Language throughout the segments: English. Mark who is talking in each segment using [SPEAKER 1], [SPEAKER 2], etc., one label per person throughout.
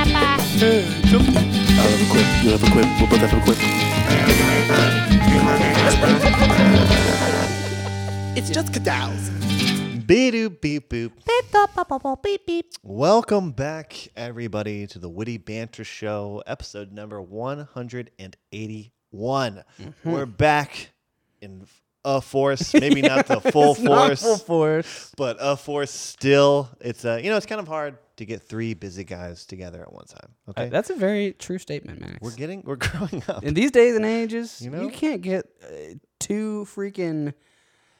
[SPEAKER 1] Hey, jump. I have a quip. You have a quip. We'll both have a quip.
[SPEAKER 2] It's just cadals.
[SPEAKER 3] Beep beep boop. Welcome back, everybody, to the Witty Banter Show, episode number 181.
[SPEAKER 1] Mm-hmm.
[SPEAKER 3] We're back in f- a force, maybe not the full
[SPEAKER 1] It's not
[SPEAKER 3] force,
[SPEAKER 1] Full force.
[SPEAKER 3] but a force still. It's uh, you know, it's kind of hard to get three busy guys together at one time.
[SPEAKER 1] Uh,
[SPEAKER 3] Okay,
[SPEAKER 1] That's a very true statement, Max.
[SPEAKER 3] we're getting, we're growing up.
[SPEAKER 1] In these days and ages, you,
[SPEAKER 3] You know?
[SPEAKER 1] can't get uh, two freaking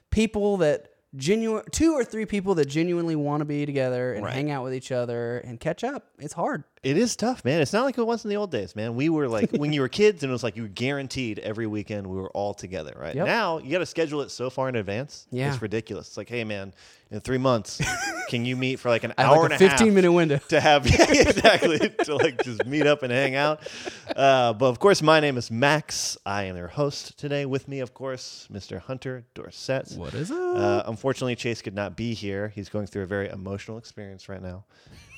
[SPEAKER 1] people that genuine two or three people that genuinely want to be together and
[SPEAKER 3] Right.
[SPEAKER 1] hang out with each other and catch up. It's hard.
[SPEAKER 3] It is tough, man. It's not like it was in the old days, man. We were like when you were kids, and it was like you were guaranteed every weekend we were all together, right?
[SPEAKER 1] Yep.
[SPEAKER 3] Now you got to schedule it so far in advance.
[SPEAKER 1] Yeah.
[SPEAKER 3] it's ridiculous. It's like, hey, man, in three months, can you meet for like an
[SPEAKER 1] I
[SPEAKER 3] hour
[SPEAKER 1] have like
[SPEAKER 3] and
[SPEAKER 1] a
[SPEAKER 3] a half?
[SPEAKER 1] 15 minute window.
[SPEAKER 3] to have yeah, exactly to like just meet up and hang out. Uh, but of course, my name is Max. I am your host today. With me, of course, Mr. Hunter Dorset.
[SPEAKER 1] What is it?
[SPEAKER 3] Uh, unfortunately, Chase could not be here. He's going through a very emotional experience right now.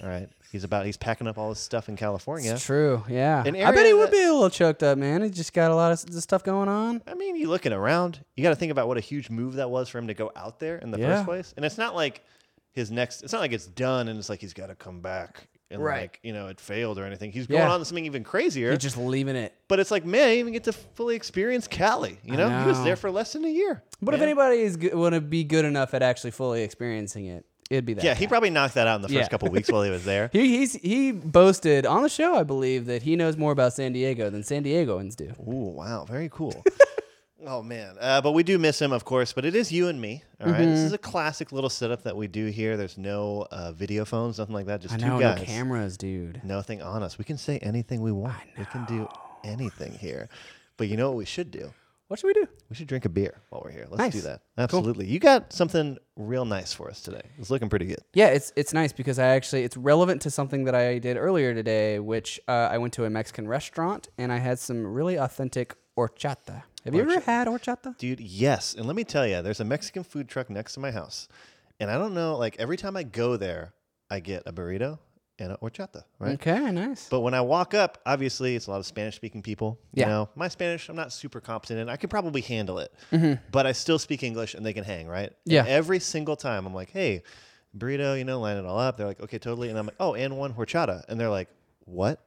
[SPEAKER 3] All right, he's about he's packing up all his stuff in California.
[SPEAKER 1] It's true. Yeah.
[SPEAKER 3] An
[SPEAKER 1] I bet he
[SPEAKER 3] area
[SPEAKER 1] would
[SPEAKER 3] that-
[SPEAKER 1] be a little choked up, man. He's just got a lot of s- stuff going on.
[SPEAKER 3] I mean, you looking around, you got to think about what a huge move that was for him to go out there in the
[SPEAKER 1] Yeah.
[SPEAKER 3] first place. And it's not like his next. It's not like it's done, and it's like he's got to come back. And
[SPEAKER 1] Right.
[SPEAKER 3] like you know, it failed or anything. He's going
[SPEAKER 1] Yeah.
[SPEAKER 3] on to something even crazier.
[SPEAKER 1] He's just leaving it.
[SPEAKER 3] But it's like, man, I didn't even get to fully experience Cali. You know? he was
[SPEAKER 1] know.
[SPEAKER 3] there for less than a year.
[SPEAKER 1] But if
[SPEAKER 3] man.
[SPEAKER 1] anybody is go- want to be good enough at actually fully experiencing it, it'd be that.
[SPEAKER 3] yeah, he
[SPEAKER 1] guy.
[SPEAKER 3] probably knocked that out in the first
[SPEAKER 1] Yeah.
[SPEAKER 3] couple weeks while he was there.
[SPEAKER 1] He, he's, he boasted on the show, I believe, that he knows more about San Diego than San Diegoans do.
[SPEAKER 3] Ooh, wow, very cool. oh man, uh, but we do miss him, of course. But it is you and me. All right?
[SPEAKER 1] Mm-hmm.
[SPEAKER 3] this is a classic little setup that we do here. There's no uh, video phones, nothing like that. Just
[SPEAKER 1] I
[SPEAKER 3] two
[SPEAKER 1] know,
[SPEAKER 3] guys.
[SPEAKER 1] no cameras, dude.
[SPEAKER 3] Nothing on us. We can say anything we want. We can do anything here. But you know what we should do?
[SPEAKER 1] What should we do?
[SPEAKER 3] We should drink a beer while we're here. Let's do
[SPEAKER 1] Nice.
[SPEAKER 3] that. Absolutely. You got something real nice for us today. It's looking pretty good.
[SPEAKER 1] Yeah, it's it's nice because I actually it's relevant to something that I did earlier today, which uh, I went to a Mexican restaurant and I had some really authentic horchata. Have you ever had horchata?
[SPEAKER 3] Dude, yes. And let me tell you, there's a Mexican food truck next to my house. And I don't know, like every time I go there, I get a burrito and a horchata, right?
[SPEAKER 1] Okay, nice.
[SPEAKER 3] But when I walk up, obviously it's a lot of Spanish speaking people. You
[SPEAKER 1] Yeah.
[SPEAKER 3] know, my Spanish, I'm not super competent in. I could probably handle it, but I still speak English and they can hang, right? And
[SPEAKER 1] Mm-hmm. Yeah.
[SPEAKER 3] every single time I'm like, hey, burrito, you know, line it all up. They're like, okay, totally. And I'm like, oh, and one horchata. And they're like, what?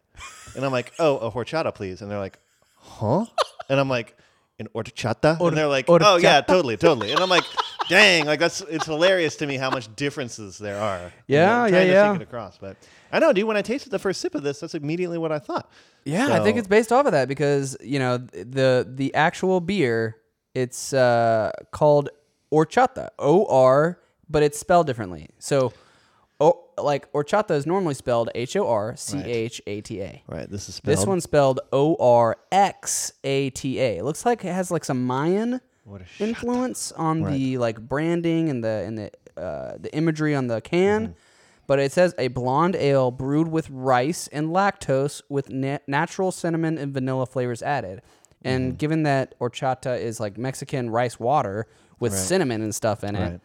[SPEAKER 3] And I'm like, oh, a horchata, please. And they're like, huh? And I'm like, an horchata? and they're like, oh, yeah, totally, totally. And I'm like, dang, like that's, it's hilarious to me how much differences there are. You know,
[SPEAKER 1] Yeah,
[SPEAKER 3] I'm
[SPEAKER 1] yeah,
[SPEAKER 3] trying to
[SPEAKER 1] yeah.
[SPEAKER 3] think it across. But I know, dude. When I tasted the first sip of this, that's immediately what I thought.
[SPEAKER 1] Yeah, I think
[SPEAKER 3] So-
[SPEAKER 1] it's based off of that because you know th- the the actual beer it's uh, called horchata, O R, but it's spelled differently. So, oh, like horchata is normally spelled H O R C H A T A.
[SPEAKER 3] Right. This is spelled.
[SPEAKER 1] This one's spelled O R X A T A. It looks like it has like some Mayan
[SPEAKER 3] What a shot.
[SPEAKER 1] influence on the like branding and the and the uh, the imagery on the can.
[SPEAKER 3] Mm-hmm.
[SPEAKER 1] But it says a blonde ale brewed with rice and lactose with na- natural cinnamon and vanilla flavors added.
[SPEAKER 3] Mm-hmm.
[SPEAKER 1] And given that horchata is like Mexican rice water with cinnamon and stuff in it,
[SPEAKER 3] Right.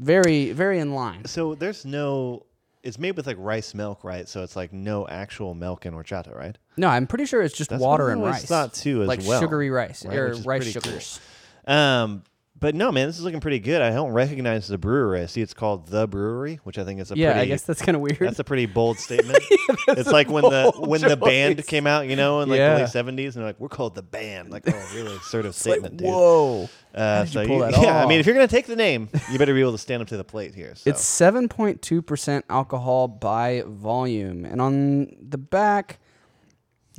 [SPEAKER 1] very very in line.
[SPEAKER 3] So there's no. It's made with like rice milk, right? So it's like no actual milk in horchata, right?
[SPEAKER 1] No, I'm pretty sure it's just
[SPEAKER 3] That's
[SPEAKER 1] water
[SPEAKER 3] what I
[SPEAKER 1] and
[SPEAKER 3] always
[SPEAKER 1] rice.
[SPEAKER 3] thought, too, as
[SPEAKER 1] like
[SPEAKER 3] well,
[SPEAKER 1] sugary rice
[SPEAKER 3] right,
[SPEAKER 1] or
[SPEAKER 3] which is
[SPEAKER 1] rice
[SPEAKER 3] pretty cool.
[SPEAKER 1] sugars.
[SPEAKER 3] Um, but no, man, this is looking pretty good. I don't recognize the brewery. I see it's called the brewery, which I think is a
[SPEAKER 1] Yeah,
[SPEAKER 3] pretty.
[SPEAKER 1] I guess that's kind of weird.
[SPEAKER 3] That's a pretty bold statement. it's like when the
[SPEAKER 1] bold
[SPEAKER 3] when the band
[SPEAKER 1] choice.
[SPEAKER 3] came out, you know, in like
[SPEAKER 1] Yeah.
[SPEAKER 3] the late seventies, and they're like, "We're called the band." Like, oh, really assertive statement, dude.
[SPEAKER 1] Whoa.
[SPEAKER 3] Uh,
[SPEAKER 1] did you
[SPEAKER 3] so
[SPEAKER 1] pull that
[SPEAKER 3] yeah, I mean,
[SPEAKER 1] off?
[SPEAKER 3] if you're gonna take the name, you better be able to stand up to the plate here. So.
[SPEAKER 1] It's 7.2% alcohol by volume. And on the back,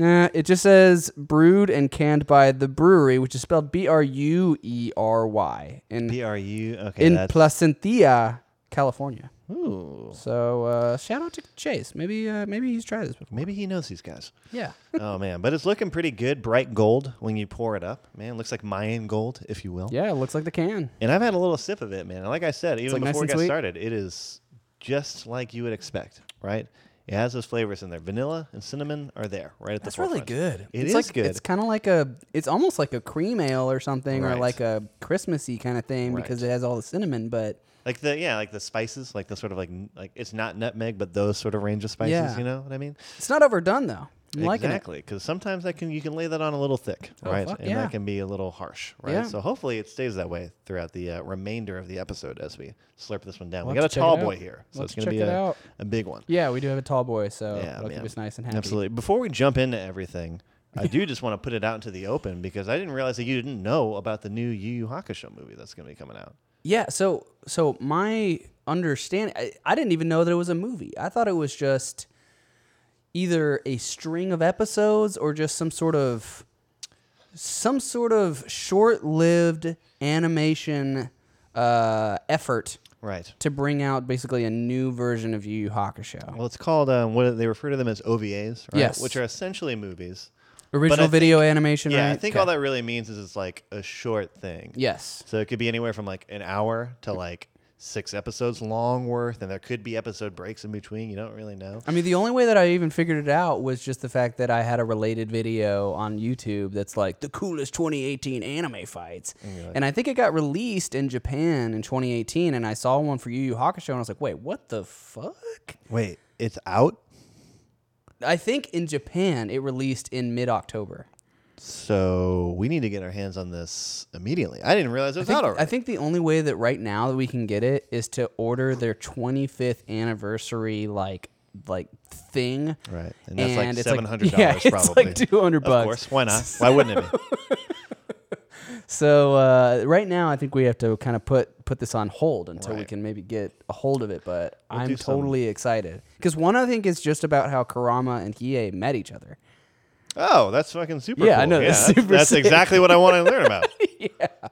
[SPEAKER 1] uh, it just says brewed and canned by the brewery, which is spelled B R U E R Y in,
[SPEAKER 3] P R U. Okay,
[SPEAKER 1] in
[SPEAKER 3] that's
[SPEAKER 1] Placentia, California.
[SPEAKER 3] ooh.
[SPEAKER 1] So uh, shout out to Chase. Maybe uh, maybe he's tried this before.
[SPEAKER 3] Maybe he knows these guys.
[SPEAKER 1] Yeah.
[SPEAKER 3] oh man, but it's looking pretty good. Bright gold when you pour it up. Man, looks like Mayan gold, if you will.
[SPEAKER 1] Yeah, it looks like the can.
[SPEAKER 3] And I've had a little sip of it, man. And Like I said, even
[SPEAKER 1] like nice
[SPEAKER 3] before
[SPEAKER 1] and
[SPEAKER 3] it got
[SPEAKER 1] sweet.
[SPEAKER 3] started, it is just like you would expect, right? It has those flavors in there. Vanilla and cinnamon are there, right at the forefront. It
[SPEAKER 1] it's
[SPEAKER 3] is
[SPEAKER 1] like,
[SPEAKER 3] good.
[SPEAKER 1] It's kind of like a, it's almost like a cream ale or something, or
[SPEAKER 3] Right.
[SPEAKER 1] like a Christmassy kind of thing because
[SPEAKER 3] Right.
[SPEAKER 1] it has all the cinnamon. But
[SPEAKER 3] Like the yeah, like the spices, like the sort of like n- like it's not nutmeg, but those sort of range of spices.
[SPEAKER 1] Yeah.
[SPEAKER 3] You know what I mean?
[SPEAKER 1] It's not overdone though. I'm liking it.
[SPEAKER 3] exactly, because sometimes that can you can lay that on a little thick,
[SPEAKER 1] Oh,
[SPEAKER 3] right?
[SPEAKER 1] fuck
[SPEAKER 3] and
[SPEAKER 1] yeah.
[SPEAKER 3] that can be a little harsh, right?
[SPEAKER 1] Yeah.
[SPEAKER 3] So hopefully it stays that way throughout the uh, remainder of the episode as we slurp this one down.
[SPEAKER 1] We'll
[SPEAKER 3] we got
[SPEAKER 1] have to
[SPEAKER 3] a
[SPEAKER 1] check
[SPEAKER 3] tall
[SPEAKER 1] it
[SPEAKER 3] boy
[SPEAKER 1] out.
[SPEAKER 3] here, so
[SPEAKER 1] We'll
[SPEAKER 3] it's
[SPEAKER 1] have
[SPEAKER 3] going be
[SPEAKER 1] to check
[SPEAKER 3] a,
[SPEAKER 1] it out.
[SPEAKER 3] a big one.
[SPEAKER 1] Yeah, we do have a tall boy, so
[SPEAKER 3] Yeah,
[SPEAKER 1] that'll keep
[SPEAKER 3] man.
[SPEAKER 1] us nice and happy.
[SPEAKER 3] Absolutely. Before we jump into everything, I do just want to put it out into the open because I didn't realize that you didn't know about the new Yu Yu Hakusho movie that's going to be coming out.
[SPEAKER 1] Yeah. So so my understanding, I, I didn't even know that it was a movie. I thought it was just either a string of episodes or just some sort of some sort of short-lived animation uh, effort
[SPEAKER 3] Right.
[SPEAKER 1] to bring out basically a new version of Yu Yu Hakusho.
[SPEAKER 3] Well, it's called um, what they refer to them as OVAs, right?
[SPEAKER 1] Yes.
[SPEAKER 3] Which are essentially movies.
[SPEAKER 1] Original
[SPEAKER 3] think-
[SPEAKER 1] video animation,
[SPEAKER 3] Yeah,
[SPEAKER 1] right?
[SPEAKER 3] I think
[SPEAKER 1] Okay.
[SPEAKER 3] all that really means is it's like a short thing.
[SPEAKER 1] Yes.
[SPEAKER 3] So it could be anywhere from like an hour to like six episodes long worth, and there could be episode breaks in between. You don't really know.
[SPEAKER 1] I mean, the only way that I even figured it out was just the fact that I had a related video on YouTube that's like the coolest 2018 anime fights. And I think it got released in Japan in 2018, and I saw one for Yu Yu Hakusho, and I was like, wait, what the fuck?
[SPEAKER 3] Wait, it's out?
[SPEAKER 1] I think in Japan it released in mid October.
[SPEAKER 3] So we need to get our hands on this immediately. I didn't realize it was
[SPEAKER 1] I
[SPEAKER 3] out
[SPEAKER 1] think-
[SPEAKER 3] already.
[SPEAKER 1] I think the only way that right now that we can get it is to order their 25th anniversary like like thing.
[SPEAKER 3] Right. And that's like
[SPEAKER 1] And it's
[SPEAKER 3] seven hundred
[SPEAKER 1] yeah,
[SPEAKER 3] dollars
[SPEAKER 1] it's
[SPEAKER 3] probably.
[SPEAKER 1] like 200
[SPEAKER 3] Of
[SPEAKER 1] bucks.
[SPEAKER 3] course. Why not? Why wouldn't it be?
[SPEAKER 1] So uh, right now, I think we have to kind of put put this on hold until we
[SPEAKER 3] Right.
[SPEAKER 1] can maybe get a hold of it. But I'm
[SPEAKER 3] do some-
[SPEAKER 1] totally excited because one I think is just about how Karama and Hiei met each other.
[SPEAKER 3] Oh, that's fucking super
[SPEAKER 1] Yeah, I
[SPEAKER 3] cool.
[SPEAKER 1] know, that's
[SPEAKER 3] that's,
[SPEAKER 1] super
[SPEAKER 3] that's
[SPEAKER 1] sick.
[SPEAKER 3] exactly what I want to learn about.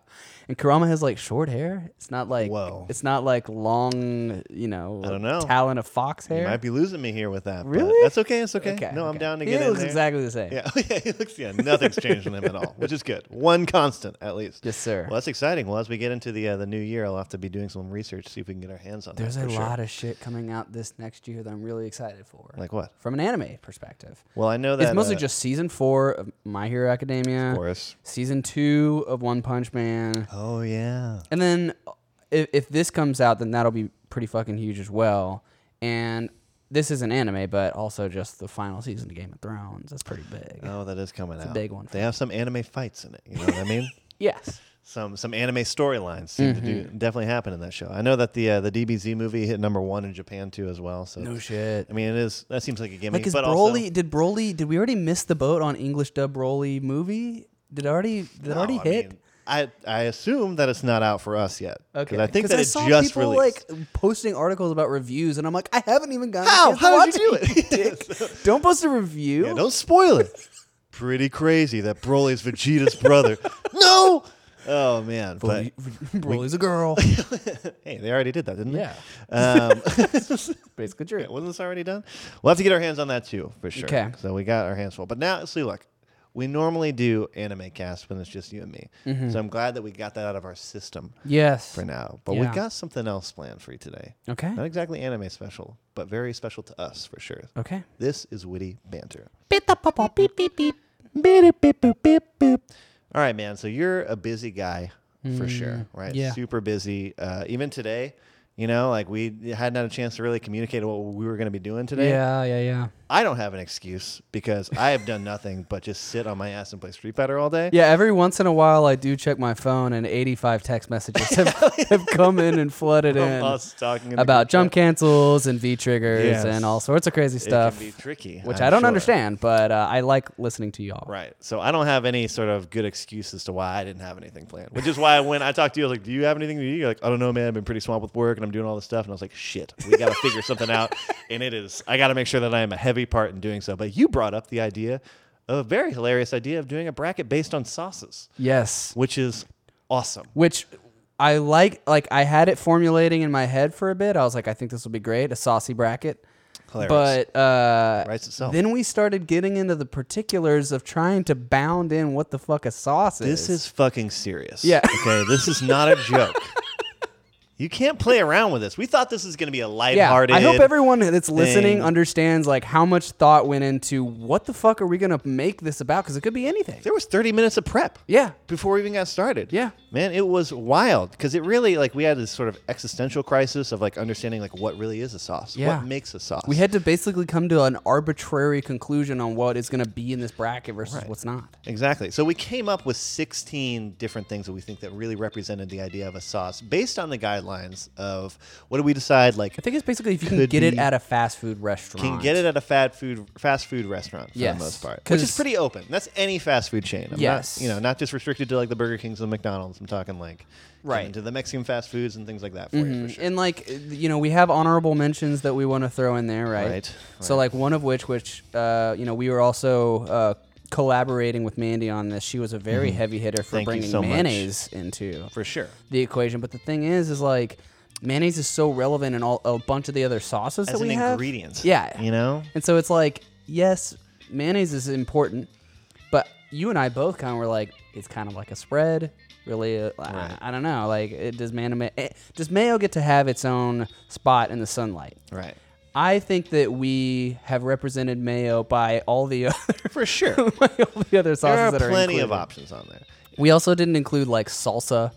[SPEAKER 1] And Karama has like short hair. It's not like
[SPEAKER 3] Whoa.
[SPEAKER 1] it's not like long, you know,
[SPEAKER 3] I don't know.
[SPEAKER 1] talon of fox
[SPEAKER 3] You
[SPEAKER 1] hair.
[SPEAKER 3] might be losing me here with that. but
[SPEAKER 1] Really?
[SPEAKER 3] That's okay. It's okay. no, I'm
[SPEAKER 1] okay.
[SPEAKER 3] down to
[SPEAKER 1] He
[SPEAKER 3] get in
[SPEAKER 1] looks
[SPEAKER 3] there.
[SPEAKER 1] exactly the same.
[SPEAKER 3] Yeah, yeah, he looks. Yeah, nothing's changed in him at all, which is good. One constant, at least.
[SPEAKER 1] Yes, sir.
[SPEAKER 3] Well, that's exciting. Well, as we get into the uh, the new year, I'll have to be doing some research, see if we can get our hands on.
[SPEAKER 1] There's
[SPEAKER 3] that
[SPEAKER 1] a
[SPEAKER 3] for sure.
[SPEAKER 1] lot of shit coming out this next year that I'm really excited for.
[SPEAKER 3] Like what?
[SPEAKER 1] from an anime perspective.
[SPEAKER 3] Well, I know that
[SPEAKER 1] It's mostly
[SPEAKER 3] uh,
[SPEAKER 1] just season four of My Hero Academia,
[SPEAKER 3] course.
[SPEAKER 1] season two of One Punch Man,
[SPEAKER 3] Oh yeah.
[SPEAKER 1] and then if, if this comes out, then that'll be pretty fucking huge as well. And this is an anime, but also just the final season of Game of Thrones. That's pretty big.
[SPEAKER 3] Oh, that is coming out.
[SPEAKER 1] big one for
[SPEAKER 3] They have some anime fights in it. You know what I mean?
[SPEAKER 1] yes.
[SPEAKER 3] some some anime storylines seem to
[SPEAKER 1] Mm-hmm.
[SPEAKER 3] do, definitely happen in that show. I know that the uh, the DBZ movie hit number one in Japan too as well. So
[SPEAKER 1] No shit.
[SPEAKER 3] I mean, it is that seems like a gimme.
[SPEAKER 1] Like is
[SPEAKER 3] but
[SPEAKER 1] Broly?
[SPEAKER 3] also,
[SPEAKER 1] did Broly? Did we already miss the boat on English dub Broly movie? Did it already? Did it
[SPEAKER 3] no,
[SPEAKER 1] already
[SPEAKER 3] I
[SPEAKER 1] hit?
[SPEAKER 3] mean, I I assume that it's not out for us yet. 'Cause
[SPEAKER 1] Okay,
[SPEAKER 3] I think
[SPEAKER 1] 'Cause
[SPEAKER 3] that
[SPEAKER 1] I
[SPEAKER 3] it
[SPEAKER 1] saw
[SPEAKER 3] just
[SPEAKER 1] people
[SPEAKER 3] released.
[SPEAKER 1] like posting articles about reviews, and I'm like, I haven't even gotten. a
[SPEAKER 3] How?
[SPEAKER 1] chance to
[SPEAKER 3] How did you
[SPEAKER 1] watch
[SPEAKER 3] do it?
[SPEAKER 1] dick. don't post a review.
[SPEAKER 3] yeah, don't spoil it. Pretty crazy that Broly's Vegeta's brother. no. Oh man, but
[SPEAKER 1] Broly- Broly's a girl.
[SPEAKER 3] hey, they already did that, didn't
[SPEAKER 1] Yeah.
[SPEAKER 3] they? Um,
[SPEAKER 1] Basically true.
[SPEAKER 3] Wasn't this already done? We'll have to get our hands on that too, for sure.
[SPEAKER 1] Okay.
[SPEAKER 3] So we got our hands full. But now, see, look, we normally do anime cast when it's just you and me.
[SPEAKER 1] Mm-hmm.
[SPEAKER 3] So I'm glad that we got that out of our system
[SPEAKER 1] Yes.
[SPEAKER 3] for now. But
[SPEAKER 1] Yeah.
[SPEAKER 3] we got something else planned for you today.
[SPEAKER 1] Okay.
[SPEAKER 3] Not exactly anime special, but very special to us for sure.
[SPEAKER 1] Okay.
[SPEAKER 3] This is witty banter.
[SPEAKER 4] beep beep beep.
[SPEAKER 3] Beep, beep, beep, beep, beep. All right, man. So you're a busy guy for sure, right?
[SPEAKER 1] Mm, yeah.
[SPEAKER 3] Super busy. Uh, even today, you know, like we hadn't had a chance to really communicate what we were going to be doing today.
[SPEAKER 1] Yeah, yeah, yeah.
[SPEAKER 3] I don't have an excuse because I have done nothing but just sit on my ass and play Street Fighter all day.
[SPEAKER 1] Yeah, every once in a while I do check my phone, and 85 text messages have, have come in and flooded
[SPEAKER 3] From
[SPEAKER 1] in
[SPEAKER 3] us talking in the
[SPEAKER 1] about
[SPEAKER 3] group
[SPEAKER 1] jump cancels and V triggers
[SPEAKER 3] Yes.
[SPEAKER 1] and all sorts of crazy
[SPEAKER 3] chat.
[SPEAKER 1] stuff,
[SPEAKER 3] It can be tricky,
[SPEAKER 1] which
[SPEAKER 3] I'm
[SPEAKER 1] I don't
[SPEAKER 3] sure.
[SPEAKER 1] understand, but uh, I like listening to y'all.
[SPEAKER 3] Right. So I don't have any sort of good excuse as to why I didn't have anything planned, which is why when I talked to you, I was like, "Do you have anything to do?" You're like, "I don't know, man. I've been pretty swamped with work, and I'm doing all this stuff." And I was like, "Shit, we got to figure something out." And it is. I got to make sure that I am a heavy part in doing so. But you brought up the idea, a very hilarious idea of doing a bracket based on sauces,
[SPEAKER 1] Yes.
[SPEAKER 3] which is awesome.
[SPEAKER 1] which I like. Like I had it formulating in my head for a bit. I was like, I think this will be great, a saucy bracket.
[SPEAKER 3] Hilarious. Oh.
[SPEAKER 1] But uh,
[SPEAKER 3] Writes itself.
[SPEAKER 1] then we started getting into the particulars of trying to bound in what the fuck a sauce
[SPEAKER 3] This is fucking serious.
[SPEAKER 1] Yeah.
[SPEAKER 3] Okay. This is not a joke. You can't play around with this. We thought this was going to be a
[SPEAKER 1] Yeah,
[SPEAKER 3] lighthearted.
[SPEAKER 1] I hope everyone that's listening
[SPEAKER 3] thing.
[SPEAKER 1] understands like how much thought went into what the fuck are we gonna make this about? Because it could be anything.
[SPEAKER 3] There was 30 minutes of prep.
[SPEAKER 1] Yeah,
[SPEAKER 3] before we even got started.
[SPEAKER 1] Yeah.
[SPEAKER 3] Man, it was wild because it really, like, we had this sort of existential crisis of, like, understanding, like, what really is a sauce?
[SPEAKER 1] Yeah.
[SPEAKER 3] What makes a sauce?
[SPEAKER 1] we had to basically come to an arbitrary conclusion on what is gonna be in this bracket versus what's not.
[SPEAKER 3] Exactly. So we came up with 16 different things that we think that really represented the idea of a sauce based on the guidelines of what do we decide, like,
[SPEAKER 1] I think it's basically if you can
[SPEAKER 3] Could
[SPEAKER 1] get it
[SPEAKER 3] be-
[SPEAKER 1] at a fast food restaurant.
[SPEAKER 3] can get it at a fat food fast food restaurant for
[SPEAKER 1] Yes,
[SPEAKER 3] the most part, which
[SPEAKER 1] 'cause-
[SPEAKER 3] is pretty open. That's any fast food chain. I'm not-
[SPEAKER 1] Yes.
[SPEAKER 3] you know, not just restricted to like the Burger Kings and McDonald's. I'm talking like
[SPEAKER 1] Right. Mm-hmm.
[SPEAKER 3] into the Mexican fast foods and things like that for you. For sure.
[SPEAKER 1] And like uh, you know, we have honorable mentions that we want to throw in there, right?
[SPEAKER 3] Right,
[SPEAKER 1] So like one of which, which uh, you know, we were also uh, collaborating with Mandy on this. She was a very heavy hitter for
[SPEAKER 3] Mm-hmm. Thank you
[SPEAKER 1] bringing
[SPEAKER 3] so much.
[SPEAKER 1] mayonnaise into
[SPEAKER 3] for sure.
[SPEAKER 1] the equation. But the thing is, is like mayonnaise is so relevant in all a bunch of the other sauces
[SPEAKER 3] As
[SPEAKER 1] that
[SPEAKER 3] an
[SPEAKER 1] we have.
[SPEAKER 3] ingredient.
[SPEAKER 1] Yeah.
[SPEAKER 3] You know?
[SPEAKER 1] And so it's like, yes, mayonnaise is important, but you and I both kind of were like, it's kind of like a spread. Really, uh, I-
[SPEAKER 3] Right.
[SPEAKER 1] I, don't know. Like, it, does mayo eh, does mayo get to have its own spot in the sunlight?
[SPEAKER 3] Right.
[SPEAKER 1] I think that we have represented mayo by all the other
[SPEAKER 3] For sure.
[SPEAKER 1] by all the other
[SPEAKER 3] there
[SPEAKER 1] sauces
[SPEAKER 3] are
[SPEAKER 1] that are
[SPEAKER 3] plenty of
[SPEAKER 1] included.
[SPEAKER 3] options on there.
[SPEAKER 1] We also didn't include like salsa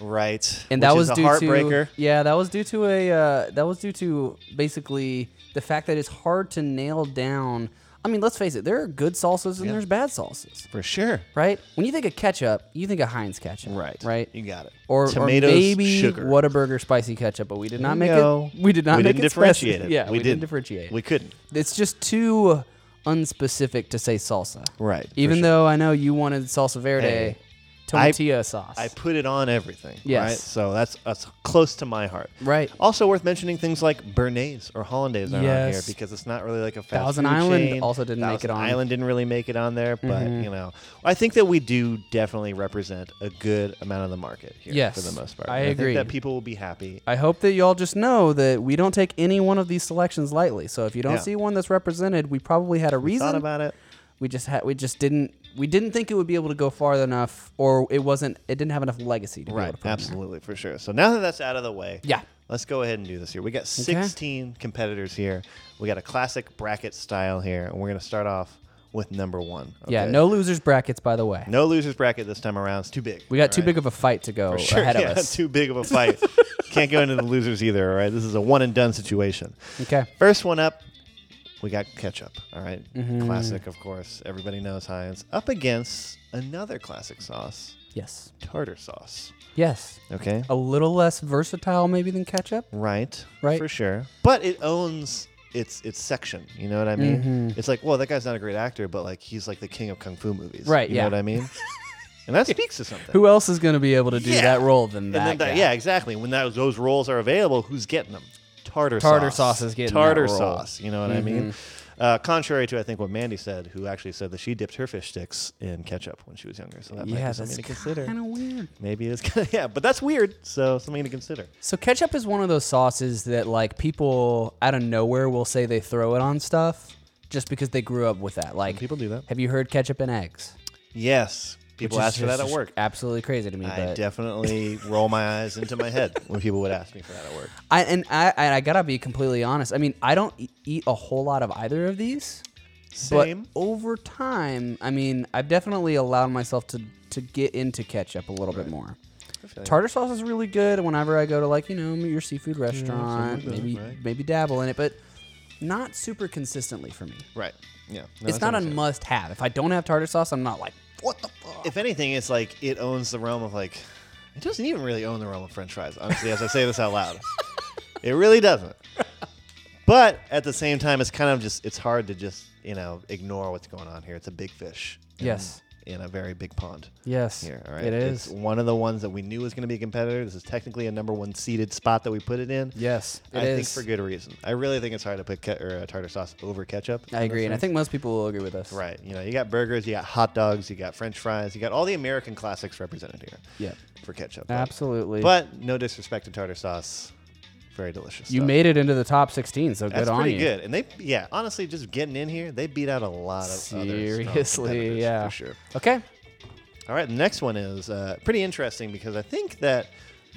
[SPEAKER 3] Right.
[SPEAKER 1] and
[SPEAKER 3] Which
[SPEAKER 1] that
[SPEAKER 3] is
[SPEAKER 1] was
[SPEAKER 3] a
[SPEAKER 1] due
[SPEAKER 3] heartbreaker.
[SPEAKER 1] to yeah, that was due to a uh, that was due to basically the fact that it's hard to nail down. I mean, let's face it, there are good salsas and there's bad salsas,
[SPEAKER 3] For sure.
[SPEAKER 1] right? When you think of ketchup, you think of Heinz ketchup,
[SPEAKER 3] Right.
[SPEAKER 1] Right.
[SPEAKER 3] You got it.
[SPEAKER 1] Or,
[SPEAKER 3] Tomatoes,
[SPEAKER 1] or maybe
[SPEAKER 3] sugar.
[SPEAKER 1] Whataburger spicy ketchup, but we did not make
[SPEAKER 3] No.
[SPEAKER 1] it. We did not
[SPEAKER 3] we
[SPEAKER 1] make
[SPEAKER 3] didn't
[SPEAKER 1] it spicy.
[SPEAKER 3] differentiate it.
[SPEAKER 1] Yeah,
[SPEAKER 3] we,
[SPEAKER 1] didn't differentiate.
[SPEAKER 3] We couldn't.
[SPEAKER 1] it's just too unspecific to say salsa,
[SPEAKER 3] Right, for
[SPEAKER 1] Even
[SPEAKER 3] sure.
[SPEAKER 1] though I know you wanted salsa verde,
[SPEAKER 3] Hey, I-
[SPEAKER 1] tomatillo sauce.
[SPEAKER 3] I put it on everything.
[SPEAKER 1] Yes.
[SPEAKER 3] Right? So that's that's close to my heart.
[SPEAKER 1] Right.
[SPEAKER 3] Also worth mentioning things like Bernays or Hollandaise are on here
[SPEAKER 1] Yes.
[SPEAKER 3] because it's not really like a fast
[SPEAKER 1] Thousand
[SPEAKER 3] food
[SPEAKER 1] Island
[SPEAKER 3] chain.
[SPEAKER 1] also didn't make it
[SPEAKER 3] Thousand
[SPEAKER 1] on. Mm-hmm.
[SPEAKER 3] Island didn't really make it on there, but you know, I think that we do definitely represent a good amount of the market here
[SPEAKER 1] Yes.
[SPEAKER 3] for the most part.
[SPEAKER 1] I
[SPEAKER 3] And
[SPEAKER 1] agree.
[SPEAKER 3] I think that people will be happy
[SPEAKER 1] I hope that y'all just know that we don't take any one of these selections lightly. So if you don't
[SPEAKER 3] Yeah.
[SPEAKER 1] see one that's represented, we probably had a reason.
[SPEAKER 3] thought about it.
[SPEAKER 1] we just had we just didn't we didn't think it would be able to go far enough, or it wasn't it didn't have enough legacy to be able
[SPEAKER 3] Right,
[SPEAKER 1] to put in there.
[SPEAKER 3] absolutely, for sure. So now that that's out of the way,
[SPEAKER 1] Yeah.
[SPEAKER 3] let's go ahead and do this here. We got 16 competitors here. We got a classic bracket style here, and we're going to start off with number one.
[SPEAKER 1] Yeah,
[SPEAKER 3] okay?
[SPEAKER 1] no losers brackets by the way.
[SPEAKER 3] no losers bracket this time around. It's too big.
[SPEAKER 1] we got
[SPEAKER 3] all
[SPEAKER 1] too
[SPEAKER 3] right?
[SPEAKER 1] big of a fight to go
[SPEAKER 3] Sure,
[SPEAKER 1] ahead
[SPEAKER 3] yeah,
[SPEAKER 1] of us.
[SPEAKER 3] Too big of a fight. Can't go into the losers either. All right, this is a one and done situation.
[SPEAKER 1] Okay.
[SPEAKER 3] First one up, we got ketchup. All right?
[SPEAKER 1] Mm-hmm.
[SPEAKER 3] classic, of course. Everybody knows Heinz. Up against another classic sauce,
[SPEAKER 1] Yes.
[SPEAKER 3] tartar sauce.
[SPEAKER 1] Yes.
[SPEAKER 3] Okay.
[SPEAKER 1] A little less versatile maybe than ketchup.
[SPEAKER 3] Right.
[SPEAKER 1] Right.
[SPEAKER 3] For sure. But it owns its its section. You know what I mean?
[SPEAKER 1] Mm-hmm.
[SPEAKER 3] It's like, well, that guy's not a great actor, but like he's like the king of kung fu movies.
[SPEAKER 1] Right,
[SPEAKER 3] You
[SPEAKER 1] yeah.
[SPEAKER 3] know what I mean? and that speaks to something.
[SPEAKER 1] Who else is going to be able to do
[SPEAKER 3] Yeah.
[SPEAKER 1] that role than
[SPEAKER 3] and
[SPEAKER 1] that?
[SPEAKER 3] then that,
[SPEAKER 1] guy?
[SPEAKER 3] yeah, exactly. When that, those roles are available, who's getting them? Tartar sauce.
[SPEAKER 1] Tartar sauce is getting that
[SPEAKER 3] tartar
[SPEAKER 1] role. Mm-hmm.
[SPEAKER 3] sauce. You know what I mean? Uh, contrary to I think what Mandy said, who actually said that she dipped her fish sticks in ketchup when she was younger, so that might
[SPEAKER 1] Yeah,
[SPEAKER 3] be
[SPEAKER 1] that's
[SPEAKER 3] something to consider.
[SPEAKER 1] kind of weird.
[SPEAKER 3] Maybe it's kind of, yeah, but that's weird. So something to consider.
[SPEAKER 1] So ketchup is one of those sauces that like people out of nowhere will say they throw it on stuff just because they grew up with that. Like
[SPEAKER 3] People do that.
[SPEAKER 1] Have you heard ketchup and eggs?
[SPEAKER 3] Yes, people
[SPEAKER 1] Which
[SPEAKER 3] ask
[SPEAKER 1] is
[SPEAKER 3] for that at
[SPEAKER 1] just
[SPEAKER 3] work.
[SPEAKER 1] Absolutely crazy to me.
[SPEAKER 3] I
[SPEAKER 1] but
[SPEAKER 3] definitely roll my eyes into my head when people would ask me for that at work.
[SPEAKER 1] I and I and I gotta be completely honest. I mean, I don't e- eat a whole lot of either of these.
[SPEAKER 3] Same.
[SPEAKER 1] But over time, I mean, I've definitely allowed myself to to get into ketchup a little bit more. Tartar sauce is really good whenever I go to like you know your seafood restaurant,
[SPEAKER 3] like that,
[SPEAKER 1] maybe
[SPEAKER 3] right.
[SPEAKER 1] maybe dabble in it, but not super consistently for me.
[SPEAKER 3] right. Yeah. No,
[SPEAKER 1] it's
[SPEAKER 3] that's
[SPEAKER 1] not a
[SPEAKER 3] understandable.
[SPEAKER 1] must have. If I don't have tartar sauce, I'm not like what the fuck.
[SPEAKER 3] If anything, it's like it owns the realm of like. It doesn't even really own the realm of French fries. Honestly, as I say this out loud, it really doesn't. But at the same time, it's kind of just it's hard to just you know ignore what's going on here. It's a big fish. in-
[SPEAKER 1] Yes.
[SPEAKER 3] In a very big pond.
[SPEAKER 1] Yes,
[SPEAKER 3] Here, all right.
[SPEAKER 1] it
[SPEAKER 3] It's
[SPEAKER 1] is.
[SPEAKER 3] one of the ones that we knew was going to be a competitor. This is technically a number one seeded spot that we put it in.
[SPEAKER 1] Yes, it
[SPEAKER 3] I think
[SPEAKER 1] is.
[SPEAKER 3] for good reason. I really think it's hard to put ke- or, uh, tartar sauce over ketchup.
[SPEAKER 1] I
[SPEAKER 3] in
[SPEAKER 1] agree,
[SPEAKER 3] this
[SPEAKER 1] and I
[SPEAKER 3] one.
[SPEAKER 1] think most people will agree with us.
[SPEAKER 3] right. You know, you got burgers, you got hot dogs, you got French fries, you got all the American classics represented here.
[SPEAKER 1] Yeah.
[SPEAKER 3] for ketchup. But-
[SPEAKER 1] Absolutely.
[SPEAKER 3] But no disrespect to tartar sauce, very delicious.
[SPEAKER 1] you
[SPEAKER 3] stuff.
[SPEAKER 1] made it into the top 16, so
[SPEAKER 3] That's
[SPEAKER 1] good on
[SPEAKER 3] pretty
[SPEAKER 1] you.
[SPEAKER 3] good, and they yeah, honestly, just getting in here, they beat out a lot of other strong competitors,
[SPEAKER 1] Seriously, yeah.
[SPEAKER 3] for sure.
[SPEAKER 1] Okay.
[SPEAKER 3] All right, the next one is uh, pretty interesting because I think that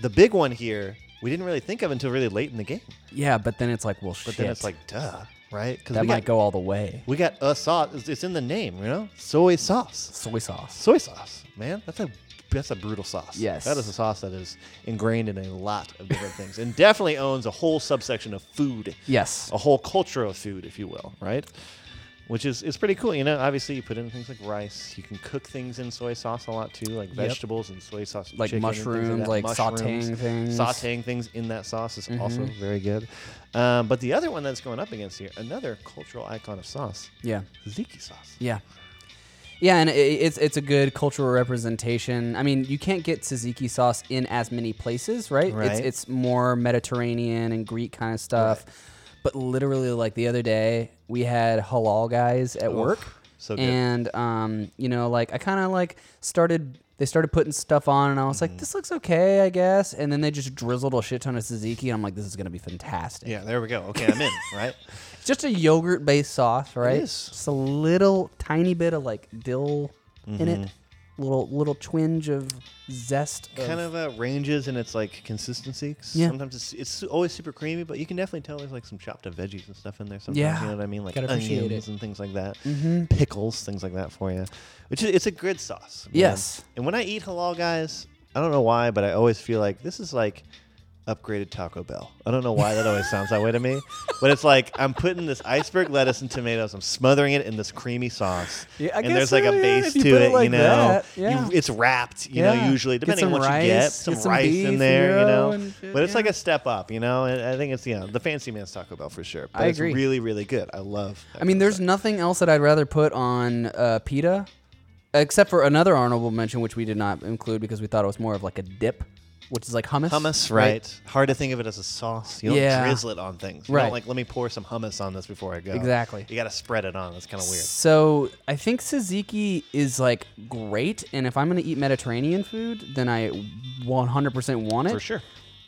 [SPEAKER 3] the big one here we didn't really think of until really late in the game.
[SPEAKER 1] Yeah, but then it's like, well, shit.
[SPEAKER 3] But then it's like, duh, right? Because
[SPEAKER 1] that
[SPEAKER 3] we
[SPEAKER 1] might
[SPEAKER 3] got,
[SPEAKER 1] go all the way.
[SPEAKER 3] We got a sauce. It's- It's in the name, you know. Soy sauce.
[SPEAKER 1] Soy sauce.
[SPEAKER 3] Soy sauce, man. That's a that's a brutal sauce.
[SPEAKER 1] Yes.
[SPEAKER 3] that is a sauce that is ingrained in a lot of different things, and definitely owns a whole subsection of food.
[SPEAKER 1] Yes.
[SPEAKER 3] a whole culture of food, if you will, right? Which is, is pretty cool. You know, obviously you put in things like rice. You can cook things in soy sauce a lot too, like vegetables and soy sauce,
[SPEAKER 1] Like
[SPEAKER 3] chicken and things
[SPEAKER 1] mushrooms,
[SPEAKER 3] that.
[SPEAKER 1] like sauteing things. Mm-hmm.
[SPEAKER 3] Sauteing things in that sauce is also very good. Um, but the other one that's going up against here, another cultural icon of sauce,
[SPEAKER 1] Yeah.
[SPEAKER 3] tzatziki sauce.
[SPEAKER 1] Yeah. Yeah, and i it's it's a good cultural representation. I mean, you can't get tzatziki sauce in as many places, right? It's
[SPEAKER 3] Right.
[SPEAKER 1] it's more Mediterranean and Greek kind of stuff. But literally, like the other day, we had halal guys at work,
[SPEAKER 3] so good.
[SPEAKER 1] and um, you know, like I kind of like started. They started putting stuff on, and I was
[SPEAKER 3] Mm-hmm.
[SPEAKER 1] like, "This looks okay, I guess." And then they just drizzled a shit ton of tzatziki, and I'm like, "This is gonna be fantastic."
[SPEAKER 3] Yeah, there we go. Okay, I'm in. Right?
[SPEAKER 1] It's just a yogurt based sauce, right?
[SPEAKER 3] is.
[SPEAKER 1] Just a little tiny bit of like dill in it. Little little twinge of zest.
[SPEAKER 3] Mm-hmm. kind of uh, ranges in its like consistency.
[SPEAKER 1] Yeah.
[SPEAKER 3] Sometimes it's it's su- always super creamy, but you can definitely tell there's like some chopped up veggies and stuff in there. Sometimes
[SPEAKER 1] Yeah.
[SPEAKER 3] you know what I mean, like
[SPEAKER 1] Gotta appreciate
[SPEAKER 3] onions
[SPEAKER 1] it. Mm-hmm.
[SPEAKER 3] and things like that, pickles, things like that for you. Which is it's a good sauce. man.
[SPEAKER 1] Yes.
[SPEAKER 3] And when I eat halal, guys, I don't know why, but I always feel like this is like upgraded Taco Bell. I don't know why that always sounds that way to me, but it's like I'm putting this iceberg lettuce and tomatoes, I'm smothering it in this creamy sauce,
[SPEAKER 1] Yeah, I
[SPEAKER 3] and
[SPEAKER 1] guess
[SPEAKER 3] there's like
[SPEAKER 1] so,
[SPEAKER 3] a
[SPEAKER 1] yeah,
[SPEAKER 3] base
[SPEAKER 1] if you
[SPEAKER 3] to
[SPEAKER 1] put it
[SPEAKER 3] it, you
[SPEAKER 1] like
[SPEAKER 3] know.
[SPEAKER 1] that,
[SPEAKER 3] You-
[SPEAKER 1] yeah.
[SPEAKER 3] it's wrapped, you
[SPEAKER 1] Yeah.
[SPEAKER 3] know, usually
[SPEAKER 1] Get
[SPEAKER 3] depending on
[SPEAKER 1] some
[SPEAKER 3] what you get,
[SPEAKER 1] rice,
[SPEAKER 3] some,
[SPEAKER 1] get some
[SPEAKER 3] rice
[SPEAKER 1] beef
[SPEAKER 3] in
[SPEAKER 1] and
[SPEAKER 3] there, you
[SPEAKER 1] dough
[SPEAKER 3] know.
[SPEAKER 1] and shit,
[SPEAKER 3] but it's like
[SPEAKER 1] yeah.
[SPEAKER 3] a step up, you know. And I think it's you know the fancy man's Taco Bell for sure. But
[SPEAKER 1] I
[SPEAKER 3] it's
[SPEAKER 1] agree.
[SPEAKER 3] really, really good. I love. that
[SPEAKER 1] I
[SPEAKER 3] kind
[SPEAKER 1] mean,
[SPEAKER 3] of
[SPEAKER 1] there's
[SPEAKER 3] stuff.
[SPEAKER 1] nothing else that I'd rather put on uh, pita, except for another honorable mention, which we did not include because we thought it was more of like a dip, which is like hummus.
[SPEAKER 3] hummus, right? Hard to think of it as a sauce. You don't
[SPEAKER 1] Yeah.
[SPEAKER 3] drizzle it on things. You
[SPEAKER 1] Right.
[SPEAKER 3] Don't, like let me pour some hummus on this before I go.
[SPEAKER 1] Exactly.
[SPEAKER 3] You got to spread it on. That's kind of Oh, weird.
[SPEAKER 1] So I think tzatziki is like great, and if I'm gonna eat Mediterranean food, then I 100% want it.
[SPEAKER 3] For sure.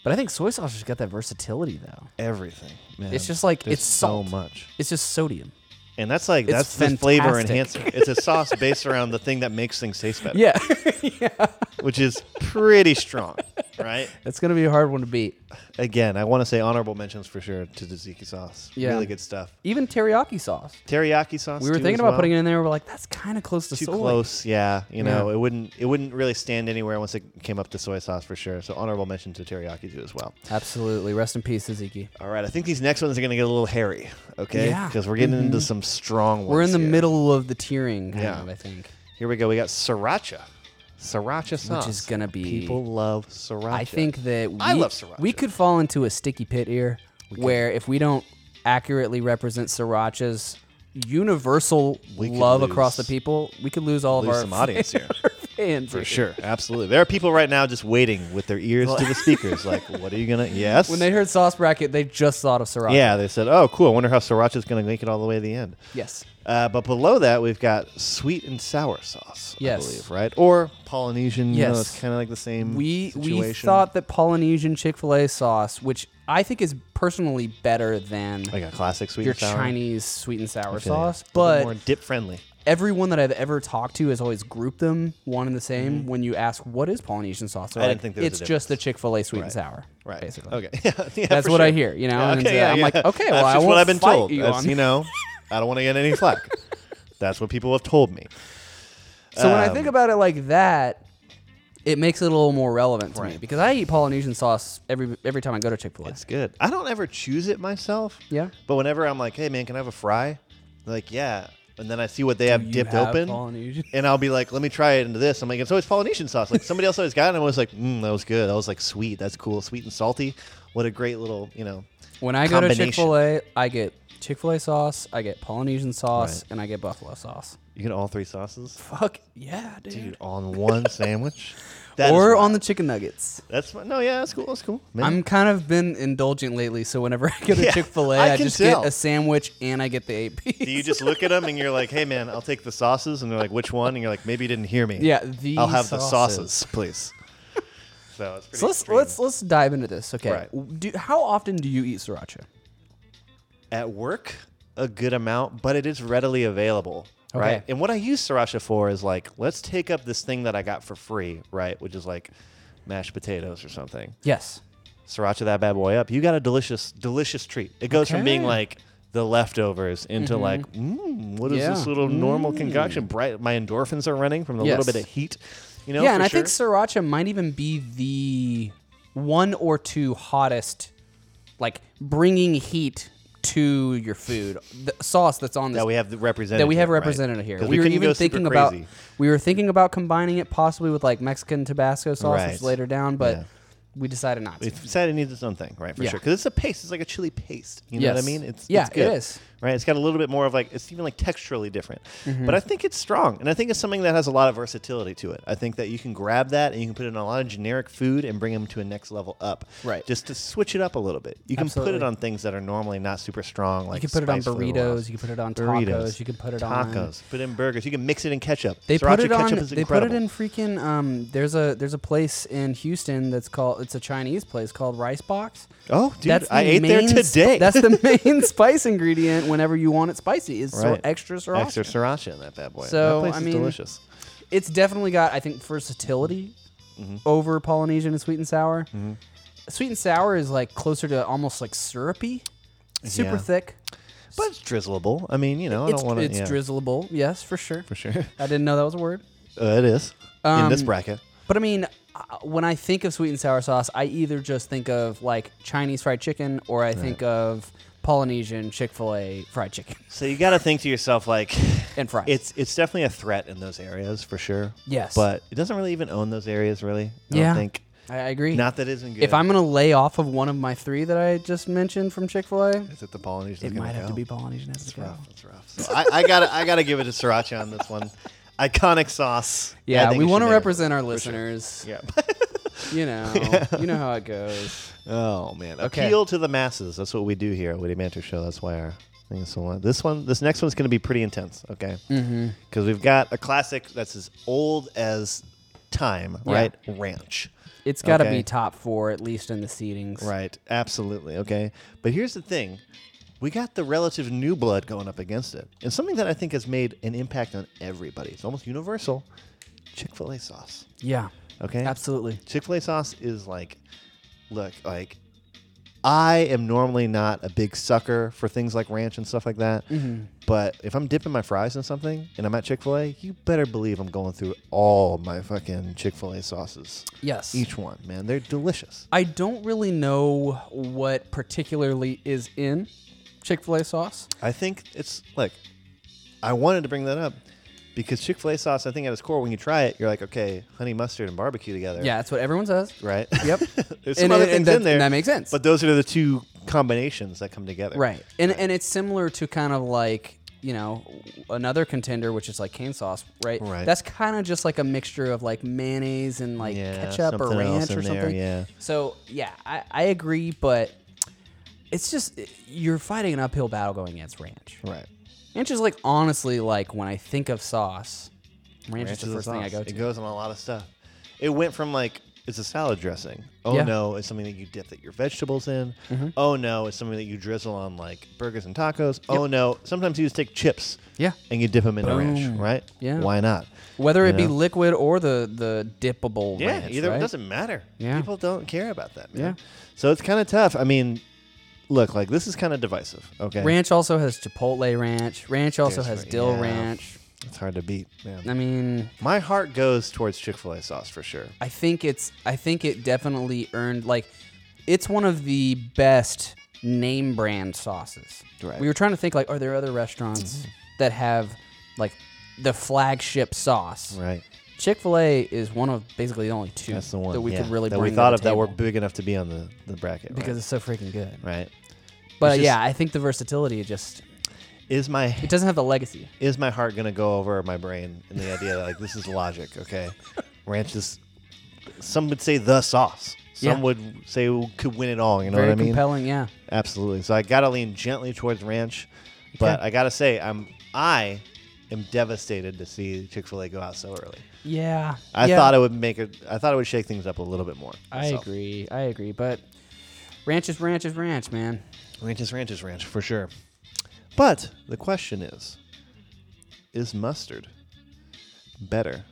[SPEAKER 1] But I think soy sauce has got that versatility though.
[SPEAKER 3] Everything. Man.
[SPEAKER 1] It's just like-
[SPEAKER 3] There's
[SPEAKER 1] it's salt.
[SPEAKER 3] so much.
[SPEAKER 1] It's just sodium.
[SPEAKER 3] And that's like
[SPEAKER 1] It's
[SPEAKER 3] that's the flavor
[SPEAKER 1] fantastic.
[SPEAKER 3] enhancer. It's a sauce based around the thing that makes things taste better,
[SPEAKER 1] Yeah.
[SPEAKER 3] which is pretty strong, right?
[SPEAKER 1] It's gonna be a hard one to beat.
[SPEAKER 3] Again, I want to say honorable mentions for sure to tzatziki sauce.
[SPEAKER 1] Yeah.
[SPEAKER 3] Really good stuff.
[SPEAKER 1] Even teriyaki sauce.
[SPEAKER 3] Teriyaki sauce.
[SPEAKER 1] We were
[SPEAKER 3] too,
[SPEAKER 1] thinking
[SPEAKER 3] as
[SPEAKER 1] about
[SPEAKER 3] well.
[SPEAKER 1] putting it in there. We're like, that's kind of close to
[SPEAKER 3] too
[SPEAKER 1] soy.
[SPEAKER 3] close. Yeah, you know,
[SPEAKER 1] Yeah.
[SPEAKER 3] it wouldn't it wouldn't really stand anywhere once it came up to soy sauce for sure. So honorable mention to teriyaki too as well.
[SPEAKER 1] Absolutely. Rest in peace, Tzatziki.
[SPEAKER 3] All right, I think these next ones are gonna get a little hairy, okay?
[SPEAKER 1] Yeah. Mm-hmm.
[SPEAKER 3] Because we're getting into some strong ones.
[SPEAKER 1] We're in the
[SPEAKER 3] here.
[SPEAKER 1] middle of the tiering, kind
[SPEAKER 3] Yeah.
[SPEAKER 1] of, I think.
[SPEAKER 3] Here we go. We got sriracha, sriracha sauce,
[SPEAKER 1] is gonna be-
[SPEAKER 3] people love sriracha.
[SPEAKER 1] I think that we,
[SPEAKER 3] I love sriracha.
[SPEAKER 1] we could fall into a sticky pit here where if we don't accurately represent sriracha's universal
[SPEAKER 3] We could
[SPEAKER 1] love across the
[SPEAKER 3] lose-
[SPEAKER 1] people, we could lose all
[SPEAKER 3] lose
[SPEAKER 1] of our
[SPEAKER 3] some audience here.
[SPEAKER 1] fans.
[SPEAKER 3] For sure, absolutely. There are people right now just waiting with their ears to the speakers. Like, what are you gonna? Yes.
[SPEAKER 1] When they heard Sauce Bracket, they just thought of sriracha.
[SPEAKER 3] yeah, they said, "Oh, cool. I wonder how sriracha's gonna make it all the way to the end."
[SPEAKER 1] Yes.
[SPEAKER 3] Uh, but below that, we've got sweet and sour sauce.
[SPEAKER 1] Yes.
[SPEAKER 3] I believe, right? Or Polynesian. You know,
[SPEAKER 1] Yes.
[SPEAKER 3] it's kind of like the same.
[SPEAKER 1] We we
[SPEAKER 3] Mm, situation.
[SPEAKER 1] thought that Polynesian Chick Fil A sauce, which I think is personally better than
[SPEAKER 3] like a classic sweet
[SPEAKER 1] your
[SPEAKER 3] and sour.
[SPEAKER 1] Chinese sweet and sour
[SPEAKER 3] Yeah.
[SPEAKER 1] sauce,
[SPEAKER 3] A little more
[SPEAKER 1] but
[SPEAKER 3] dip friendly.
[SPEAKER 1] everyone that I've ever talked to has always grouped them one and the same. When you ask what is Polynesian sauce, They're
[SPEAKER 3] Mm-hmm. I
[SPEAKER 1] like,
[SPEAKER 3] didn't think there was a
[SPEAKER 1] it's just the
[SPEAKER 3] difference."
[SPEAKER 1] Chick Fil A sweet and
[SPEAKER 3] Right.
[SPEAKER 1] sour,
[SPEAKER 3] Right.
[SPEAKER 1] Basically,
[SPEAKER 3] Okay. yeah, yeah,
[SPEAKER 1] That's
[SPEAKER 3] for
[SPEAKER 1] what I
[SPEAKER 3] sure.
[SPEAKER 1] hear, you know,
[SPEAKER 3] Yeah,
[SPEAKER 1] and it's, uh, I'm like, okay, well,
[SPEAKER 3] That's
[SPEAKER 1] I
[SPEAKER 3] just what
[SPEAKER 1] won't
[SPEAKER 3] I've been
[SPEAKER 1] fight
[SPEAKER 3] told.
[SPEAKER 1] you
[SPEAKER 3] That's,
[SPEAKER 1] on
[SPEAKER 3] you know, I don't want to get any flack. That's what people have told me.
[SPEAKER 1] So when I think
[SPEAKER 3] um,
[SPEAKER 1] about it like that, it makes it a little more relevant to me
[SPEAKER 3] Right.
[SPEAKER 1] because I eat Polynesian sauce every every time I go to Chick Fil A.
[SPEAKER 3] It's good. I don't ever choose it myself.
[SPEAKER 1] Yeah.
[SPEAKER 3] But whenever I'm like, hey man, can I have a fry? They're like, yeah. And then I see what they have
[SPEAKER 1] you
[SPEAKER 3] dipped
[SPEAKER 1] have
[SPEAKER 3] open.
[SPEAKER 1] Polynesian?
[SPEAKER 3] And I'll be like, let me try it into this. I'm like, it's always Polynesian sauce. Like somebody else always got it. And I was like, mm, that was good. That was like sweet. That's cool. Sweet and salty. What a great little, you know.
[SPEAKER 1] When I go to
[SPEAKER 3] combination.
[SPEAKER 1] Chick Fil A, I get Chick Fil A sauce, I get Polynesian sauce,
[SPEAKER 3] Right.
[SPEAKER 1] and I get buffalo sauce.
[SPEAKER 3] You get all three sauces,
[SPEAKER 1] Fuck yeah, dude!
[SPEAKER 3] dude, on one sandwich. That is
[SPEAKER 1] or on
[SPEAKER 3] wild.
[SPEAKER 1] the chicken nuggets.
[SPEAKER 3] That's my, no, yeah, that's cool. That's cool. Man,
[SPEAKER 1] I'm kind of been indulgent lately, so whenever I go to
[SPEAKER 3] Yeah,
[SPEAKER 1] Chick Fil A,
[SPEAKER 3] I
[SPEAKER 1] I
[SPEAKER 3] can
[SPEAKER 1] just
[SPEAKER 3] tell.
[SPEAKER 1] get a sandwich and I get the eight piece.
[SPEAKER 3] do you just look at them and you're like, hey man, I'll take the sauces, and they're like, which one? And you're like, maybe you didn't hear me.
[SPEAKER 1] Yeah, the
[SPEAKER 3] I'll have the
[SPEAKER 1] sauces.
[SPEAKER 3] sauces, please. So it's pretty.
[SPEAKER 1] so let's
[SPEAKER 3] extreme.
[SPEAKER 1] let's let's dive into this. Okay,
[SPEAKER 3] Right.
[SPEAKER 1] do, how often do you eat sriracha?
[SPEAKER 3] at work a good amount, but it is readily available. Right.
[SPEAKER 1] Okay.
[SPEAKER 3] And what I use sriracha for is like, let's take up this thing that I got for free, right? Which is like mashed potatoes or something.
[SPEAKER 1] Yes,
[SPEAKER 3] sriracha that bad boy up, you got a delicious, delicious treat. It goes from being
[SPEAKER 1] Okay. Mm-hmm.
[SPEAKER 3] like the leftovers into like, mm, what is
[SPEAKER 1] Yeah. Mm.
[SPEAKER 3] this little normal concoction? Bright, my endorphins are running from the
[SPEAKER 1] Yes.
[SPEAKER 3] little bit of heat. You know,
[SPEAKER 1] yeah,
[SPEAKER 3] for
[SPEAKER 1] and I
[SPEAKER 3] sure.
[SPEAKER 1] think sriracha might even be the one or two hottest, like bringing heat to your food. The sauce that's on this
[SPEAKER 3] that we have the represented.
[SPEAKER 1] that we have
[SPEAKER 3] here, right?
[SPEAKER 1] represented here.
[SPEAKER 3] 'Cause
[SPEAKER 1] We, were
[SPEAKER 3] couldn't go
[SPEAKER 1] even
[SPEAKER 3] super
[SPEAKER 1] thinking about
[SPEAKER 3] crazy.
[SPEAKER 1] we were thinking about combining it possibly with like Mexican Tabasco sauce, which
[SPEAKER 3] Right.
[SPEAKER 1] is later down, but
[SPEAKER 3] Yeah.
[SPEAKER 1] we decided not to.
[SPEAKER 3] It decided it needs its own thing, right? For
[SPEAKER 1] Yeah.
[SPEAKER 3] sure, because it's a paste. It's like a chili paste. You know what I
[SPEAKER 1] Yes.
[SPEAKER 3] mean? It's
[SPEAKER 1] Yeah,
[SPEAKER 3] it's
[SPEAKER 1] it
[SPEAKER 3] good,
[SPEAKER 1] is.
[SPEAKER 3] Right. It's got a little bit more of like it's even like texturally different,
[SPEAKER 1] Mm-hmm.
[SPEAKER 3] but I think it's strong, and I think it's something that has a lot of versatility to it. I think that you can grab that and you can put it in a lot of generic food and bring them to a next level up.
[SPEAKER 1] Right.
[SPEAKER 3] Just to switch it up a little bit. You can put it
[SPEAKER 1] Absolutely.
[SPEAKER 3] on things that are normally not super strong. Like
[SPEAKER 1] you can put it on
[SPEAKER 3] spice food or
[SPEAKER 1] burritos.
[SPEAKER 3] else.
[SPEAKER 1] You can put it on tacos.
[SPEAKER 3] Burritos,
[SPEAKER 1] You can put it on
[SPEAKER 3] tacos. Put it in burgers. You can mix it in ketchup.
[SPEAKER 1] They
[SPEAKER 3] Sriracha
[SPEAKER 1] put it
[SPEAKER 3] ketchup
[SPEAKER 1] on.
[SPEAKER 3] is
[SPEAKER 1] They put it
[SPEAKER 3] incredible.
[SPEAKER 1] in freaking. Um, there's a there's a place in Houston that's called. It's a Chinese place called Rice Box.
[SPEAKER 3] Oh, dude,
[SPEAKER 1] that's
[SPEAKER 3] I
[SPEAKER 1] the
[SPEAKER 3] ate there
[SPEAKER 1] main sp-
[SPEAKER 3] today.
[SPEAKER 1] That's the main spice ingredient whenever you want it spicy. Is so
[SPEAKER 3] Right.
[SPEAKER 1] extra sriracha.
[SPEAKER 3] Extra sriracha in that bad boy. that
[SPEAKER 1] So,
[SPEAKER 3] place
[SPEAKER 1] I
[SPEAKER 3] is
[SPEAKER 1] mean,
[SPEAKER 3] delicious.
[SPEAKER 1] It's definitely got I think versatility
[SPEAKER 3] Mm-hmm.
[SPEAKER 1] over Polynesian and sweet and sour. Sweet and sour is like closer to almost like syrupy, super
[SPEAKER 3] Yeah.
[SPEAKER 1] thick.
[SPEAKER 3] But it's drizzleable. I mean, you know, I
[SPEAKER 1] It's,
[SPEAKER 3] don't want to.
[SPEAKER 1] it's
[SPEAKER 3] yeah,
[SPEAKER 1] drizzleable. Yes, for sure.
[SPEAKER 3] for sure.
[SPEAKER 1] I didn't know that was a word.
[SPEAKER 3] Uh, it is in this
[SPEAKER 1] Um,
[SPEAKER 3] bracket.
[SPEAKER 1] But I mean, uh, when I think of sweet and sour sauce, I either just think of like Chinese fried chicken or I think of Polynesian Chick fil A fried chicken
[SPEAKER 3] So you got to think to yourself like,
[SPEAKER 1] and fries.
[SPEAKER 3] it's it's definitely a threat in those areas for sure.
[SPEAKER 1] Yes.
[SPEAKER 3] but it doesn't really even own those areas really. I
[SPEAKER 1] Yeah.
[SPEAKER 3] don't think
[SPEAKER 1] I I agree.
[SPEAKER 3] not that it isn't good.
[SPEAKER 1] if I'm going to lay off of one of my three that I just mentioned from Chick fil A,
[SPEAKER 3] is it the Polynesian?
[SPEAKER 1] it might have to be Polynesian as well.
[SPEAKER 3] rough. It's rough. So I, I gotta I gotta give it to sriracha on this one. Iconic sauce. I
[SPEAKER 1] Yeah,
[SPEAKER 3] think
[SPEAKER 1] we
[SPEAKER 3] it should
[SPEAKER 1] want to
[SPEAKER 3] make it.
[SPEAKER 1] represent our listeners.
[SPEAKER 3] Yeah.
[SPEAKER 1] You know, you know how it goes.
[SPEAKER 3] Oh man,
[SPEAKER 1] Okay.
[SPEAKER 3] appeal to the masses. That's what we do here at Witty Banter Show. That's why our thing is so long. This one, this next one's going to be pretty intense. Okay, because
[SPEAKER 1] Mm-hmm.
[SPEAKER 3] we've got a classic that's as old as time,
[SPEAKER 1] Yeah.
[SPEAKER 3] right? Ranch,
[SPEAKER 1] It's got to
[SPEAKER 3] Okay.
[SPEAKER 1] be top four at least in the seedings.
[SPEAKER 3] right? Absolutely. Okay, but here's the thing. We got the relative new blood going up against it, and something that I think has made an impact on everybody. It's almost universal. Chick Fil A sauce.
[SPEAKER 1] Yeah,
[SPEAKER 3] Okay,
[SPEAKER 1] absolutely.
[SPEAKER 3] Chick fil A sauce is like, look, like, I am normally not a big sucker for things like ranch and stuff like that.
[SPEAKER 1] Mm-hmm.
[SPEAKER 3] But if I'm dipping my fries in something and I'm at Chick fil A, you better believe I'm going through all my fucking Chick fil A sauces.
[SPEAKER 1] Yes.
[SPEAKER 3] Each one, man. They're delicious.
[SPEAKER 1] I don't really know what particularly is in Chick fil A sauce.
[SPEAKER 3] I think it's like I wanted to bring that up because Chick fil A sauce, I think at its core, when you try it, you're like, okay, honey mustard and barbecue together.
[SPEAKER 1] Yeah, that's what everyone says.
[SPEAKER 3] Right?
[SPEAKER 1] Yep.
[SPEAKER 3] There's some
[SPEAKER 1] And-
[SPEAKER 3] other
[SPEAKER 1] and- and
[SPEAKER 3] things
[SPEAKER 1] that-
[SPEAKER 3] in there.
[SPEAKER 1] and that makes sense.
[SPEAKER 3] But those are the two combinations that come together.
[SPEAKER 1] right. And and it's similar to kind of like, you know, another contender which is like cane sauce, right?
[SPEAKER 3] Right.
[SPEAKER 1] That's kind of just like a mixture of like mayonnaise and like
[SPEAKER 3] Yeah,
[SPEAKER 1] ketchup or
[SPEAKER 3] something else
[SPEAKER 1] ranch
[SPEAKER 3] in
[SPEAKER 1] or
[SPEAKER 3] there,
[SPEAKER 1] something.
[SPEAKER 3] yeah.
[SPEAKER 1] So, yeah, I, I agree, but it's just you're fighting an uphill battle going against ranch.
[SPEAKER 3] Right.
[SPEAKER 1] Ranch is like honestly like when I think of sauce, ranch,
[SPEAKER 3] Ranch
[SPEAKER 1] is the
[SPEAKER 3] is a
[SPEAKER 1] first thing I
[SPEAKER 3] sauce.
[SPEAKER 1] go to.
[SPEAKER 3] It goes on a lot of stuff. It went from like it's a salad dressing. Oh
[SPEAKER 1] Yeah. Mm-hmm.
[SPEAKER 3] no, it's something that you dip that your vegetables in. Oh no, it's something that you drizzle on like burgers and tacos. Oh no, sometimes you just take chips.
[SPEAKER 1] Yeah.
[SPEAKER 3] And you dip them in the ranch,
[SPEAKER 1] Boom.
[SPEAKER 3] right?
[SPEAKER 1] Yeah.
[SPEAKER 3] Why not?
[SPEAKER 1] Whether
[SPEAKER 3] You
[SPEAKER 1] it be
[SPEAKER 3] know?
[SPEAKER 1] liquid or the the dippable
[SPEAKER 3] Yeah,
[SPEAKER 1] ranch,
[SPEAKER 3] either
[SPEAKER 1] right?
[SPEAKER 3] it doesn't matter.
[SPEAKER 1] Yeah.
[SPEAKER 3] People don't care about that, man.
[SPEAKER 1] Yeah.
[SPEAKER 3] So it's kind of tough. I mean, look, like this is kind of divisive. Okay.
[SPEAKER 1] Ranch also has chipotle ranch. Ranch also
[SPEAKER 3] There's
[SPEAKER 1] has
[SPEAKER 3] ra-
[SPEAKER 1] dill
[SPEAKER 3] yeah.
[SPEAKER 1] ranch.
[SPEAKER 3] It's hard to beat, man.
[SPEAKER 1] I mean,
[SPEAKER 3] My heart goes towards Chick Fil A sauce for sure.
[SPEAKER 1] I think it's I think it definitely earned like it's one of the best name brand sauces.
[SPEAKER 3] Right. Mm-hmm.
[SPEAKER 1] We were trying to think like are there other restaurants that have like the flagship sauce?
[SPEAKER 3] Right.
[SPEAKER 1] Chick-fil-A is one of basically the only two
[SPEAKER 3] That's the one
[SPEAKER 1] that we
[SPEAKER 3] yeah,
[SPEAKER 1] could really
[SPEAKER 3] that
[SPEAKER 1] bring
[SPEAKER 3] we
[SPEAKER 1] to
[SPEAKER 3] thought
[SPEAKER 1] the
[SPEAKER 3] of that were
[SPEAKER 1] table
[SPEAKER 3] big enough to be on the, the bracket
[SPEAKER 1] because it's so freaking good.
[SPEAKER 3] right. right.
[SPEAKER 1] But
[SPEAKER 3] It's
[SPEAKER 1] yeah, I think the versatility it just
[SPEAKER 3] Is my
[SPEAKER 1] it doesn't have the legacy.
[SPEAKER 3] is my heart gonna go over my brain and the idea that like this is logic? Okay, ranch is some would say the sauce. Some
[SPEAKER 1] Yeah.
[SPEAKER 3] would say who could win it all. You know
[SPEAKER 1] Very
[SPEAKER 3] what I mean?
[SPEAKER 1] compelling, yeah.
[SPEAKER 3] Absolutely. So I gotta lean gently towards ranch, but
[SPEAKER 1] Okay.
[SPEAKER 3] I gotta say I'm I am devastated to see Chick Fil A go out so early.
[SPEAKER 1] Yeah.
[SPEAKER 3] I thought it would make it. I thought it would shake things up a little bit more.
[SPEAKER 1] I
[SPEAKER 3] myself.
[SPEAKER 1] agree. I agree. But ranch is ranch is ranch, man.
[SPEAKER 3] Ranch is ranch is ranch for sure. But the question is is mustard better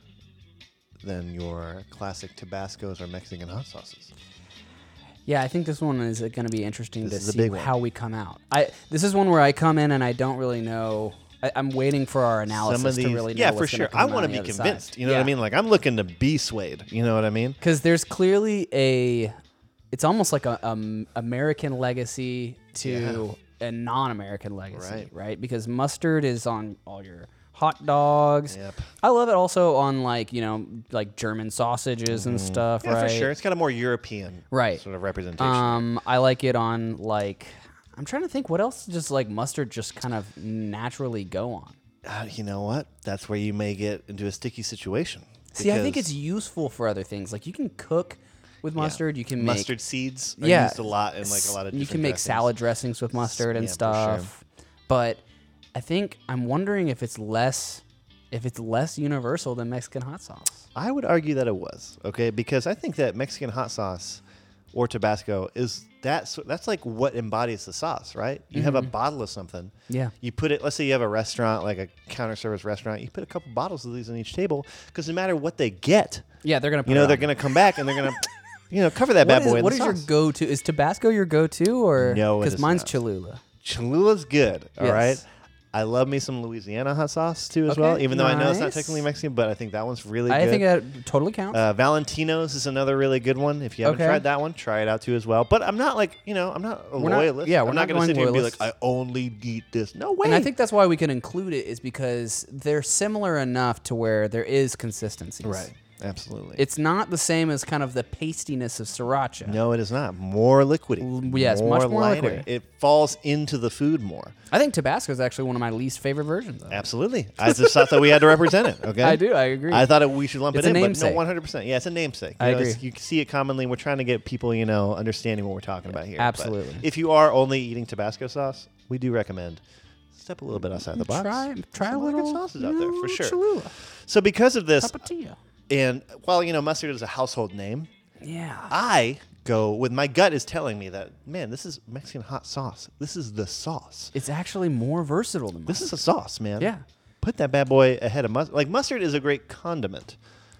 [SPEAKER 3] than your classic Tabascos or Mexican hot sauces?
[SPEAKER 1] Yeah, I think this one is going to be interesting
[SPEAKER 3] This is
[SPEAKER 1] to
[SPEAKER 3] a
[SPEAKER 1] see
[SPEAKER 3] big one.
[SPEAKER 1] how we come out. I this is one where I come in and I don't really know. I, I'm waiting for our analysis
[SPEAKER 3] Some of these,
[SPEAKER 1] to really know.
[SPEAKER 3] yeah, for sure. I want to be convinced. You know what I mean? Like I'm looking to be swayed. You know what I mean?
[SPEAKER 1] Because there's clearly a, it's almost like a um, American legacy to a non-American legacy, right.
[SPEAKER 3] Right.
[SPEAKER 1] Because mustard is on all your hot dogs.
[SPEAKER 3] Yep.
[SPEAKER 1] I love it also on like you know like German sausages and stuff.
[SPEAKER 3] Mm-hmm. Yeah,
[SPEAKER 1] right.
[SPEAKER 3] for sure. It's got a more European
[SPEAKER 1] Right.
[SPEAKER 3] sort of representation.
[SPEAKER 1] Um, I like it on like I'm trying to think what else does like mustard just kind of naturally go on.
[SPEAKER 3] Uh, you know what? That's where you may get into a sticky situation.
[SPEAKER 1] See, I think
[SPEAKER 3] because
[SPEAKER 1] it's useful for other things. Like you can cook with mustard. You can make
[SPEAKER 3] mustard seeds. Are
[SPEAKER 1] yeah,
[SPEAKER 3] used a lot in like a lot of.
[SPEAKER 1] You can
[SPEAKER 3] different
[SPEAKER 1] make
[SPEAKER 3] dressings.
[SPEAKER 1] salad dressings with mustard and
[SPEAKER 3] yeah, for
[SPEAKER 1] stuff. But I think I'm wondering if it's less if it's less universal than Mexican hot sauce.
[SPEAKER 3] I would argue that it was okay because I think that Mexican hot sauce or Tabasco is that's that's like what embodies the sauce, right? You have a bottle of something.
[SPEAKER 1] Mm-hmm. Yeah.
[SPEAKER 3] You put it. Let's say you have a restaurant, like a counter service restaurant. You put a couple bottles of these on each table because no matter what they get,
[SPEAKER 1] Yeah, they're gonna. Put
[SPEAKER 3] you
[SPEAKER 1] it
[SPEAKER 3] know
[SPEAKER 1] on.
[SPEAKER 3] they're gonna come back and they're gonna, you know, cover that
[SPEAKER 1] What
[SPEAKER 3] bad
[SPEAKER 1] is-
[SPEAKER 3] boy. in
[SPEAKER 1] what
[SPEAKER 3] the
[SPEAKER 1] is your
[SPEAKER 3] sauce.
[SPEAKER 1] go-to? Is Tabasco your go-to or
[SPEAKER 3] No, it
[SPEAKER 1] Because
[SPEAKER 3] is
[SPEAKER 1] mine's
[SPEAKER 3] not.
[SPEAKER 1] Cholula.
[SPEAKER 3] Cholula's good. all
[SPEAKER 1] Yes.
[SPEAKER 3] right. I love me some Louisiana hot sauce too as
[SPEAKER 1] Okay,
[SPEAKER 3] well. Even though I know it's not
[SPEAKER 1] nice.
[SPEAKER 3] technically Mexican, but I think that one's really
[SPEAKER 1] I
[SPEAKER 3] good.
[SPEAKER 1] think that totally counts.
[SPEAKER 3] uh, Valentino's is another really good one. If you haven't
[SPEAKER 1] Okay.
[SPEAKER 3] tried that one, try it out too as well. But I'm not like you know I'm not a
[SPEAKER 1] We're not-
[SPEAKER 3] loyalist.
[SPEAKER 1] yeah, we're
[SPEAKER 3] I'm
[SPEAKER 1] not
[SPEAKER 3] not, gonna
[SPEAKER 1] going
[SPEAKER 3] sit here and be like
[SPEAKER 1] loyalists.
[SPEAKER 3] I only eat this. No way.
[SPEAKER 1] And I think that's why we can include it is because they're similar enough to where there is consistency.
[SPEAKER 3] right. Absolutely.
[SPEAKER 1] It's not the same as kind of the pastiness of sriracha.
[SPEAKER 3] no, it is not more liquidy.
[SPEAKER 1] L- yes, much more
[SPEAKER 3] lighter.
[SPEAKER 1] liquidy.
[SPEAKER 3] It falls into the food more.
[SPEAKER 1] I think Tabasco is actually one of my least favorite versions of it.
[SPEAKER 3] Absolutely. I just thought that we had to represent it. Okay.
[SPEAKER 1] I do. I agree.
[SPEAKER 3] I thought it, we should lump
[SPEAKER 1] It's
[SPEAKER 3] it
[SPEAKER 1] a
[SPEAKER 3] in, but
[SPEAKER 1] namesake.
[SPEAKER 3] no, one hundred percent. Yeah, it's a namesake. You
[SPEAKER 1] I
[SPEAKER 3] know, it's-
[SPEAKER 1] agree.
[SPEAKER 3] You can see it commonly. We're trying to get people, you know, understanding what we're talking about here. But
[SPEAKER 1] Absolutely.
[SPEAKER 3] if you are only eating Tabasco sauce, we do recommend step a little bit outside the box.
[SPEAKER 1] Try, try a
[SPEAKER 3] Some other
[SPEAKER 1] little
[SPEAKER 3] good sauces out there for
[SPEAKER 1] little
[SPEAKER 3] sure.
[SPEAKER 1] Cholula,
[SPEAKER 3] So because of this,
[SPEAKER 1] Tapatio.
[SPEAKER 3] and while you know mustard is a household name,
[SPEAKER 1] Yeah.
[SPEAKER 3] I go with my gut is telling me that man, this is Mexican hot sauce. This is the sauce.
[SPEAKER 1] It's actually more versatile than mine.
[SPEAKER 3] This is a sauce, man.
[SPEAKER 1] Yeah.
[SPEAKER 3] Put that bad boy ahead of mustard. Like mustard is a great condiment.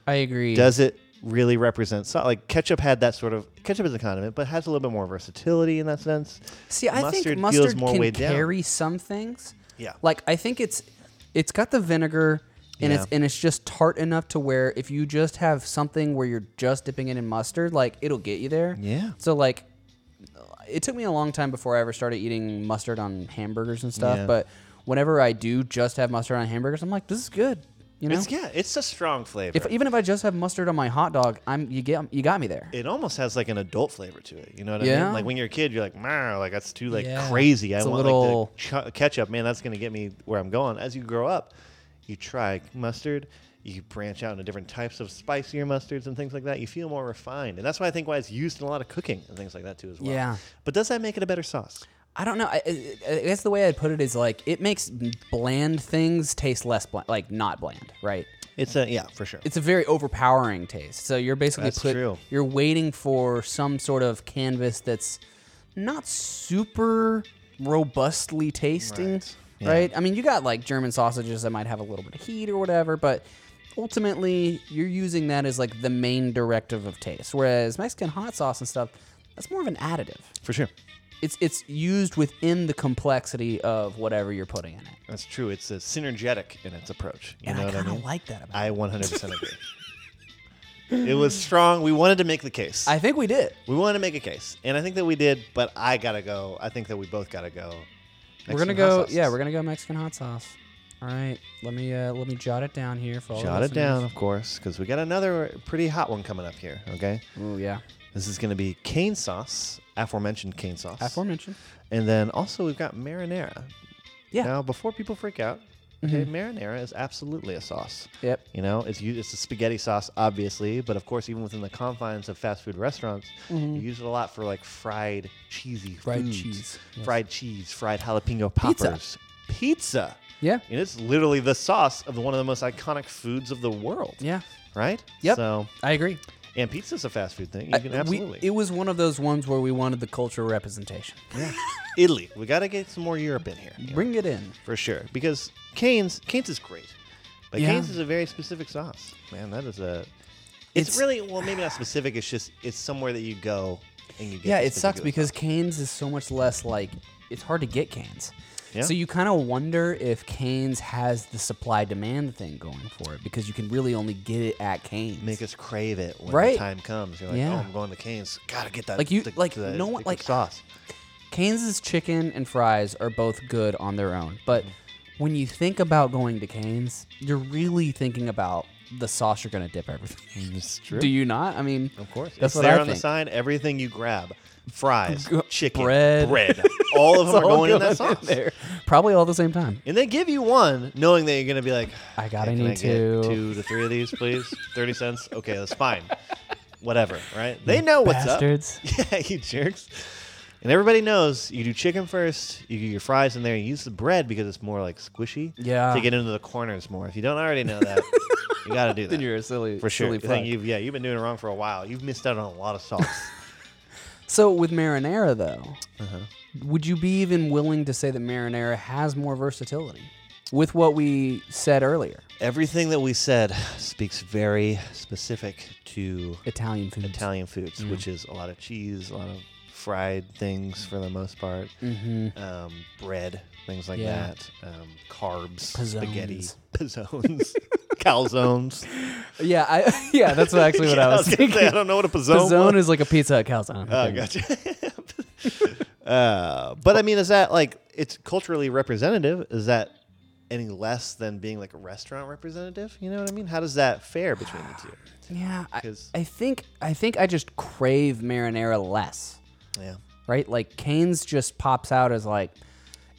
[SPEAKER 1] I agree.
[SPEAKER 3] does it really represent so like ketchup had that sort of ketchup is a condiment but has a little bit more versatility in that sense
[SPEAKER 1] See, I think
[SPEAKER 3] feels
[SPEAKER 1] mustard can
[SPEAKER 3] weighed
[SPEAKER 1] carry some things.
[SPEAKER 3] Yeah.
[SPEAKER 1] Like I think it's it's got the vinegar and it's
[SPEAKER 3] Yeah.
[SPEAKER 1] and it's just tart enough to where if you just have something where you're just dipping it in mustard, like it'll get you there.
[SPEAKER 3] Yeah.
[SPEAKER 1] So like it took me a long time before I ever started eating mustard on hamburgers and stuff,
[SPEAKER 3] Yeah.
[SPEAKER 1] but whenever I do just have mustard on hamburgers, I'm like, this is good. You know?
[SPEAKER 3] it's yeah it's a strong flavor
[SPEAKER 1] if even if I just have mustard on my hot dog, I'm you get you got me there.
[SPEAKER 3] it almost has like an adult flavor to it you know what i
[SPEAKER 1] Yeah.
[SPEAKER 3] mean like when you're a kid you're like "Mah," like that's too like
[SPEAKER 1] Yeah.
[SPEAKER 3] crazy
[SPEAKER 1] It's a
[SPEAKER 3] i want
[SPEAKER 1] little-
[SPEAKER 3] like the ch- ketchup man that's gonna get me where i'm going as you grow up you try mustard you branch out into different types of spicier mustards and things like that. You feel more refined, and that's why I think why it's used in a lot of cooking and things like that too as well.
[SPEAKER 1] Yeah.
[SPEAKER 3] But does that make it a better sauce?
[SPEAKER 1] I don't know. I, I I guess the way I'd put it is like it makes bland things taste less bland, like not bland, right?
[SPEAKER 3] It's a yeah, for sure.
[SPEAKER 1] It's a very overpowering taste. So you're basically
[SPEAKER 3] That's
[SPEAKER 1] put,
[SPEAKER 3] true.
[SPEAKER 1] you're waiting for some sort of canvas that's not super robustly tasting, right?
[SPEAKER 3] Right. Yeah.
[SPEAKER 1] I mean, you got like German sausages that might have a little bit of heat or whatever, but ultimately you're using that as like the main directive of taste. Whereas Mexican hot sauce and stuff, that's more of an additive.
[SPEAKER 3] For sure.
[SPEAKER 1] it's it's used within the complexity of whatever you're putting in it.
[SPEAKER 3] That's true. It's a synergetic in its approach. You
[SPEAKER 1] And
[SPEAKER 3] know
[SPEAKER 1] I
[SPEAKER 3] what I
[SPEAKER 1] kind of
[SPEAKER 3] mean?
[SPEAKER 1] like that about it.
[SPEAKER 3] I 100% agree. It was strong. We wanted to make the case.
[SPEAKER 1] I think we did.
[SPEAKER 3] we wanted to make a case. And I think that we did, but I got to go. I think that we both got to go.
[SPEAKER 1] we're gonna go. Yeah, we're gonna go Mexican hot sauce. All right, let me uh, let me jot it down here for all the
[SPEAKER 3] Jot it down,
[SPEAKER 1] listeners.
[SPEAKER 3] of course, because we got another pretty hot one coming up here, okay?
[SPEAKER 1] Ooh yeah,
[SPEAKER 3] This is going to be cane sauce, aforementioned cane sauce.
[SPEAKER 1] aforementioned.
[SPEAKER 3] And then also we've got marinara.
[SPEAKER 1] Yeah.
[SPEAKER 3] Now, before people freak out, okay, marinara is absolutely a sauce.
[SPEAKER 1] Mm-hmm. Yep.
[SPEAKER 3] You know, it's u- it's a spaghetti sauce, obviously, but of course, even within the confines of fast food restaurants, you use it a lot for like fried cheesy
[SPEAKER 1] Mm-hmm. Fried
[SPEAKER 3] foods,
[SPEAKER 1] cheese, yes.
[SPEAKER 3] fried cheese, fried jalapeno
[SPEAKER 1] Pizza.
[SPEAKER 3] poppers, pizza.
[SPEAKER 1] Yeah.
[SPEAKER 3] And it's literally the sauce of the, one of the most iconic foods of the world.
[SPEAKER 1] Yeah.
[SPEAKER 3] Right.
[SPEAKER 1] Yep.
[SPEAKER 3] So,
[SPEAKER 1] I agree.
[SPEAKER 3] and pizza's a fast food thing.
[SPEAKER 1] I-
[SPEAKER 3] You can
[SPEAKER 1] we-
[SPEAKER 3] absolutely.
[SPEAKER 1] it was one of those ones where we wanted the cultural representation.
[SPEAKER 3] Italy. We got to get some more Europe in here. you know?
[SPEAKER 1] Bring it in.
[SPEAKER 3] for sure. Because Canes, Canes is great, but
[SPEAKER 1] Yeah.
[SPEAKER 3] Canes is a very specific sauce. Man, that is a. It's,
[SPEAKER 1] It's-
[SPEAKER 3] really well, maybe not specific. It's just it's somewhere that you go and you get
[SPEAKER 1] Yeah,
[SPEAKER 3] this
[SPEAKER 1] it sucks
[SPEAKER 3] ridiculous-
[SPEAKER 1] because Canes is so much less like it's hard to get Canes.
[SPEAKER 3] Yeah.
[SPEAKER 1] So you kind of wonder if Canes has the supply demand thing going for it because you can really only get it at Canes.
[SPEAKER 3] make us crave it when
[SPEAKER 1] Right.
[SPEAKER 3] the time comes. You're like,
[SPEAKER 1] Yeah.
[SPEAKER 3] oh, I'm going to Canes. Gotta get that.
[SPEAKER 1] Like you-
[SPEAKER 3] the-
[SPEAKER 1] like,
[SPEAKER 3] the-
[SPEAKER 1] no one-
[SPEAKER 3] the
[SPEAKER 1] like-
[SPEAKER 3] sauce.
[SPEAKER 1] Canes' chicken and fries are both good on their own, but
[SPEAKER 3] Mm-hmm.
[SPEAKER 1] when you think about going to Canes, you're really thinking about the sauce you're gonna dip everything. in.
[SPEAKER 3] It's true.
[SPEAKER 1] Do you not? I mean,
[SPEAKER 3] Of course. it's
[SPEAKER 1] That's what
[SPEAKER 3] there
[SPEAKER 1] I
[SPEAKER 3] on the
[SPEAKER 1] think.
[SPEAKER 3] sign. Everything you grab, fries, chicken,
[SPEAKER 1] bread.
[SPEAKER 3] bread, all of them are
[SPEAKER 1] all
[SPEAKER 3] going in that
[SPEAKER 1] going in
[SPEAKER 3] sauce.
[SPEAKER 1] there. Probably all at the same time.
[SPEAKER 3] And they give you one, knowing that you're gonna be like,
[SPEAKER 1] I got- I
[SPEAKER 3] can
[SPEAKER 1] need
[SPEAKER 3] get
[SPEAKER 1] to."
[SPEAKER 3] two to three of these, please. Thirty cents. Okay, that's fine. Whatever. Right? They know what's
[SPEAKER 1] Bastards.
[SPEAKER 3] up. Yeah, you jerks. And everybody knows you do chicken first, you do your fries in there, you use the bread because it's more like squishy.
[SPEAKER 1] Yeah.
[SPEAKER 3] To get into the corners more. If you don't already know that, you gotta do that.
[SPEAKER 1] Then you're a silly,
[SPEAKER 3] for sure.
[SPEAKER 1] silly
[SPEAKER 3] I think
[SPEAKER 1] fuck.
[SPEAKER 3] you've, yeah, you've been doing it wrong for a while. You've missed out on a lot of sauce.
[SPEAKER 1] So with marinara though,
[SPEAKER 3] Uh-huh.
[SPEAKER 1] would you be even willing to say that marinara has more versatility? With what we said earlier,
[SPEAKER 3] Everything that we said speaks very specific to
[SPEAKER 1] Italian food.
[SPEAKER 3] Italian foods, which is a lot of cheese, a lot of fried things for the most part, mm-hmm. um, bread, things like
[SPEAKER 1] Yeah.
[SPEAKER 3] that, um, carbs, spaghetti,
[SPEAKER 1] Pizzones.
[SPEAKER 3] pizzones, calzones.
[SPEAKER 1] Yeah, I, yeah, that's what- actually what
[SPEAKER 3] Yeah,
[SPEAKER 1] I was
[SPEAKER 3] gonna
[SPEAKER 1] thinking.
[SPEAKER 3] Say, I don't know what a pizzone,
[SPEAKER 1] Pizzone
[SPEAKER 3] was.
[SPEAKER 1] is like a pizza at calzone.
[SPEAKER 3] Oh, gotcha. uh, but I mean, is that like it's culturally representative? Is that any less than being like a restaurant representative? You know what I mean? How does that fare between the two?
[SPEAKER 1] Yeah, I,
[SPEAKER 3] 'Cause-
[SPEAKER 1] I think I think I just crave marinara less,
[SPEAKER 3] Yeah.
[SPEAKER 1] right? Like Cane's just pops out as like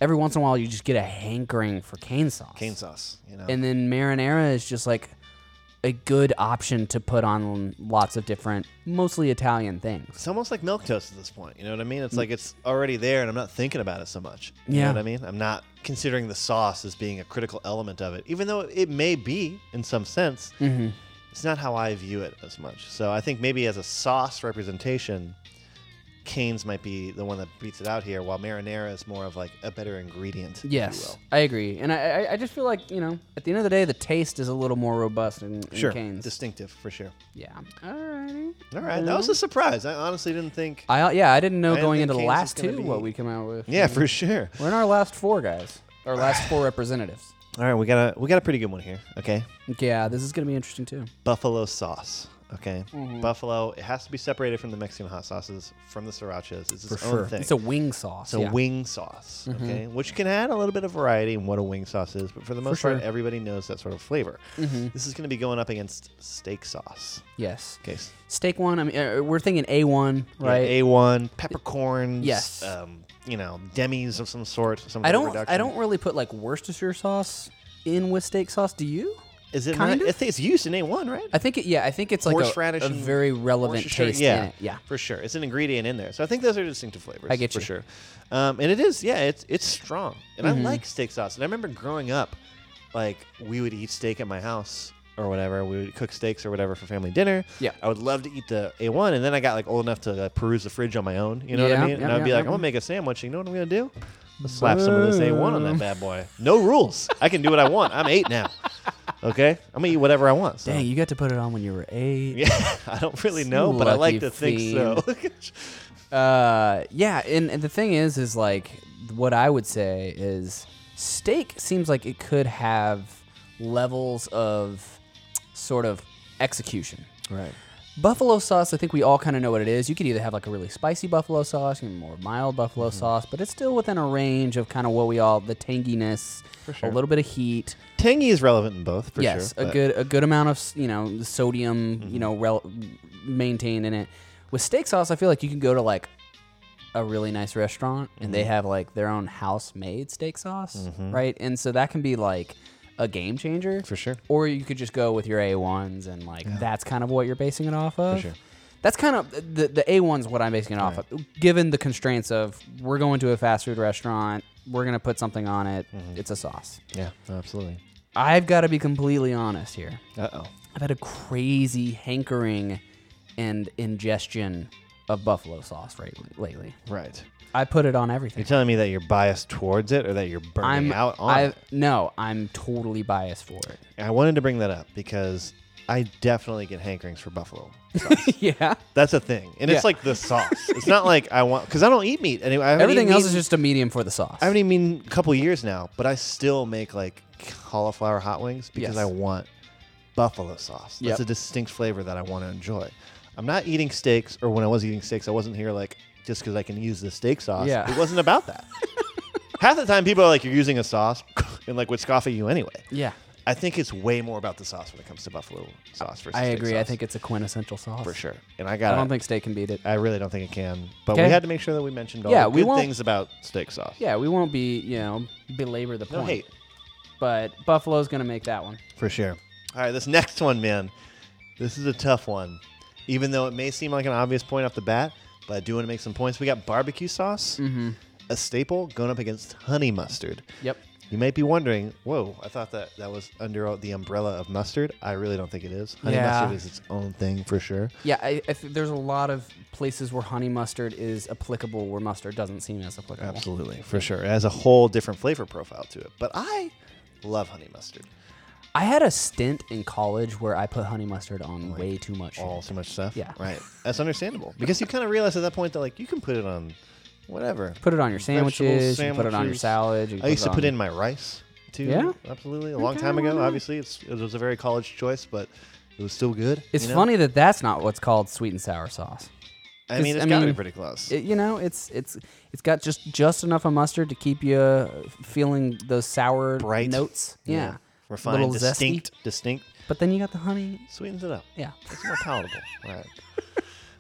[SPEAKER 1] every once in a while you just get a hankering for cane sauce.
[SPEAKER 3] Cane sauce, you know.
[SPEAKER 1] And then marinara is just like a good option to put on lots of different mostly Italian things.
[SPEAKER 3] it's almost like milk toast at this point. You know what I mean? It's like it's already there, and I'm not thinking about it so much. You
[SPEAKER 1] Mm. Yeah.
[SPEAKER 3] know what I mean? I'm not considering the sauce as being a critical element of it, even though it may be in some sense.
[SPEAKER 1] Mm-hmm.
[SPEAKER 3] It's not how I view it as much. So I think maybe as a sauce representation, Cane's might be the one that beats it out here, while marinara is more of like a better ingredient. if you
[SPEAKER 1] Yes,
[SPEAKER 3] will.
[SPEAKER 1] I agree. And I, I I just feel like, you know, at the end of the day the taste is a little more robust in, in
[SPEAKER 3] Sure.
[SPEAKER 1] Cane's.
[SPEAKER 3] Distinctive for sure.
[SPEAKER 1] yeah. Alrighty.
[SPEAKER 3] All right. That was a surprise. I honestly didn't think.
[SPEAKER 1] Mm-hmm. I yeah, I didn't know
[SPEAKER 3] I didn't
[SPEAKER 1] going
[SPEAKER 3] think
[SPEAKER 1] into the
[SPEAKER 3] Cane's
[SPEAKER 1] last
[SPEAKER 3] was
[SPEAKER 1] two
[SPEAKER 3] gonna be-
[SPEAKER 1] what we come out with.
[SPEAKER 3] yeah, for sure.
[SPEAKER 1] We're in our last four guys. Our last four representatives.
[SPEAKER 3] All right, we got a we got a pretty good one here. Okay.
[SPEAKER 1] Yeah, this is gonna be interesting too.
[SPEAKER 3] buffalo sauce. Okay,
[SPEAKER 1] Mm-hmm.
[SPEAKER 3] buffalo. It has to be separated from the Mexican hot sauces, from the srirachas. It's its own thing.
[SPEAKER 1] It's a wing sauce.
[SPEAKER 3] It's a
[SPEAKER 1] yeah. Mm-hmm.
[SPEAKER 3] wing sauce. Okay, which can add a little bit of variety in what a wing sauce is, but for the most part,
[SPEAKER 1] sure. Mm-hmm.
[SPEAKER 3] everybody knows that sort of flavor. This is going to be going up against steak sauce.
[SPEAKER 1] Yes.
[SPEAKER 3] Okay,
[SPEAKER 1] Steak one. I mean, uh, we're thinking A one, right?
[SPEAKER 3] A one peppercorns.
[SPEAKER 1] Yes.
[SPEAKER 3] Um, you know, demis of some sort. Some
[SPEAKER 1] I
[SPEAKER 3] kind of
[SPEAKER 1] don't. I
[SPEAKER 3] reduction.
[SPEAKER 1] don't really put like Worcestershire sauce in with steak sauce. Do you?
[SPEAKER 3] Is it?
[SPEAKER 1] kind
[SPEAKER 3] Not,
[SPEAKER 1] of?
[SPEAKER 3] I think it's used in A one, right?
[SPEAKER 1] I think it. Yeah, I think it's like a-
[SPEAKER 3] horseradish
[SPEAKER 1] a,
[SPEAKER 3] and
[SPEAKER 1] very relevant
[SPEAKER 3] Worcestershire,
[SPEAKER 1] taste
[SPEAKER 3] yeah,
[SPEAKER 1] in it. Yeah.
[SPEAKER 3] for sure. It's an ingredient in there, so I think those are distinctive flavors.
[SPEAKER 1] I get
[SPEAKER 3] for
[SPEAKER 1] you. Mm-hmm.
[SPEAKER 3] sure. Um, and it is, yeah, it's it's strong, and I like steak sauce. And I remember growing up, like we would eat steak at my house or whatever. We would cook steaks or whatever for family dinner.
[SPEAKER 1] Yeah.
[SPEAKER 3] I would love to eat the A one, and then I got like old enough to like, peruse the fridge on my own. You know what
[SPEAKER 1] Yeah,
[SPEAKER 3] I mean? And
[SPEAKER 1] yeah,
[SPEAKER 3] I'd be
[SPEAKER 1] yeah,
[SPEAKER 3] like,
[SPEAKER 1] yeah.
[SPEAKER 3] I'm gonna make a sandwich. You know what I'm gonna do? I'll slap some of this A one on that bad boy. No rules. I can do what I want. I'm eight now. Okay, I'm gonna eat whatever I want. So.
[SPEAKER 1] Dang, you got to put it on when you were eight.
[SPEAKER 3] Yeah, I don't really know, but I like
[SPEAKER 1] Lucky
[SPEAKER 3] to think so.
[SPEAKER 1] Uh, yeah, and, and the thing is, is like what I would say is steak seems like it could have levels of sort of execution.
[SPEAKER 3] right.
[SPEAKER 1] Buffalo sauce, I think we all kind of know what it is. You could either have like a really spicy buffalo sauce, you can more mild buffalo
[SPEAKER 3] Mm-hmm.
[SPEAKER 1] sauce, but it's still within a range of kind of what we all the tanginess, a little bit of heat.
[SPEAKER 3] Tangy is relevant in both, for
[SPEAKER 1] yes,
[SPEAKER 3] sure. but-
[SPEAKER 1] a
[SPEAKER 3] Mm-hmm.
[SPEAKER 1] good a good amount of s- you know sodium you know rel- maintained in it. With steak sauce, I feel like you can go to like a really nice restaurant and
[SPEAKER 3] Mm-hmm.
[SPEAKER 1] they have like their own house made steak sauce, right? And so that can be like a game changer
[SPEAKER 3] For sure.
[SPEAKER 1] Or you could just go with your A ones and like that's kind of what you're basing it off of.
[SPEAKER 3] sure.
[SPEAKER 1] That's kind of the the A one's what I'm basing it off of. Given the constraints of we're going to a fast food restaurant, we're gonna put something on it.
[SPEAKER 3] Mm-hmm.
[SPEAKER 1] It's a sauce.
[SPEAKER 3] Yeah, absolutely.
[SPEAKER 1] I've got to be completely honest here.
[SPEAKER 3] Uh oh.
[SPEAKER 1] I've had a crazy hankering and ingestion of buffalo sauce right, lately.
[SPEAKER 3] Right.
[SPEAKER 1] I put it on
[SPEAKER 3] You're
[SPEAKER 1] everything.
[SPEAKER 3] telling me that you're biased towards it or that you're burning
[SPEAKER 1] I'm
[SPEAKER 3] out on
[SPEAKER 1] I've,
[SPEAKER 3] it?
[SPEAKER 1] No, I'm totally biased for it.
[SPEAKER 3] I wanted to bring that up because I definitely get hankerings for buffalo.
[SPEAKER 1] yeah.
[SPEAKER 3] That's a thing, and
[SPEAKER 1] Yeah.
[SPEAKER 3] it's like the sauce. It's not like I want because I don't eat meat anyway. I haven't
[SPEAKER 1] Everything
[SPEAKER 3] eaten
[SPEAKER 1] else
[SPEAKER 3] meat
[SPEAKER 1] is just a medium for the sauce.
[SPEAKER 3] I haven't even been a couple years now, but I still make like cauliflower hot wings because
[SPEAKER 1] Yes.
[SPEAKER 3] I want buffalo sauce. That's
[SPEAKER 1] Yep.
[SPEAKER 3] a distinct flavor that I want to enjoy. I'm not eating steaks, or when I was eating steaks, I wasn't here like just because I can use the steak sauce.
[SPEAKER 1] Yeah.
[SPEAKER 3] It wasn't about that. Half the time, people are like, "You're using a sauce," and like would scoff at you anyway.
[SPEAKER 1] yeah.
[SPEAKER 3] I think it's way more about the sauce when it comes to buffalo sauce versus.
[SPEAKER 1] I
[SPEAKER 3] steak
[SPEAKER 1] agree. I
[SPEAKER 3] sauce,
[SPEAKER 1] think it's a quintessential sauce.
[SPEAKER 3] for sure, and I
[SPEAKER 1] I
[SPEAKER 3] got.
[SPEAKER 1] don't think steak can beat it.
[SPEAKER 3] I really don't think it can, but
[SPEAKER 1] Okay.
[SPEAKER 3] we had to make sure that we mentioned all
[SPEAKER 1] Yeah,
[SPEAKER 3] the
[SPEAKER 1] we
[SPEAKER 3] good
[SPEAKER 1] won't-
[SPEAKER 3] things about steak sauce.
[SPEAKER 1] Yeah, we won't be, you know, belabor the
[SPEAKER 3] No
[SPEAKER 1] point.
[SPEAKER 3] hate.
[SPEAKER 1] But Buffalo's going to make that one.
[SPEAKER 3] For sure. All right, this next one, man. This is a tough one. Even though it may seem like an obvious point off the bat, but I do want to make some points. We got barbecue sauce, a staple, going up against honey mustard.
[SPEAKER 1] Yep.
[SPEAKER 3] You might be wondering, whoa, I thought that that was under the umbrella of mustard. I really don't think it is. Honey
[SPEAKER 1] Yeah.
[SPEAKER 3] mustard is its own thing for sure.
[SPEAKER 1] Yeah, I, I think there's a lot of places where honey mustard is applicable where mustard doesn't seem as applicable.
[SPEAKER 3] Absolutely, for sure. It has a whole different flavor profile to it. But I love honey mustard.
[SPEAKER 1] I had a stint in college where I put honey mustard on way too much. shit.
[SPEAKER 3] all too much stuff.
[SPEAKER 1] Yeah.
[SPEAKER 3] Right. That's understandable. Because you kind of realize at that point that like you can put it on whatever.
[SPEAKER 1] Put it on your
[SPEAKER 3] Vegetables,
[SPEAKER 1] sandwiches, you put it on your
[SPEAKER 3] sandwiches.
[SPEAKER 1] salad. you
[SPEAKER 3] I used to
[SPEAKER 1] on-
[SPEAKER 3] put in my rice too.
[SPEAKER 1] Yeah?
[SPEAKER 3] Absolutely. A long time ago, obviously. It's it was a very college choice, but it was still good.
[SPEAKER 1] It's
[SPEAKER 3] you know?
[SPEAKER 1] funny that that's not what's called sweet and sour sauce.
[SPEAKER 3] I mean,
[SPEAKER 1] it's-
[SPEAKER 3] it's
[SPEAKER 1] I
[SPEAKER 3] got to be
[SPEAKER 1] mean,
[SPEAKER 3] pretty close.
[SPEAKER 1] It, you know, it's it's it's got just just enough of mustard to keep you uh, feeling those sour
[SPEAKER 3] Bright.
[SPEAKER 1] notes. Yeah.
[SPEAKER 3] Refined,
[SPEAKER 1] Little zesty.
[SPEAKER 3] distinct, distinct.
[SPEAKER 1] But then you got the honey.
[SPEAKER 3] Sweetens it up.
[SPEAKER 1] Yeah.
[SPEAKER 3] It's more palatable. right.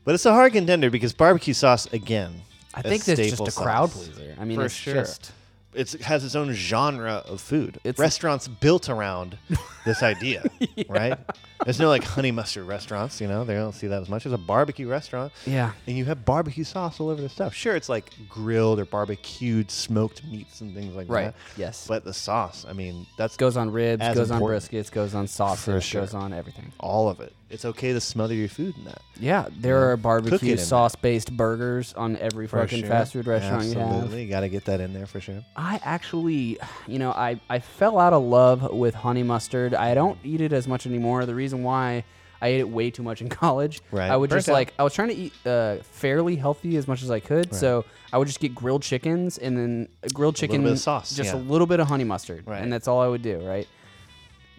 [SPEAKER 3] But it's a hard contender because barbecue sauce again.
[SPEAKER 1] I
[SPEAKER 3] a
[SPEAKER 1] think that's just
[SPEAKER 3] staple
[SPEAKER 1] a crowd
[SPEAKER 3] sauce.
[SPEAKER 1] pleaser. I mean,
[SPEAKER 3] For
[SPEAKER 1] it's
[SPEAKER 3] sure.
[SPEAKER 1] just
[SPEAKER 3] it's, it has its own genre of food.
[SPEAKER 1] It's-
[SPEAKER 3] restaurants built around this idea, right? There's no like honey mustard restaurants, you know. They don't see that as much. It's a barbecue restaurant,
[SPEAKER 1] yeah.
[SPEAKER 3] and you have barbecue sauce all over the stuff. Sure, it's like grilled or barbecued smoked meats and things like
[SPEAKER 1] Right.
[SPEAKER 3] that.
[SPEAKER 1] Yes.
[SPEAKER 3] But the sauce, I mean, that's
[SPEAKER 1] goes on ribs,
[SPEAKER 3] As
[SPEAKER 1] goes
[SPEAKER 3] important.
[SPEAKER 1] on briskets, goes on sausage,
[SPEAKER 3] sure.
[SPEAKER 1] goes on everything.
[SPEAKER 3] all of it. It's okay to smother your food in that.
[SPEAKER 1] Yeah, there are
[SPEAKER 3] Cook it
[SPEAKER 1] barbecue
[SPEAKER 3] in
[SPEAKER 1] sauce based burgers on every
[SPEAKER 3] For
[SPEAKER 1] fucking
[SPEAKER 3] sure.
[SPEAKER 1] fast food restaurant you have.
[SPEAKER 3] Absolutely, got to get that in there for sure.
[SPEAKER 1] I actually, you know, I, I fell out of love with honey mustard. I don't eat it as much anymore. The reason why I ate it way too much in college,
[SPEAKER 3] Right.
[SPEAKER 1] I would just
[SPEAKER 3] Burnt out.
[SPEAKER 1] like, I was trying to eat uh, fairly healthy as much as I could. So I would just get grilled chickens and then
[SPEAKER 3] little
[SPEAKER 1] grilled chicken,
[SPEAKER 3] bit of sauce,
[SPEAKER 1] just a
[SPEAKER 3] yeah.
[SPEAKER 1] little bit of honey mustard.
[SPEAKER 3] Right.
[SPEAKER 1] And that's all I would do, right?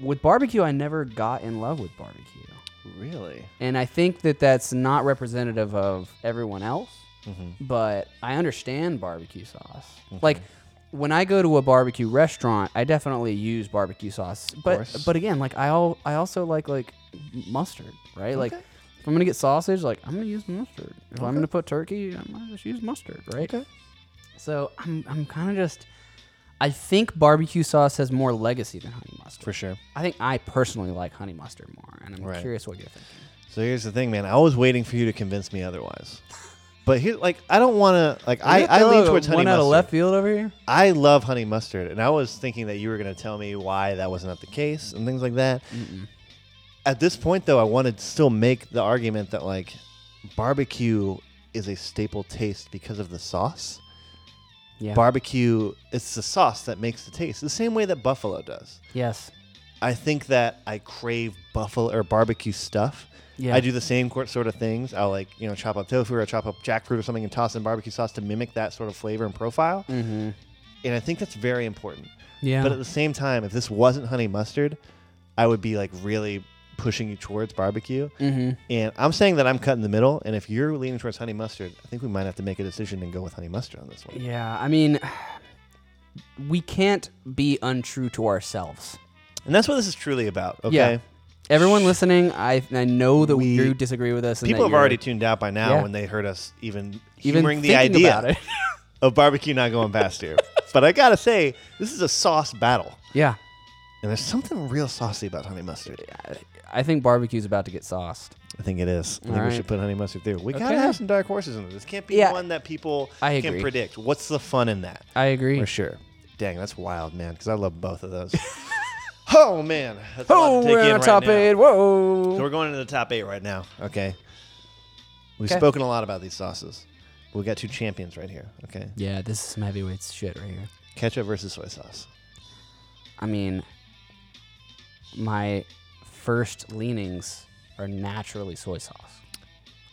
[SPEAKER 1] With barbecue, I never got in love with barbecue.
[SPEAKER 3] Really?
[SPEAKER 1] And I think that that's not representative of everyone else,
[SPEAKER 3] Mm-hmm.
[SPEAKER 1] but I understand barbecue sauce. Like when I go to a barbecue restaurant, I definitely use barbecue sauce. But
[SPEAKER 3] course.
[SPEAKER 1] but again, like I all I also like like mustard, right? Like if I'm gonna get sausage, like I'm gonna use mustard. If I'm gonna put turkey, I might just use mustard, right?
[SPEAKER 3] Okay.
[SPEAKER 1] So I'm I'm kind of just. I think barbecue sauce has more legacy than honey mustard.
[SPEAKER 3] For sure.
[SPEAKER 1] I think I personally like honey mustard more, and I'm
[SPEAKER 3] Right.
[SPEAKER 1] curious what you're thinking.
[SPEAKER 3] So here's the thing, man. I was waiting for you to convince me otherwise. But here, like, I don't want to. Like, I, I lean towards honey
[SPEAKER 1] one out
[SPEAKER 3] mustard.
[SPEAKER 1] of left field over here.
[SPEAKER 3] I love honey mustard, and I was thinking that you were going to tell me why that was not the case and things like that. At this point, though, I want to still make the argument that like barbecue is a staple taste because of the sauce.
[SPEAKER 1] Yeah.
[SPEAKER 3] Barbecue, it's the sauce that makes the taste, the same way that buffalo does.
[SPEAKER 1] yes.
[SPEAKER 3] I think that I crave buffalo or barbecue stuff.
[SPEAKER 1] Yeah.
[SPEAKER 3] I do the same cor- sort of things. I'll like, you know, chop up tofu or chop up jackfruit or something and toss in barbecue sauce to mimic that sort of flavor and profile.
[SPEAKER 1] Mm-hmm.
[SPEAKER 3] And I think that's very important.
[SPEAKER 1] Yeah.
[SPEAKER 3] But at the same time, if this wasn't honey mustard, I would be like really pushing you towards barbecue.
[SPEAKER 1] mm-hmm.
[SPEAKER 3] And I'm saying that I'm cut in the middle. And if you're leaning towards honey mustard, I think we might have to make a decision and go with honey mustard on this one.
[SPEAKER 1] Yeah. I mean, we can't be untrue to ourselves.
[SPEAKER 3] And that's what this is truly about. Okay.
[SPEAKER 1] Yeah. Everyone listening, I I know that
[SPEAKER 3] We-
[SPEAKER 1] you disagree with us. And
[SPEAKER 3] People
[SPEAKER 1] that
[SPEAKER 3] have
[SPEAKER 1] you're
[SPEAKER 3] already tuned out by now
[SPEAKER 1] Yeah.
[SPEAKER 3] when they heard us even,
[SPEAKER 1] even
[SPEAKER 3] hearing the
[SPEAKER 1] thinking
[SPEAKER 3] idea.
[SPEAKER 1] about it.
[SPEAKER 3] of barbecue not going past here. but I gotta say, this is a sauce battle,
[SPEAKER 1] yeah.
[SPEAKER 3] and there's something real saucy about honey mustard.
[SPEAKER 1] I think barbecue's about to get sauced.
[SPEAKER 3] I think it is. I think
[SPEAKER 1] All
[SPEAKER 3] we
[SPEAKER 1] right.
[SPEAKER 3] should put honey mustard through. We
[SPEAKER 1] Okay.
[SPEAKER 3] gotta have some dark horses in this. This can't be
[SPEAKER 1] Yeah.
[SPEAKER 3] one that people
[SPEAKER 1] I
[SPEAKER 3] can
[SPEAKER 1] agree. Mm.
[SPEAKER 3] predict. What's the fun in that?
[SPEAKER 1] I agree.
[SPEAKER 3] For sure. Dang, that's wild, man. Because I love both of those. oh man, that's a lot to take
[SPEAKER 1] we're
[SPEAKER 3] in
[SPEAKER 1] on
[SPEAKER 3] right
[SPEAKER 1] top
[SPEAKER 3] now.
[SPEAKER 1] eight. Whoa.
[SPEAKER 3] So we're going into the top eight right now. Okay. We've
[SPEAKER 1] Okay.
[SPEAKER 3] spoken a lot about these sauces. We got two champions right here. Okay.
[SPEAKER 1] yeah, this is some heavyweight shit right here.
[SPEAKER 3] Ketchup versus soy sauce.
[SPEAKER 1] I mean, my first leanings are naturally soy sauce.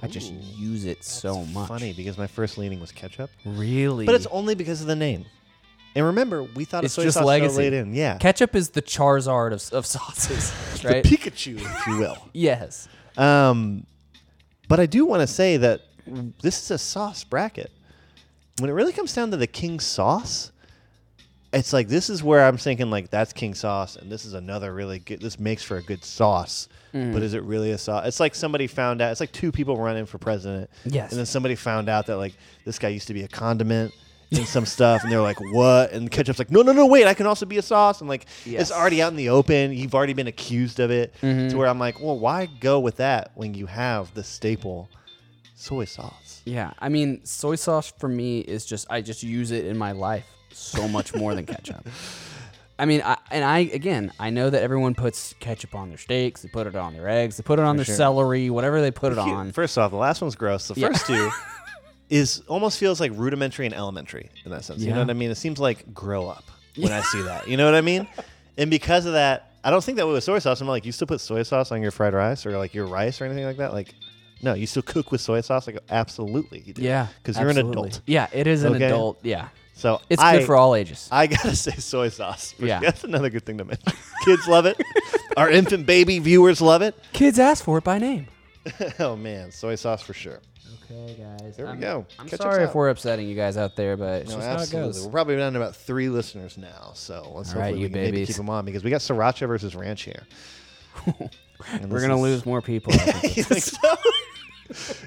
[SPEAKER 1] I just use it so much.
[SPEAKER 3] Funny because my first leaning was ketchup,
[SPEAKER 1] Really?
[SPEAKER 3] but it's only because of the name. And remember, we thought
[SPEAKER 1] It's
[SPEAKER 3] of soy
[SPEAKER 1] just
[SPEAKER 3] sauce
[SPEAKER 1] legacy.
[SPEAKER 3] so late in. Yeah,
[SPEAKER 1] Ketchup is the Charizard of, of sauces, right?
[SPEAKER 3] the Pikachu, if you will.
[SPEAKER 1] yes.
[SPEAKER 3] Um, but I do want to say that this is a sauce bracket. When it really comes down to the king sauce, it's like this is where I'm thinking like that's king sauce, and this is another really good. This makes for a good sauce,
[SPEAKER 1] Mm.
[SPEAKER 3] but is it really a sauce? It's like somebody found out. It's like two people running for president.
[SPEAKER 1] Yes.
[SPEAKER 3] and then somebody found out that like this guy used to be a condiment. And some stuff, and they're like, "What?" And ketchup's like, "No, no, no, wait! I can also be a sauce." And like,
[SPEAKER 1] Yes. Mm-hmm.
[SPEAKER 3] it's already out in the open. You've already been accused of it. To where I'm like, well, why go with that when you have the staple soy sauce?
[SPEAKER 1] Yeah. I mean, soy sauce for me is just, I just use it in my life so much more than ketchup. I mean, I, and I, again, I know that everyone puts ketchup on their steaks, they put it on their eggs, they put it on their celery, whatever they put it on.
[SPEAKER 3] First off, the last one's gross. The
[SPEAKER 1] Yeah.
[SPEAKER 3] first two is almost feels like rudimentary and elementary in that sense. You
[SPEAKER 1] Yeah.
[SPEAKER 3] know what I mean? It seems like grow up when I see that. You know what I mean? And because of that, I don't think that way with soy sauce. I'm like, you still put soy sauce on your fried rice or like your rice or anything like that? Like, no, you still cook with soy sauce? Like, absolutely. You do.
[SPEAKER 1] Yeah.
[SPEAKER 3] Because you're an
[SPEAKER 1] absolutely.
[SPEAKER 3] adult.
[SPEAKER 1] Yeah, it is an
[SPEAKER 3] Okay?
[SPEAKER 1] adult. Yeah.
[SPEAKER 3] So
[SPEAKER 1] It's
[SPEAKER 3] I,
[SPEAKER 1] good for all ages.
[SPEAKER 3] I gotta say soy sauce. which-
[SPEAKER 1] Yeah.
[SPEAKER 3] that's another good thing to mention. Kids love it. Our infant baby viewers love it.
[SPEAKER 1] Kids ask for it by name.
[SPEAKER 3] Oh man, soy sauce for sure.
[SPEAKER 1] Okay, guys.
[SPEAKER 3] There we go.
[SPEAKER 1] I'm
[SPEAKER 3] Ketchup's
[SPEAKER 1] sorry if
[SPEAKER 3] out.
[SPEAKER 1] we're upsetting you guys out there, but it's
[SPEAKER 3] No,
[SPEAKER 1] just
[SPEAKER 3] absolutely.
[SPEAKER 1] how it
[SPEAKER 3] We're
[SPEAKER 1] goes.
[SPEAKER 3] probably down to about three listeners now, so let's
[SPEAKER 1] All right,
[SPEAKER 3] hopefully we
[SPEAKER 1] you
[SPEAKER 3] can maybe
[SPEAKER 1] babies.
[SPEAKER 3] keep them on because we got sriracha versus ranch here. And
[SPEAKER 1] We're
[SPEAKER 3] this
[SPEAKER 1] gonna
[SPEAKER 3] is-
[SPEAKER 1] lose more people. I think.
[SPEAKER 3] You think so?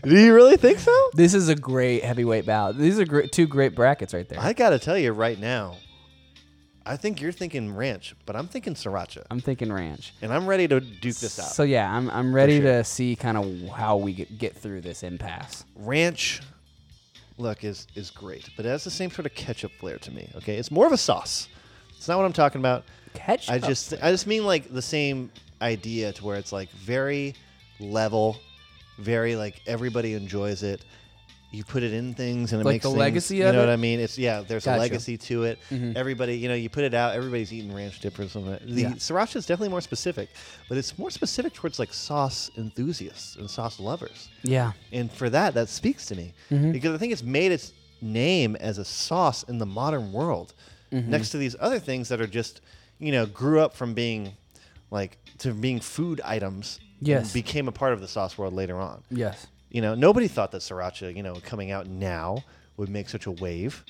[SPEAKER 3] Do you really think so?
[SPEAKER 1] This is a great heavyweight bout. These are great, two great brackets right there.
[SPEAKER 3] I gotta tell you right now, I think you're thinking ranch, but I'm thinking sriracha,
[SPEAKER 1] I'm thinking ranch.
[SPEAKER 3] and I'm ready to duke this out.
[SPEAKER 1] So yeah, I'm I'm ready
[SPEAKER 3] sure.
[SPEAKER 1] to see kind of how we get, get through this impasse.
[SPEAKER 3] ranch look is is great, but it has the same sort of ketchup flair to me. Okay, it's more of a sauce. It's not what I'm talking about.
[SPEAKER 1] Ketchup.
[SPEAKER 3] I just I just mean like the same idea to where it's like very level, very like everybody enjoys it. You put it in things and it
[SPEAKER 1] Like
[SPEAKER 3] makes
[SPEAKER 1] the
[SPEAKER 3] things-
[SPEAKER 1] legacy
[SPEAKER 3] You
[SPEAKER 1] of
[SPEAKER 3] know
[SPEAKER 1] it?
[SPEAKER 3] what I mean? It's yeah. There's
[SPEAKER 1] Gotcha. Mm-hmm.
[SPEAKER 3] a legacy to it. Everybody, you know, you put it out. Everybody's eating ranch dip or something. The
[SPEAKER 1] Yeah.
[SPEAKER 3] sriracha is definitely more specific, but it's more specific towards like sauce enthusiasts and sauce lovers.
[SPEAKER 1] yeah.
[SPEAKER 3] And for that, that speaks to me
[SPEAKER 1] Mm-hmm.
[SPEAKER 3] because I think it's made its name as a sauce in the modern world
[SPEAKER 1] Mm-hmm.
[SPEAKER 3] next to these other things that are just, you know, grew up from being like to being food items. and
[SPEAKER 1] Yes.
[SPEAKER 3] became a part of the sauce world later on.
[SPEAKER 1] Yes.
[SPEAKER 3] You know, nobody thought that sriracha, you know, coming out now would make such a wave,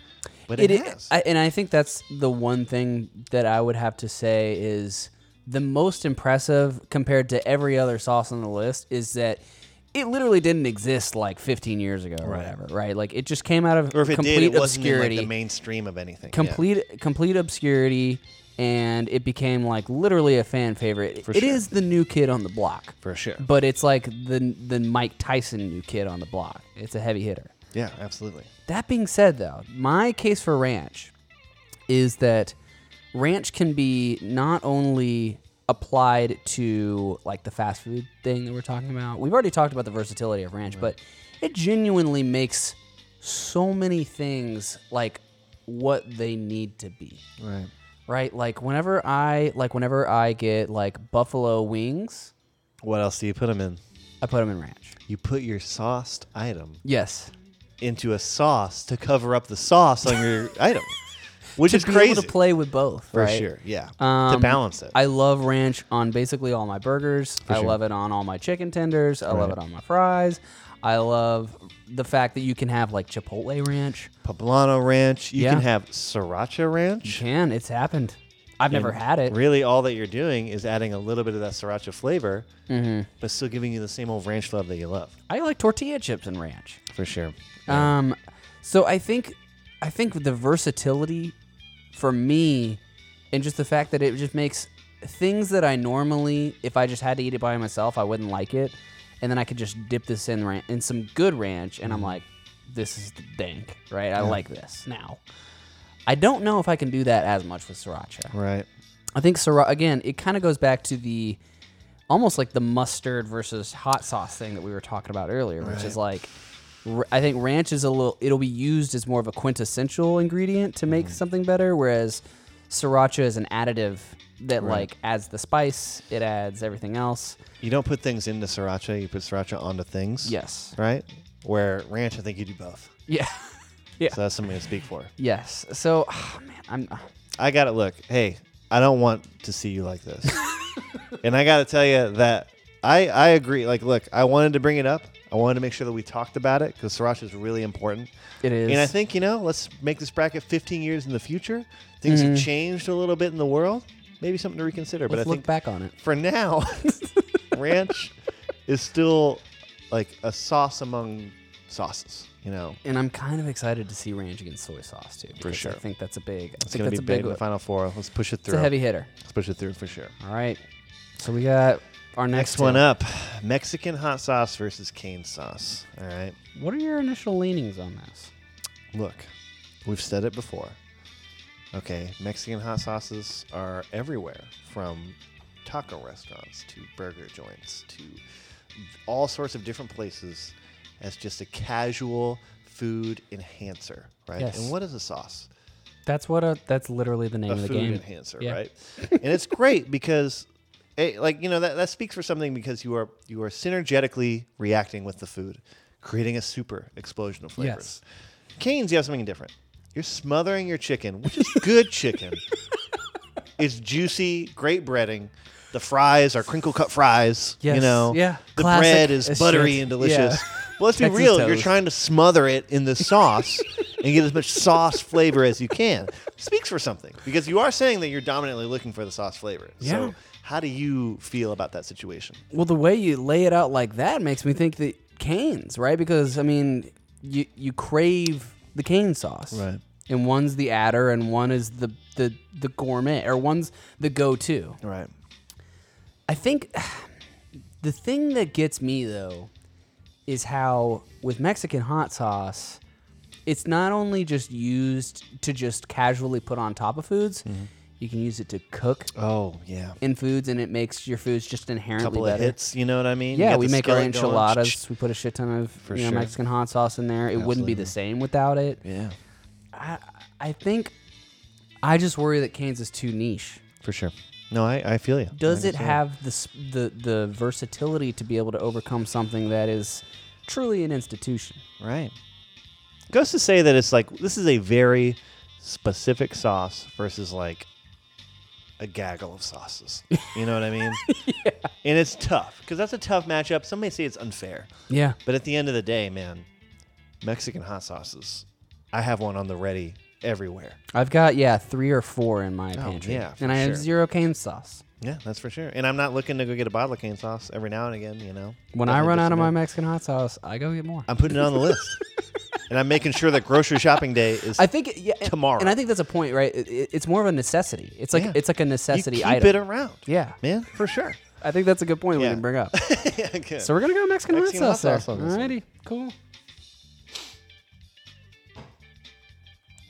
[SPEAKER 3] but it,
[SPEAKER 1] It is,
[SPEAKER 3] has.
[SPEAKER 1] I, and I think that's the one thing that I would have to say is the most impressive compared to every other sauce on the list is that it literally didn't exist like 15 years ago or whatever, right? Like it just came out of
[SPEAKER 3] or if it
[SPEAKER 1] complete
[SPEAKER 3] did, it wasn't in,
[SPEAKER 1] obscurity.
[SPEAKER 3] like the mainstream of anything. Yeah.
[SPEAKER 1] complete complete obscurity and it became like literally a fan favorite. It is
[SPEAKER 3] sure.
[SPEAKER 1] the new kid on the block.
[SPEAKER 3] For sure.
[SPEAKER 1] But it's like the the Mike Tyson new kid on the block. It's a heavy hitter.
[SPEAKER 3] Yeah, absolutely.
[SPEAKER 1] That being said though, my case for ranch is that ranch can be not only applied to like the fast food thing that we're talking about. We've already talked about the versatility of ranch, but it genuinely makes so many things like what they need to be
[SPEAKER 3] Right.
[SPEAKER 1] right like whenever i like whenever i get like buffalo wings
[SPEAKER 3] What else do you put them in?
[SPEAKER 1] i put them in ranch
[SPEAKER 3] You put your sauced item
[SPEAKER 1] yes
[SPEAKER 3] into a sauce to cover up the sauce on your item, which is
[SPEAKER 1] to be
[SPEAKER 3] crazy.
[SPEAKER 1] able to play with both
[SPEAKER 3] for
[SPEAKER 1] right?
[SPEAKER 3] sure, yeah, to
[SPEAKER 1] Um,
[SPEAKER 3] balance it.
[SPEAKER 1] i love ranch on basically all my burgers i
[SPEAKER 3] sure.
[SPEAKER 1] love it on all my chicken tenders i love it on my fries i love the fact that you can have like chipotle ranch
[SPEAKER 3] Poblano Ranch. You
[SPEAKER 1] Yeah.
[SPEAKER 3] can have Sriracha Ranch.
[SPEAKER 1] can it's happened i've never had it
[SPEAKER 3] Really, all that you're doing is adding a little bit of that Sriracha flavor,
[SPEAKER 1] Mm-hmm.
[SPEAKER 3] but still giving you the same old ranch love that you love.
[SPEAKER 1] i like tortilla chips and ranch
[SPEAKER 3] For sure.
[SPEAKER 1] Um, so I think, I think the versatility, for me, and just the fact that it just makes things that I normally, if I just had to eat it by myself, I wouldn't like it, and then I could just dip this in ran- in some good ranch, and I'm like, this is the dank, right? I like this now. I don't know if I can do that as much with sriracha.
[SPEAKER 3] Right.
[SPEAKER 1] I think sriracha again. It kind of goes back to the almost like the mustard versus hot sauce thing that we were talking about earlier, which is like r- I think
[SPEAKER 3] Mm.
[SPEAKER 1] ranch is a little. It'll be used as more of a quintessential ingredient to make something better, whereas sriracha is an additive that like adds the spice, it adds everything else.
[SPEAKER 3] You don't put things into sriracha, you put sriracha onto things.
[SPEAKER 1] Yes.
[SPEAKER 3] Right? Where ranch, I think you do both.
[SPEAKER 1] Yeah. Yeah.
[SPEAKER 3] So that's something to speak for.
[SPEAKER 1] yes. So, ah, man, I'm ah,
[SPEAKER 3] I got it. Look, hey, I don't want to see you like this. and I got to tell you that I I agree. Like, look, I wanted to bring it up. I wanted to make sure that we talked about it because sriracha is really important.
[SPEAKER 1] it is.
[SPEAKER 3] And I think you know, let's make this bracket 15 years in the future. Things have changed a little bit in the world. Maybe something to reconsider.
[SPEAKER 1] Mm-hmm. let's
[SPEAKER 3] but I
[SPEAKER 1] look
[SPEAKER 3] think
[SPEAKER 1] back on it.
[SPEAKER 3] for now, ranch is still like a sauce among sauces. You know,
[SPEAKER 1] And I'm kind of excited to see ranch against soy sauce too. because
[SPEAKER 3] sure.
[SPEAKER 1] I think that's a big. I
[SPEAKER 3] it's
[SPEAKER 1] think
[SPEAKER 3] going to
[SPEAKER 1] that's
[SPEAKER 3] be big,
[SPEAKER 1] a big.
[SPEAKER 3] in the
[SPEAKER 1] one.
[SPEAKER 3] final four. Let's push it
[SPEAKER 1] It's
[SPEAKER 3] through.
[SPEAKER 1] a heavy hitter.
[SPEAKER 3] Let's push it through for sure.
[SPEAKER 1] All right. So we got our next,
[SPEAKER 3] Next one
[SPEAKER 1] two.
[SPEAKER 3] up Mexican hot sauce versus cane sauce. All right.
[SPEAKER 1] What are your initial leanings on this?
[SPEAKER 3] Look, we've said it before. Okay. Mexican hot sauces are everywhere from taco restaurants to burger joints to all sorts of different places as just a casual food enhancer, right?
[SPEAKER 1] Yes.
[SPEAKER 3] And what is a sauce?
[SPEAKER 1] That's what. A, that's literally the name
[SPEAKER 3] a
[SPEAKER 1] of the
[SPEAKER 3] food
[SPEAKER 1] game.
[SPEAKER 3] enhancer,
[SPEAKER 1] Yeah.
[SPEAKER 3] right? and it's great because, it, like you know, that, that speaks for something because you are you are synergetically reacting with the food, creating a super explosion of flavors. Canes, you have something different. You're smothering your chicken, which is good chicken. It's juicy, great breading. The fries are crinkle cut fries. You
[SPEAKER 1] Yes,
[SPEAKER 3] know,
[SPEAKER 1] yeah.
[SPEAKER 3] The
[SPEAKER 1] Classic
[SPEAKER 3] bread is
[SPEAKER 1] as
[SPEAKER 3] buttery
[SPEAKER 1] shit.
[SPEAKER 3] and delicious.
[SPEAKER 1] Yeah.
[SPEAKER 3] Well, let's be
[SPEAKER 1] Texas
[SPEAKER 3] real. You're
[SPEAKER 1] toast.
[SPEAKER 3] trying to smother it in the sauce and get as much sauce flavor as you can. Speaks for something because you are saying that you're dominantly looking for the sauce flavor.
[SPEAKER 1] Yeah.
[SPEAKER 3] So, how do you feel about that situation?
[SPEAKER 1] Well, the way you lay it out like that makes me think that canes, right? Because I mean, you you crave the cane sauce,
[SPEAKER 3] Right.
[SPEAKER 1] And one's the adder, and one is the the the gourmet, or one's the go-to.
[SPEAKER 3] Right.
[SPEAKER 1] I think the thing that gets me though is how with Mexican hot sauce, it's not only just used to just casually put on top of foods.
[SPEAKER 3] Mm-hmm.
[SPEAKER 1] You can use it to cook
[SPEAKER 3] Oh yeah.
[SPEAKER 1] in foods, and it makes your foods just inherently
[SPEAKER 3] couple of
[SPEAKER 1] better.
[SPEAKER 3] hits. You know what I mean? You
[SPEAKER 1] Yeah,
[SPEAKER 3] got
[SPEAKER 1] we
[SPEAKER 3] the
[SPEAKER 1] make our
[SPEAKER 3] skillet going.
[SPEAKER 1] enchiladas. We put a shit ton of you know,
[SPEAKER 3] sure.
[SPEAKER 1] Mexican hot sauce in there. It wouldn't be the same without it.
[SPEAKER 3] Yeah,
[SPEAKER 1] I, I think I just worry that Canes is too niche.
[SPEAKER 3] for sure. No, I, I feel you.
[SPEAKER 1] Does
[SPEAKER 3] I
[SPEAKER 1] it have the, s- the the versatility to be able to overcome something that is truly an institution?
[SPEAKER 3] Right. Goes to say that it's like this is a very specific sauce versus like a gaggle of sauces. You know what I mean? And it's tough because that's a tough matchup. Some may say it's unfair,
[SPEAKER 1] Yeah.
[SPEAKER 3] but at the end of the day, man, Mexican hot sauces. I have one on the ready everywhere.
[SPEAKER 1] I've got yeah three or four in my pantry,
[SPEAKER 3] Oh, yeah, for
[SPEAKER 1] and I have
[SPEAKER 3] sure.
[SPEAKER 1] zero cane sauce.
[SPEAKER 3] Yeah, that's for sure. And I'm not looking to go get a bottle of cane sauce every now and again. You know,
[SPEAKER 1] When I
[SPEAKER 3] Definitely
[SPEAKER 1] run
[SPEAKER 3] just
[SPEAKER 1] out of
[SPEAKER 3] a
[SPEAKER 1] my
[SPEAKER 3] bit.
[SPEAKER 1] Mexican hot sauce, I go get more.
[SPEAKER 3] I'm putting it on the list, and I'm making sure that grocery shopping day is
[SPEAKER 1] I think yeah, and-
[SPEAKER 3] Tomorrow.
[SPEAKER 1] and I think that's a point, right? It, it- it's more of a necessity. It's like
[SPEAKER 3] Yeah.
[SPEAKER 1] it's like a necessity
[SPEAKER 3] you keep
[SPEAKER 1] item.
[SPEAKER 3] it around.
[SPEAKER 1] Yeah.
[SPEAKER 3] man, for sure.
[SPEAKER 1] I think that's a good point we
[SPEAKER 3] Yeah.
[SPEAKER 1] didn't bring up.
[SPEAKER 3] yeah, good.
[SPEAKER 1] so we're gonna go Mexican,
[SPEAKER 3] Mexican
[SPEAKER 1] hot sauce.
[SPEAKER 3] hot sauce
[SPEAKER 1] there.
[SPEAKER 3] on this one.
[SPEAKER 1] Alrighty, cool.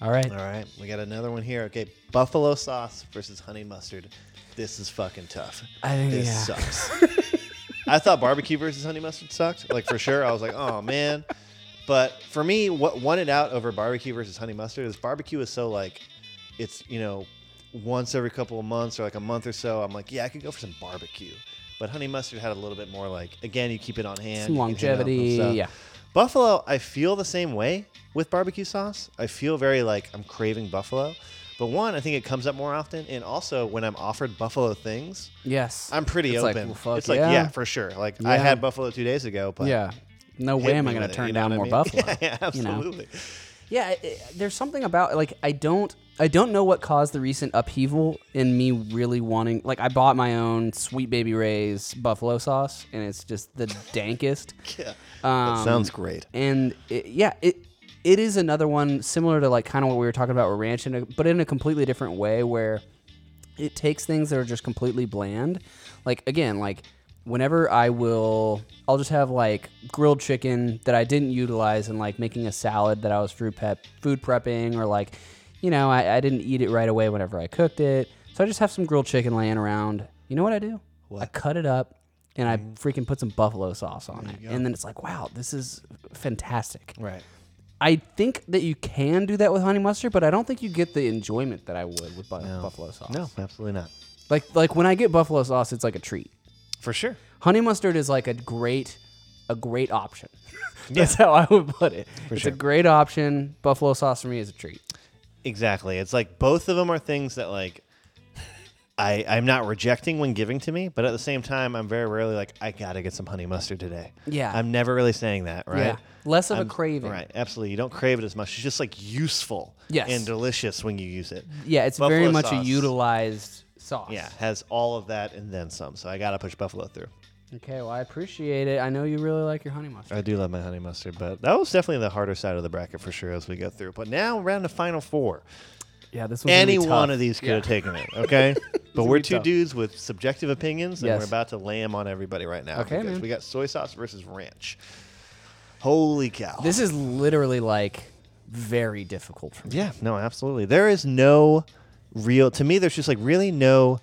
[SPEAKER 1] All right.
[SPEAKER 3] All right, we got another one here. Okay, buffalo sauce versus honey mustard. This is fucking tough.
[SPEAKER 1] I think-
[SPEAKER 3] this
[SPEAKER 1] yeah.
[SPEAKER 3] sucks. I thought barbecue versus honey mustard sucked, like for sure. I was like, oh man. But for me, what won it out over barbecue versus honey mustard is barbecue is so like, it's you know, once every couple of months or like a month or so. I'm like, yeah, I could go for some barbecue. But honey mustard had a little bit more like, again, you keep it on hand,
[SPEAKER 1] Some
[SPEAKER 3] you can hit it up and
[SPEAKER 1] longevity,
[SPEAKER 3] stuff.
[SPEAKER 1] yeah.
[SPEAKER 3] Buffalo, I feel the same way with barbecue sauce. I feel very like I'm craving buffalo. But one, I think it comes up more often. And also, when I'm offered buffalo things,
[SPEAKER 1] Yes.
[SPEAKER 3] I'm pretty
[SPEAKER 1] It's like,
[SPEAKER 3] open.
[SPEAKER 1] well, fuck
[SPEAKER 3] it's like,
[SPEAKER 1] yeah.
[SPEAKER 3] yeah. for sure. Like, I
[SPEAKER 1] Yeah.
[SPEAKER 3] had buffalo two days ago, but
[SPEAKER 1] yeah. No
[SPEAKER 3] hit
[SPEAKER 1] way am
[SPEAKER 3] me
[SPEAKER 1] I gonna
[SPEAKER 3] with it,
[SPEAKER 1] turn
[SPEAKER 3] you know
[SPEAKER 1] down
[SPEAKER 3] what I
[SPEAKER 1] more
[SPEAKER 3] mean?
[SPEAKER 1] buffalo.
[SPEAKER 3] yeah, yeah,
[SPEAKER 1] you know?
[SPEAKER 3] absolutely.
[SPEAKER 1] Yeah, i i there's something about like I don't I don't know what caused the recent upheaval in me really wanting like I bought my own Sweet Baby Ray's buffalo sauce and it's just the dankest.
[SPEAKER 3] Yeah.
[SPEAKER 1] Um,
[SPEAKER 3] that sounds great.
[SPEAKER 1] And it, yeah, it it is another one similar to like kind of what we were talking about with ranch, in a, but in a completely different way where it takes things that are just completely bland. Like again, like whenever I will, I'll just have like grilled chicken that I didn't utilize in like making a salad that I was food prep food prepping or like, you know, I, I didn't eat it right away whenever I cooked it. So I just have some grilled chicken laying around. You know what I do? I cut it up and I
[SPEAKER 3] Mm.
[SPEAKER 1] freaking put some buffalo sauce on it. And then it's like, wow, this is fantastic.
[SPEAKER 3] Right.
[SPEAKER 1] I think that you can do that with honey mustard, but I don't think you get the enjoyment that I would with bu- buffalo sauce.
[SPEAKER 3] No, absolutely not.
[SPEAKER 1] Like like when I get buffalo sauce, it's like a treat.
[SPEAKER 3] For sure.
[SPEAKER 1] Honey mustard is like a great a great option. That's how I would put it. it's
[SPEAKER 3] sure.
[SPEAKER 1] a great option. Buffalo sauce for me is a treat.
[SPEAKER 3] Exactly. It's like both of them are things that like I I'm not rejecting when giving to me, but at the same time, I'm very rarely like I gotta get some honey mustard today.
[SPEAKER 1] Yeah.
[SPEAKER 3] I'm never really saying that, right?
[SPEAKER 1] Yeah. Less of a
[SPEAKER 3] I'm-
[SPEAKER 1] craving.
[SPEAKER 3] Right. Absolutely. You don't crave it as much. It's just like useful.
[SPEAKER 1] Yes.
[SPEAKER 3] And delicious when you use it.
[SPEAKER 1] Yeah, it's
[SPEAKER 3] Buffalo
[SPEAKER 1] very much a
[SPEAKER 3] sauce,
[SPEAKER 1] utilized sauce.
[SPEAKER 3] Yeah, has all of that and then some. So I gotta push buffalo through.
[SPEAKER 1] Okay, well I appreciate it. I know you really like your honey mustard.
[SPEAKER 3] I do love my honey mustard, but that was definitely the harder side of the bracket for sure as we go through. But now we're round to final four.
[SPEAKER 1] Uh, Yeah, this one's
[SPEAKER 3] Any
[SPEAKER 1] gonna be
[SPEAKER 3] one
[SPEAKER 1] tough.
[SPEAKER 3] of these could have taken it, okay? but
[SPEAKER 1] gonna
[SPEAKER 3] we're
[SPEAKER 1] be
[SPEAKER 3] two
[SPEAKER 1] tough.
[SPEAKER 3] dudes with subjective opinions, and
[SPEAKER 1] Yes.
[SPEAKER 3] we're about to lay 'em on everybody right now.
[SPEAKER 1] Okay,
[SPEAKER 3] because
[SPEAKER 1] man.
[SPEAKER 3] we got soy sauce versus ranch. Holy cow!
[SPEAKER 1] This is literally like very difficult for me.
[SPEAKER 3] yeah, no, absolutely. There is no real to me. There's just like really no.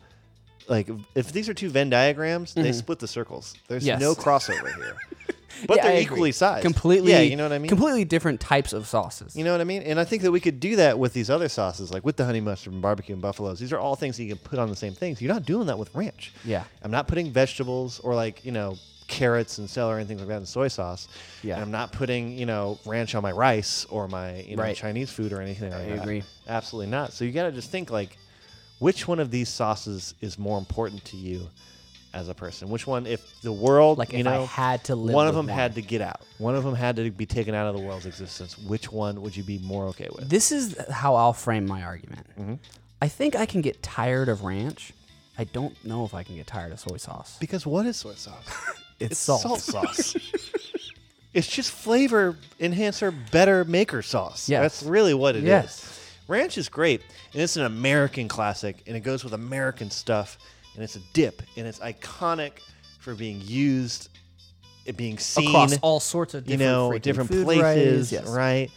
[SPEAKER 3] Like if these are two Venn diagrams, they split the circles. There's
[SPEAKER 1] Mm-hmm. Yes.
[SPEAKER 3] no crossover here, but
[SPEAKER 1] Yeah, I
[SPEAKER 3] they're
[SPEAKER 1] agree.
[SPEAKER 3] equally sized.
[SPEAKER 1] Completely.
[SPEAKER 3] yeah, you know what I mean.
[SPEAKER 1] Completely different types of sauces.
[SPEAKER 3] You know what I mean? And I think that we could do that with these other sauces, like with the honey mustard and barbecue and buffaloes. These are all things that you can put on the same things. You're not doing that with ranch.
[SPEAKER 1] Yeah.
[SPEAKER 3] I'm not putting vegetables or like, you know, carrots and celery and things like that in soy sauce.
[SPEAKER 1] Yeah.
[SPEAKER 3] And I'm not putting, you know, ranch on my rice or my, you know,
[SPEAKER 1] Right.
[SPEAKER 3] Chinese food or anything like
[SPEAKER 1] I
[SPEAKER 3] that.
[SPEAKER 1] agree.
[SPEAKER 3] Absolutely not. So you got to just think like, which one of these sauces is more important to you as a person? Which one, if the world,
[SPEAKER 1] Like,
[SPEAKER 3] you
[SPEAKER 1] if I
[SPEAKER 3] know,
[SPEAKER 1] had to live
[SPEAKER 3] one of
[SPEAKER 1] with
[SPEAKER 3] them
[SPEAKER 1] one.
[SPEAKER 3] had to get out. One of them had to be taken out of the world's existence. Which one would you be more okay with?
[SPEAKER 1] This is how I'll frame my argument.
[SPEAKER 3] Mm-hmm.
[SPEAKER 1] I think I can get tired of ranch. I don't know if I can get tired of soy sauce.
[SPEAKER 3] Because what is soy sauce?
[SPEAKER 1] It's, salt.
[SPEAKER 3] sauce. it's just flavor enhancer, better maker sauce.
[SPEAKER 1] Yes.
[SPEAKER 3] That's really what it is.
[SPEAKER 1] Yes.
[SPEAKER 3] Ranch is great, and it's an American classic, and it goes with American stuff, and it's a dip, and it's iconic for being used, it being seen
[SPEAKER 1] Across all sorts of
[SPEAKER 3] you
[SPEAKER 1] different,
[SPEAKER 3] know,
[SPEAKER 1] freaking
[SPEAKER 3] different
[SPEAKER 1] food
[SPEAKER 3] places,
[SPEAKER 1] varieties. Yes.
[SPEAKER 3] right?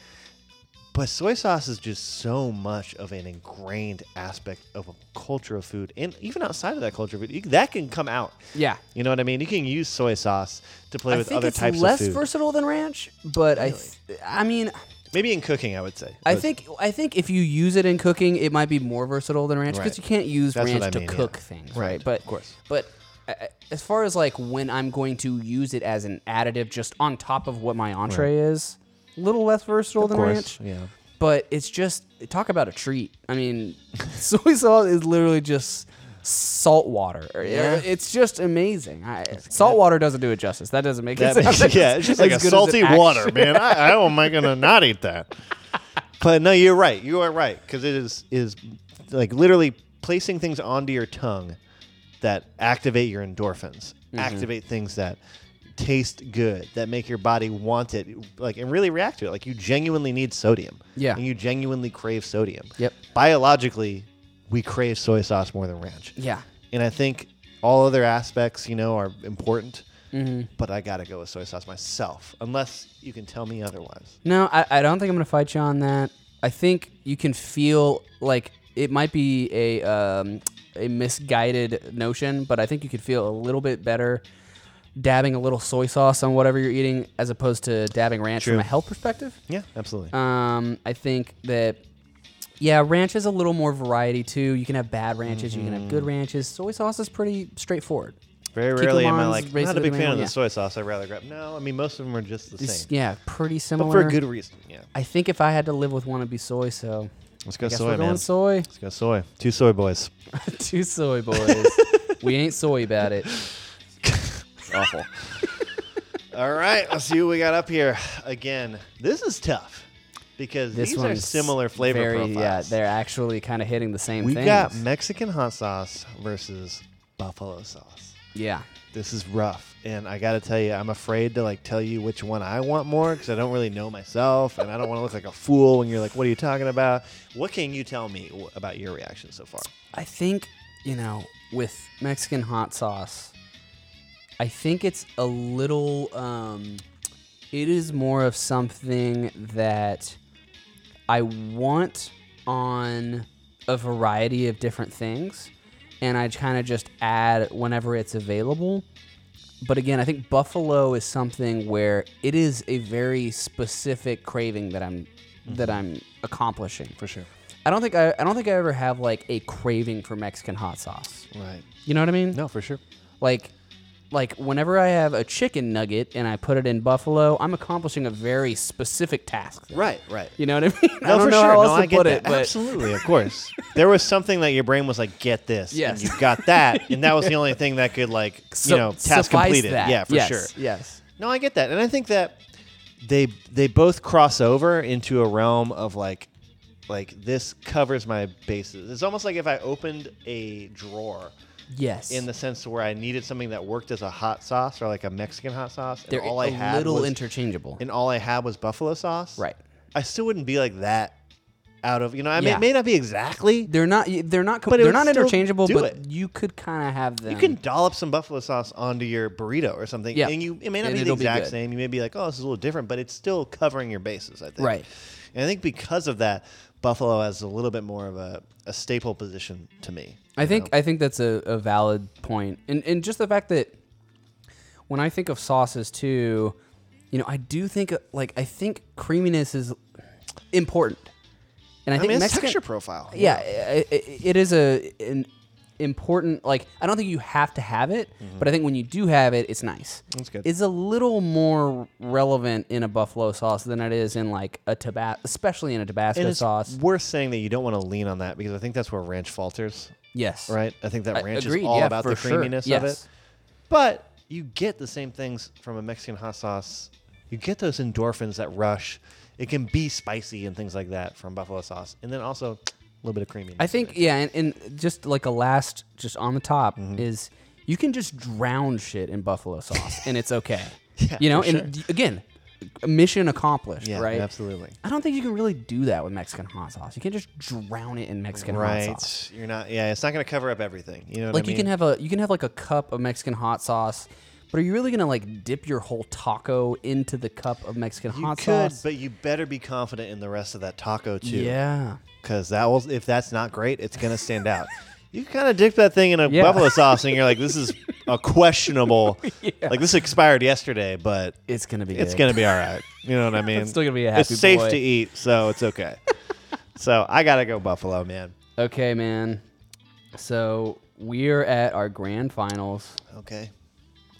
[SPEAKER 3] But soy sauce is just so much of an ingrained aspect of a culture of food, and even outside of that culture of food, you- that can come out.
[SPEAKER 1] Yeah.
[SPEAKER 3] You know what I mean? You can use soy sauce to play
[SPEAKER 1] I
[SPEAKER 3] with
[SPEAKER 1] think
[SPEAKER 3] other
[SPEAKER 1] it's
[SPEAKER 3] types
[SPEAKER 1] less
[SPEAKER 3] of food.
[SPEAKER 1] versatile than ranch, but I, th- I mean,
[SPEAKER 3] Maybe in cooking, I would say.
[SPEAKER 1] I
[SPEAKER 3] But-
[SPEAKER 1] think I think if you use it in cooking, it might be more versatile than ranch
[SPEAKER 3] Right.
[SPEAKER 1] because you can't use
[SPEAKER 3] That's what
[SPEAKER 1] ranch
[SPEAKER 3] I
[SPEAKER 1] to
[SPEAKER 3] mean, yeah.
[SPEAKER 1] cook things, right?
[SPEAKER 3] Right,
[SPEAKER 1] But
[SPEAKER 3] of course.
[SPEAKER 1] But I- I- as far as like when I'm going to use it as an additive, just on top of what my entree is, a little less versatile than
[SPEAKER 3] course,
[SPEAKER 1] ranch.
[SPEAKER 3] yeah.
[SPEAKER 1] But it's just talk about a treat. I mean, soy sauce is literally just salt water. It's just amazing. I, salt water doesn't do it justice. That doesn't make
[SPEAKER 3] That
[SPEAKER 1] it.
[SPEAKER 3] makes-
[SPEAKER 1] sound
[SPEAKER 3] yeah,
[SPEAKER 1] as-
[SPEAKER 3] it's just
[SPEAKER 1] as
[SPEAKER 3] like a
[SPEAKER 1] good as it
[SPEAKER 3] salty
[SPEAKER 1] actually-
[SPEAKER 3] water, man. I, I am I gonna not eat that? But no, you're right. You are right because it is is like literally placing things onto your tongue that activate your endorphins,
[SPEAKER 1] Mm-hmm.
[SPEAKER 3] activate things that taste good, that make your body want it, like and really react to it. Like you genuinely need sodium.
[SPEAKER 1] Yeah.
[SPEAKER 3] and you genuinely crave sodium.
[SPEAKER 1] Yep.
[SPEAKER 3] Biologically, we crave soy sauce more than ranch.
[SPEAKER 1] Yeah.
[SPEAKER 3] And I think all other aspects, you know, are important. But I gotta go with soy sauce myself, unless you can tell me otherwise.
[SPEAKER 1] No, I, I don't think I'm gonna fight you on that. I think you can feel like it might be a um, a misguided notion, but I think you could feel a little bit better dabbing a little soy sauce on whatever you're eating as opposed to dabbing ranch from a health perspective.
[SPEAKER 3] Yeah, absolutely.
[SPEAKER 1] Um, I think that yeah, ranch is a little more variety too. You can have bad ranches, you can have
[SPEAKER 3] Mm-hmm.
[SPEAKER 1] good ranches. Soy sauce is pretty straightforward.
[SPEAKER 3] Very rarely am I
[SPEAKER 1] Kikkoman's
[SPEAKER 3] like
[SPEAKER 1] raised
[SPEAKER 3] not a
[SPEAKER 1] with
[SPEAKER 3] big fan
[SPEAKER 1] the mayo,
[SPEAKER 3] of the
[SPEAKER 1] yeah.
[SPEAKER 3] soy sauce. I'd rather grab. No, I mean most of them are just the
[SPEAKER 1] It's,
[SPEAKER 3] same,
[SPEAKER 1] yeah, pretty similar.
[SPEAKER 3] but for a good reason. Yeah,
[SPEAKER 1] I think if I had to live with one, it'd be soy. So
[SPEAKER 3] let's go
[SPEAKER 1] I guess
[SPEAKER 3] soy,
[SPEAKER 1] we're going
[SPEAKER 3] man.
[SPEAKER 1] soy.
[SPEAKER 3] Let's go soy. Two soy boys.
[SPEAKER 1] Two soy boys. we ain't soy about it.
[SPEAKER 3] Awful. All right, let's see what we got up here. Again, this is tough because
[SPEAKER 1] This
[SPEAKER 3] these are
[SPEAKER 1] one's
[SPEAKER 3] similar flavor
[SPEAKER 1] very,
[SPEAKER 3] profiles.
[SPEAKER 1] Yeah, they're actually kind of hitting the same
[SPEAKER 3] we
[SPEAKER 1] thing.
[SPEAKER 3] got Mexican hot sauce versus buffalo sauce.
[SPEAKER 1] yeah.
[SPEAKER 3] this is rough and i gotta tell you i'm afraid to like tell you which one i want more because i don't really know myself and i don't want to look like a fool when you're like what are you talking about what can you tell me w- about your reaction so far
[SPEAKER 1] I think you know with Mexican hot sauce, I think it's a little. Um, it is more of something that I want on a variety of different things, and I kind of just add whenever it's available. But again, I think buffalo is something where it is a very specific craving that I'm that I'm accomplishing.
[SPEAKER 3] for sure.
[SPEAKER 1] I don't think I, I don't think I ever have like a craving for Mexican hot sauce.
[SPEAKER 3] Right.
[SPEAKER 1] You know what I mean?
[SPEAKER 3] No, for sure.
[SPEAKER 1] Like like whenever I have a chicken nugget and I put it in buffalo, I'm accomplishing a very specific task.
[SPEAKER 3] Right. Right.
[SPEAKER 1] You know what I mean?
[SPEAKER 3] No,
[SPEAKER 1] I don't
[SPEAKER 3] for
[SPEAKER 1] know
[SPEAKER 3] sure.
[SPEAKER 1] how else
[SPEAKER 3] no,
[SPEAKER 1] to
[SPEAKER 3] I get
[SPEAKER 1] put
[SPEAKER 3] that.
[SPEAKER 1] it, but
[SPEAKER 3] Absolutely, of course. there was something that your brain was like, "Get this."
[SPEAKER 1] Yes.
[SPEAKER 3] And you got that, and that was the only thing that could like,
[SPEAKER 1] su-
[SPEAKER 3] you know, task
[SPEAKER 1] suffice
[SPEAKER 3] completed.
[SPEAKER 1] that.
[SPEAKER 3] Yeah, for
[SPEAKER 1] Yes,
[SPEAKER 3] sure.
[SPEAKER 1] Yes.
[SPEAKER 3] No, I get that, and I think that they they both cross over into a realm of like like this covers my bases. It's almost like if I opened a drawer
[SPEAKER 1] Yes.
[SPEAKER 3] in the sense where I needed something that worked as a hot sauce or like a Mexican hot sauce, and
[SPEAKER 1] they're
[SPEAKER 3] all
[SPEAKER 1] a
[SPEAKER 3] I had
[SPEAKER 1] little
[SPEAKER 3] was
[SPEAKER 1] interchangeable.
[SPEAKER 3] and all I had was buffalo sauce.
[SPEAKER 1] Right.
[SPEAKER 3] I still wouldn't be like that out of you know. I mean,
[SPEAKER 1] Yeah.
[SPEAKER 3] it may not be exactly.
[SPEAKER 1] they're not they're not
[SPEAKER 3] But it
[SPEAKER 1] they're
[SPEAKER 3] would
[SPEAKER 1] not
[SPEAKER 3] still
[SPEAKER 1] interchangeable,
[SPEAKER 3] do
[SPEAKER 1] but
[SPEAKER 3] it.
[SPEAKER 1] you could kind of have them.
[SPEAKER 3] You can dollop some buffalo sauce onto your burrito or something,
[SPEAKER 1] Yeah.
[SPEAKER 3] and you it may not
[SPEAKER 1] And
[SPEAKER 3] be the
[SPEAKER 1] it'll be
[SPEAKER 3] exact
[SPEAKER 1] good.
[SPEAKER 3] same. You may be like, oh, this is a little different, but it's still covering your bases. I think.
[SPEAKER 1] Right.
[SPEAKER 3] And I think because of that, buffalo has a little bit more of a, a staple position to me.
[SPEAKER 1] I think I think that's a, a valid point, and and just the fact that when I think of sauces too, you know, I do think like I think creaminess is important, and I,
[SPEAKER 3] I
[SPEAKER 1] think
[SPEAKER 3] mean, it's
[SPEAKER 1] Mexican
[SPEAKER 3] texture profile.
[SPEAKER 1] yeah, i i it is a an important like I don't think you have to have it, but I think when you do have it, it's nice.
[SPEAKER 3] Mm-hmm. That's good.
[SPEAKER 1] It's a little more relevant in a buffalo sauce than it is in like a tabas, especially in a Tabasco
[SPEAKER 3] And it's
[SPEAKER 1] sauce.
[SPEAKER 3] worth saying that you don't want to lean on that because I think that's where ranch falters,
[SPEAKER 1] Yes,
[SPEAKER 3] right? I think that
[SPEAKER 1] I-
[SPEAKER 3] ranch
[SPEAKER 1] agreed,
[SPEAKER 3] is all
[SPEAKER 1] yeah,
[SPEAKER 3] about the
[SPEAKER 1] for sure.
[SPEAKER 3] creaminess of
[SPEAKER 1] Yes.
[SPEAKER 3] it. But you get the same things from a Mexican hot sauce. You get those endorphins that rush. It can be spicy and things like that from buffalo sauce, and then also a little bit of creaminess.
[SPEAKER 1] I think yeah, and, and just like a last, just on the top
[SPEAKER 3] Mm-hmm.
[SPEAKER 1] is you can just drown shit in buffalo sauce and it's okay.
[SPEAKER 3] Yeah,
[SPEAKER 1] you know,
[SPEAKER 3] for
[SPEAKER 1] and d- again, mission accomplished,
[SPEAKER 3] yeah,
[SPEAKER 1] right?
[SPEAKER 3] absolutely.
[SPEAKER 1] I don't think you can really do that with Mexican hot sauce. You can't just drown it in Mexican hot sauce.
[SPEAKER 3] Right? You're not. Yeah, it's not going to cover up everything. You know, what
[SPEAKER 1] Like
[SPEAKER 3] I mean?
[SPEAKER 1] you can have a you can have like a cup of Mexican hot sauce, but are you really gonna like dip your whole taco into the cup of Mexican
[SPEAKER 3] You
[SPEAKER 1] hot
[SPEAKER 3] could,
[SPEAKER 1] sauce?
[SPEAKER 3] but you better be confident in the rest of that taco too.
[SPEAKER 1] yeah.
[SPEAKER 3] because that will if that's not great, it's gonna stand out. You kind of dip that thing in a
[SPEAKER 1] Yeah.
[SPEAKER 3] buffalo sauce, and you're like, "This is a questionable. Like this expired yesterday, but
[SPEAKER 1] It's gonna be
[SPEAKER 3] it's
[SPEAKER 1] good.
[SPEAKER 3] gonna be all right. You know what I mean?
[SPEAKER 1] It's still gonna be a happy
[SPEAKER 3] It's safe
[SPEAKER 1] boy.
[SPEAKER 3] to eat, so it's okay. so I gotta go buffalo, man.
[SPEAKER 1] Okay, man. So we're at our grand finals.
[SPEAKER 3] Okay,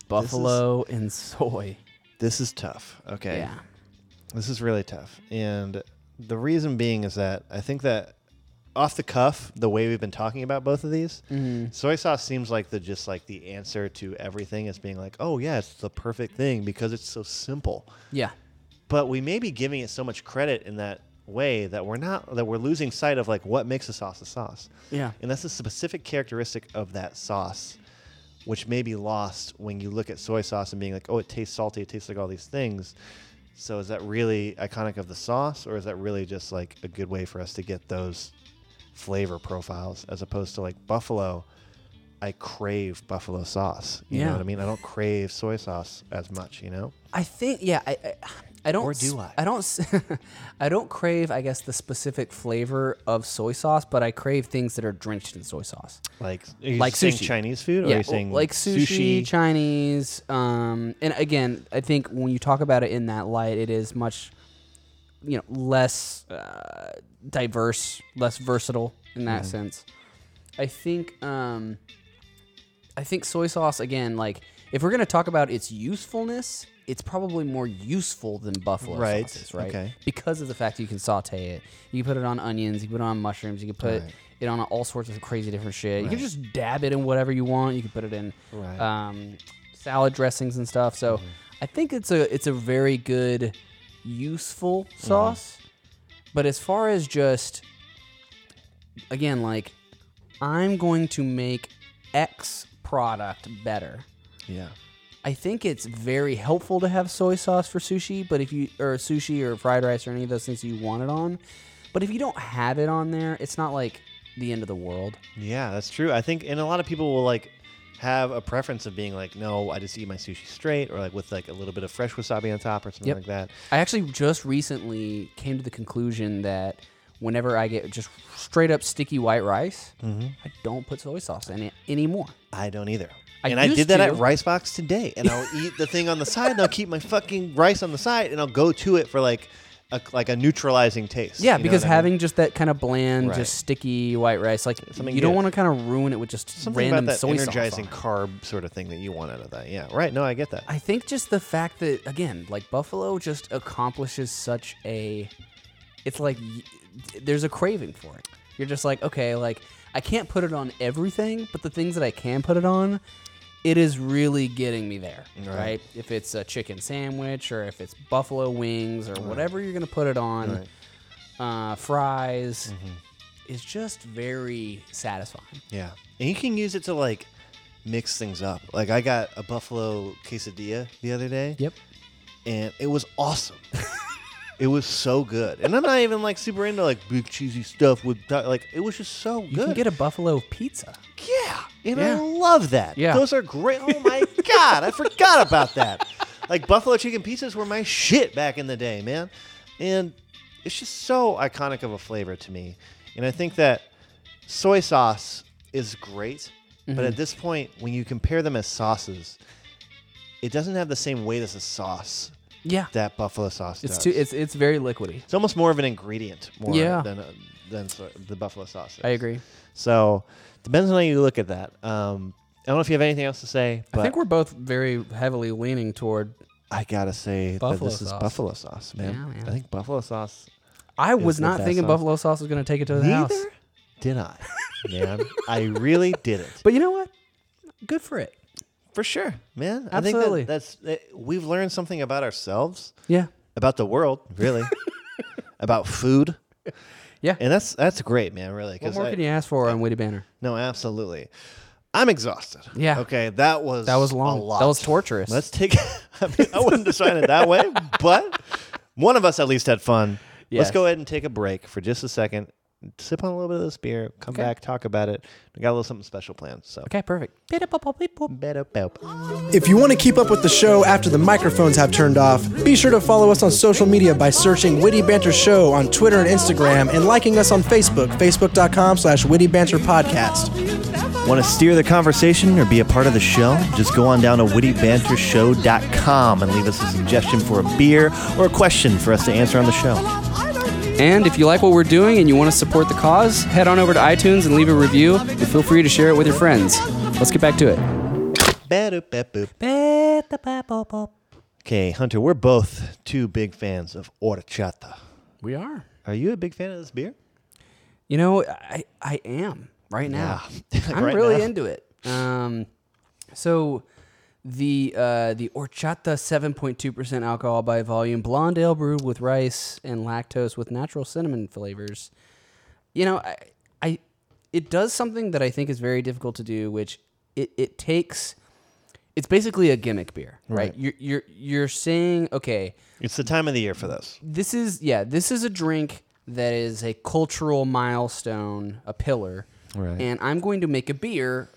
[SPEAKER 1] Buffalo and soy.
[SPEAKER 3] this is tough. Okay,
[SPEAKER 1] Yeah.
[SPEAKER 3] This is really tough. And the reason being is that I think that off the cuff, the way we've been talking about both of these, soy sauce seems like the just like the answer to everything is being like, oh yeah, it's the perfect thing because it's so simple.
[SPEAKER 1] Yeah.
[SPEAKER 3] But we may be giving it so much credit in that way that we're not that we're losing sight of like what makes a sauce a sauce.
[SPEAKER 1] Yeah.
[SPEAKER 3] And that's a specific characteristic of that sauce, which may be lost when you look at soy sauce and being like, oh, it tastes salty, it tastes like all these things. So is that really iconic of the sauce, or is that really just like a good way for us to get those flavor profiles as opposed to like buffalo? I crave buffalo sauce. You
[SPEAKER 1] Yeah.
[SPEAKER 3] know what I mean? I don't crave soy sauce as much, you know?
[SPEAKER 1] I think yeah, I I, I don't
[SPEAKER 3] Or do
[SPEAKER 1] s-
[SPEAKER 3] I?
[SPEAKER 1] I don't s- I don't crave I guess the specific flavor of soy sauce, but I crave things that are drenched in soy sauce.
[SPEAKER 3] Like, are you
[SPEAKER 1] Like
[SPEAKER 3] saying
[SPEAKER 1] sushi.
[SPEAKER 3] Chinese food, or are
[SPEAKER 1] yeah,
[SPEAKER 3] you saying
[SPEAKER 1] like sushi, Chinese, um and again, I think when you talk about it in that light, it is much you know, less uh, diverse, less versatile in that sense. I think um I think soy sauce again, like if we're gonna talk about its usefulness, it's probably more useful than buffalo
[SPEAKER 3] Right,
[SPEAKER 1] sauces, right?
[SPEAKER 3] okay.
[SPEAKER 1] Because of the fact that you can saute it, you can put it on onions, you can put it on mushrooms, you can put
[SPEAKER 3] Right.
[SPEAKER 1] it on all sorts of crazy different shit. You can just dab it in whatever you want. You can put it in
[SPEAKER 3] Right. Mm-hmm.
[SPEAKER 1] um, salad dressings and stuff. So I think it's a it's a very good useful
[SPEAKER 3] Mm-hmm.
[SPEAKER 1] sauce. But as far as just again like I'm going to make X product better.
[SPEAKER 3] Yeah.
[SPEAKER 1] I think it's very helpful to have soy sauce for sushi, but if you or sushi or fried rice or any of those things you want it on, but if you don't have it on there, it's not like the end of the world.
[SPEAKER 3] Yeah, that's true. I think, and a lot of people will like have a preference of being like, no, I just eat my sushi straight, or like with like a little bit of fresh wasabi on top, or something
[SPEAKER 1] Yep.
[SPEAKER 3] like that.
[SPEAKER 1] I actually just recently came to the conclusion that whenever I get just
[SPEAKER 3] Mm-hmm.
[SPEAKER 1] straight up sticky white rice, I don't put soy sauce in it anymore.
[SPEAKER 3] I don't either.
[SPEAKER 1] I
[SPEAKER 3] and I did
[SPEAKER 1] used
[SPEAKER 3] that
[SPEAKER 1] to.
[SPEAKER 3] at Rice Box today. And I'll eat the thing on the side, and I'll keep my fucking rice on the side, and I'll go to it for like a, like a neutralizing taste.
[SPEAKER 1] Yeah,
[SPEAKER 3] you know
[SPEAKER 1] because
[SPEAKER 3] what I mean?
[SPEAKER 1] having just that kind of bland,
[SPEAKER 3] Right.
[SPEAKER 1] just sticky white rice, like
[SPEAKER 3] Something
[SPEAKER 1] you don't
[SPEAKER 3] good.
[SPEAKER 1] want to kind of ruin it with just
[SPEAKER 3] something
[SPEAKER 1] random
[SPEAKER 3] about that
[SPEAKER 1] soy
[SPEAKER 3] energizing
[SPEAKER 1] sauce. on it.
[SPEAKER 3] carb sort of thing that you want out of that. Yeah, right. No, I get that.
[SPEAKER 1] I think just the fact that again, like buffalo, just accomplishes such a. It's like y- there's a craving for it. You're just like, okay, like I can't put it on everything, but the things that I can put it on, it is really getting me there, right? If it's a chicken sandwich or if it's buffalo wings or whatever you're gonna put it on, uh, fries.
[SPEAKER 3] Mm-hmm.
[SPEAKER 1] Is just very satisfying.
[SPEAKER 3] Yeah, and you can use it to like mix things up. Like I got a buffalo quesadilla the other day. and it was awesome. it was so good, and I'm not even like super into like big cheesy stuff with di- like it was just so
[SPEAKER 1] You
[SPEAKER 3] good.
[SPEAKER 1] can get a buffalo pizza.
[SPEAKER 3] yeah, and I
[SPEAKER 1] Yeah.
[SPEAKER 3] love that.
[SPEAKER 1] Yeah.
[SPEAKER 3] those are great. Oh my god, I forgot about that. Like buffalo chicken pizzas were my shit back in the day, man, and it's just so iconic of a flavor to me, and I think that soy sauce is great, but
[SPEAKER 1] Mm-hmm.
[SPEAKER 3] at this point, when you compare them as sauces. It doesn't have the same weight as a sauce
[SPEAKER 1] Yeah.
[SPEAKER 3] that buffalo sauce
[SPEAKER 1] It's
[SPEAKER 3] does.
[SPEAKER 1] too. It's it's very liquidy.
[SPEAKER 3] It's almost more of an ingredient more
[SPEAKER 1] Yeah.
[SPEAKER 3] than a, than so- the buffalo sauce. Is.
[SPEAKER 1] I agree.
[SPEAKER 3] So depends on how you look at that. Um, I don't know if you have anything else to say, but
[SPEAKER 1] I
[SPEAKER 3] I,
[SPEAKER 1] think we're both very heavily leaning toward.
[SPEAKER 3] gotta say that
[SPEAKER 1] Buffalo
[SPEAKER 3] this is
[SPEAKER 1] sauce.
[SPEAKER 3] buffalo sauce, man.
[SPEAKER 1] Yeah, man.
[SPEAKER 3] I think buffalo sauce.
[SPEAKER 1] I was
[SPEAKER 3] the
[SPEAKER 1] not
[SPEAKER 3] best
[SPEAKER 1] thinking
[SPEAKER 3] sauce.
[SPEAKER 1] buffalo sauce was going to take it to the house.
[SPEAKER 3] Neither did I, man. I really didn't,
[SPEAKER 1] But you know what? Good for it.
[SPEAKER 3] for sure, man.
[SPEAKER 1] Absolutely.
[SPEAKER 3] I think that, that's that we've learned something about ourselves,
[SPEAKER 1] Yeah.
[SPEAKER 3] about the world, really, about food.
[SPEAKER 1] Yeah.
[SPEAKER 3] and that's that's great, man. Really,
[SPEAKER 1] What
[SPEAKER 3] 'cause
[SPEAKER 1] more
[SPEAKER 3] I-
[SPEAKER 1] can you ask for on Witty Banner?
[SPEAKER 3] No, absolutely. I'm exhausted.
[SPEAKER 1] Yeah.
[SPEAKER 3] Okay, that was
[SPEAKER 1] That was
[SPEAKER 3] A
[SPEAKER 1] long.
[SPEAKER 3] lot.
[SPEAKER 1] That was torturous.
[SPEAKER 3] Let's take. I, mean, I wouldn't assign it that way, but one of us at least had fun.
[SPEAKER 1] Yes.
[SPEAKER 3] Let's go ahead and take a break for just a second. Sip on a little bit of this beer. Come back, talk about it. We got a little something special planned. So.
[SPEAKER 1] okay, perfect.
[SPEAKER 3] Better help.
[SPEAKER 5] If you want to keep up with the show after the microphones have turned off, be sure to follow us on social media by searching Witty Banter Show on Twitter and Instagram and liking us on Facebook, facebook.com slash Witty Banter Podcast.
[SPEAKER 3] Want to steer the conversation or be a part of the show? Just go on down to wittybantershow.com and leave us a suggestion for a beer or a question for us to answer on the show.
[SPEAKER 1] And if you like what we're doing and you want to support the cause, head on over to iTunes and leave a review. And feel free to share it with your friends. Let's get back to it.
[SPEAKER 3] Better, better. Okay, Hunter, we're both two big fans of horchata.
[SPEAKER 1] We are.
[SPEAKER 3] Are you a big fan of this beer?
[SPEAKER 1] You know, I I am right now.
[SPEAKER 3] Yeah. Like
[SPEAKER 1] I'm
[SPEAKER 3] right
[SPEAKER 1] really
[SPEAKER 3] now.
[SPEAKER 1] into it. Um, so the uh, the horchata 7.2% alcohol by volume blonde ale brewed with rice and lactose with natural cinnamon flavors. You know, I, I it does something that I think is very difficult to do, which it, it takes. It's basically a gimmick beer, right?
[SPEAKER 3] Right.
[SPEAKER 1] You're you're you're saying okay
[SPEAKER 3] It's the time of the year for this.
[SPEAKER 1] this is yeah this is a drink that is a cultural milestone a pillar
[SPEAKER 3] Right.
[SPEAKER 1] and i'm going to make a beer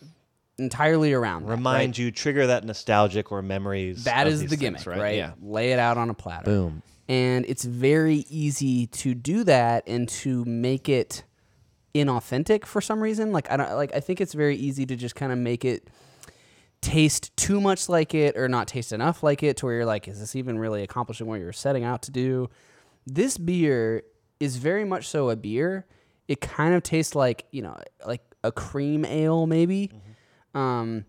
[SPEAKER 1] entirely around
[SPEAKER 3] Remind you, trigger that nostalgic or memories.
[SPEAKER 1] that, that
[SPEAKER 3] of
[SPEAKER 1] is
[SPEAKER 3] these
[SPEAKER 1] the gimmick
[SPEAKER 3] things,
[SPEAKER 1] right,
[SPEAKER 3] Yeah.
[SPEAKER 1] lay it out on a platter
[SPEAKER 3] Boom.
[SPEAKER 1] and it's very easy to do that and to make it inauthentic for some reason like i don't like i think it's very easy to just kind of make it taste too much like it or not taste enough like it to where you're like, is this even really accomplishing what you're setting out to do? This beer is very much so a beer. It kind of tastes like, you know, like a cream ale maybe.
[SPEAKER 3] Mm-hmm.
[SPEAKER 1] Um,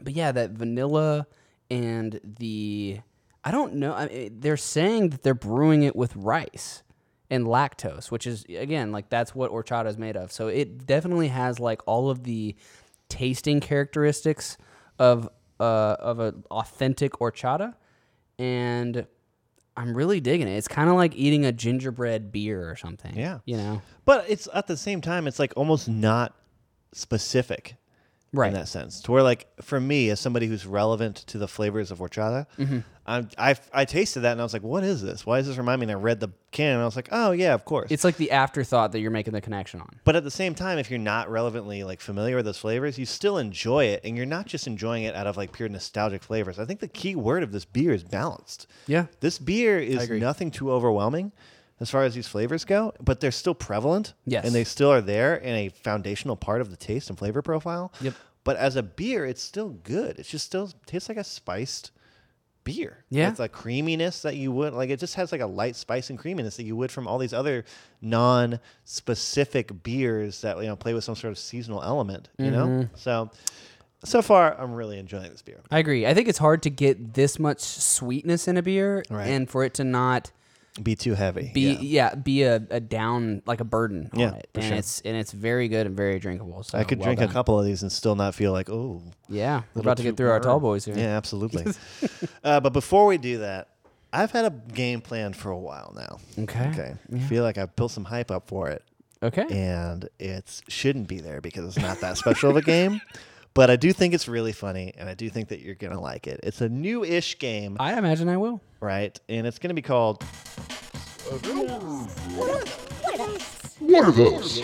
[SPEAKER 1] but yeah, that vanilla and the, I don't know. I mean, they're saying that they're brewing it with rice and lactose, which is again like that's what horchata is made of. So it definitely has like all of the tasting characteristics of uh, of an authentic horchata, and I'm really digging it. It's kind of like eating a gingerbread beer or something.
[SPEAKER 3] Yeah.
[SPEAKER 1] you know,
[SPEAKER 3] But it's at the same time, it's like almost not specific
[SPEAKER 1] right?
[SPEAKER 3] in that sense. To where, like, for me, as somebody who's relevant to the flavors of horchata,
[SPEAKER 1] Mm-hmm.
[SPEAKER 3] I'm, I, I tasted that and I was like, what is this? Why does this remind me? And I read the can and I was like, oh, yeah, of course.
[SPEAKER 1] It's like the afterthought that you're making the connection on.
[SPEAKER 3] But at the same time, if you're not relevantly like familiar with those flavors, you still enjoy it, and you're not just enjoying it out of like pure nostalgic flavors. I think the key word of this beer is balanced.
[SPEAKER 1] Yeah.
[SPEAKER 3] This beer is nothing too overwhelming as far as these flavors go, but they're still prevalent.
[SPEAKER 1] Yes.
[SPEAKER 3] And they still are there in a foundational part of the taste and flavor profile.
[SPEAKER 1] Yep.
[SPEAKER 3] But as a beer, it's still good. It just still tastes like a spiced beer.
[SPEAKER 1] Yeah.
[SPEAKER 3] It's a creaminess that you would like it just has like a light spice and creaminess that you would from all these other non specific beers that you know play with some sort of seasonal element, you know?
[SPEAKER 1] Mm-hmm.
[SPEAKER 3] So so far I'm really enjoying this beer.
[SPEAKER 1] I agree. I think it's hard to get this much sweetness in a beer
[SPEAKER 3] Right.
[SPEAKER 1] and for it to not
[SPEAKER 3] Be too heavy.
[SPEAKER 1] be yeah, be a, a down like a burden on
[SPEAKER 3] Yeah,
[SPEAKER 1] it.
[SPEAKER 3] for
[SPEAKER 1] And
[SPEAKER 3] sure.
[SPEAKER 1] it's and it's very good and very drinkable. So
[SPEAKER 3] I could
[SPEAKER 1] well
[SPEAKER 3] drink a
[SPEAKER 1] done.
[SPEAKER 3] couple of these and still not feel like, oh,
[SPEAKER 1] Yeah.
[SPEAKER 3] little
[SPEAKER 1] We're about to
[SPEAKER 3] too
[SPEAKER 1] get through our tall
[SPEAKER 3] hard.
[SPEAKER 1] boys here.
[SPEAKER 3] Yeah, absolutely. uh, but before we do that, I've had a game plan for a while now.
[SPEAKER 1] Okay.
[SPEAKER 3] Okay. I feel like I've built some hype up for it,
[SPEAKER 1] Okay.
[SPEAKER 3] and it shouldn't be there because it's not that special of a game. But I do think it's really funny, and I do think that you're going to like it. It's a new ish game,
[SPEAKER 1] I imagine I will.
[SPEAKER 3] right? And it's going to be called
[SPEAKER 6] What are those?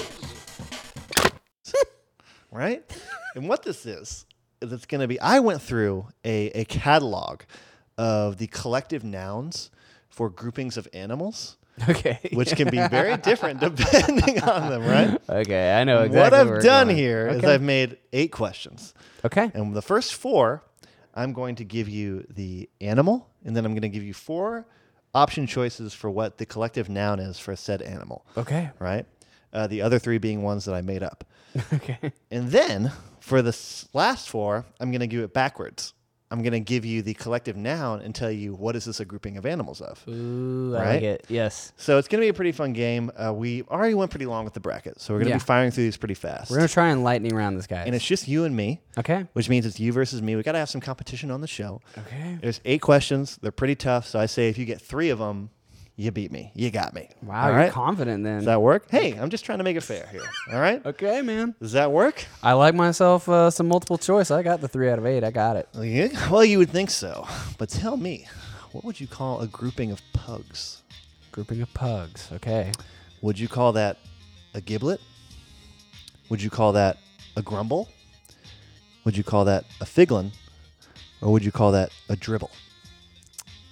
[SPEAKER 3] right? and what this is is it's going to be. I went through a, a catalog of the collective nouns for groupings of animals,
[SPEAKER 1] Okay.
[SPEAKER 3] which can be very different depending on them, right?
[SPEAKER 1] okay, I know exactly.
[SPEAKER 3] what
[SPEAKER 1] where
[SPEAKER 3] I've
[SPEAKER 1] we're
[SPEAKER 3] done
[SPEAKER 1] going.
[SPEAKER 3] here is
[SPEAKER 1] okay.
[SPEAKER 3] I've made eight questions,
[SPEAKER 1] Okay.
[SPEAKER 3] and the first four, I'm going to give you the animal, and then I'm going to give you four option choices for what the collective noun is for said animal,
[SPEAKER 1] Okay.
[SPEAKER 3] right? Uh, the other three being ones that I made up.
[SPEAKER 1] Okay.
[SPEAKER 3] And then for the s- last four, I'm going to do it backwards. I'm going to give you the collective noun and tell you what is this a grouping of animals of.
[SPEAKER 1] Ooh, I
[SPEAKER 3] Right?
[SPEAKER 1] like it. Yes.
[SPEAKER 3] So it's going to be a pretty fun game. Uh, we already went pretty long with the bracket, so we're going to
[SPEAKER 1] Yeah.
[SPEAKER 3] be firing through these pretty fast.
[SPEAKER 1] We're gonna try and lightning round this guy.
[SPEAKER 3] and it's just you and me,
[SPEAKER 1] okay.
[SPEAKER 3] which means it's you versus me. We got to have some competition on the show.
[SPEAKER 1] Okay.
[SPEAKER 3] There's eight questions. They're pretty tough, so I say if you get three of them, you beat me. You got me.
[SPEAKER 1] Wow,
[SPEAKER 3] All
[SPEAKER 1] you're
[SPEAKER 3] right?
[SPEAKER 1] confident then.
[SPEAKER 3] Does that work? Hey, I'm just trying to make it fair here. All right.
[SPEAKER 1] okay, man.
[SPEAKER 3] Does that work?
[SPEAKER 1] I like myself uh, some multiple choice. I got the three out of eight. I got it.
[SPEAKER 3] Well, you- Well, you would think so. But tell me, what would you call a grouping of pugs?
[SPEAKER 1] Grouping of pugs. Okay.
[SPEAKER 3] Would you call that a giblet? Would you call that a grumble? Would you call that a figlin? Or would you call that a dribble?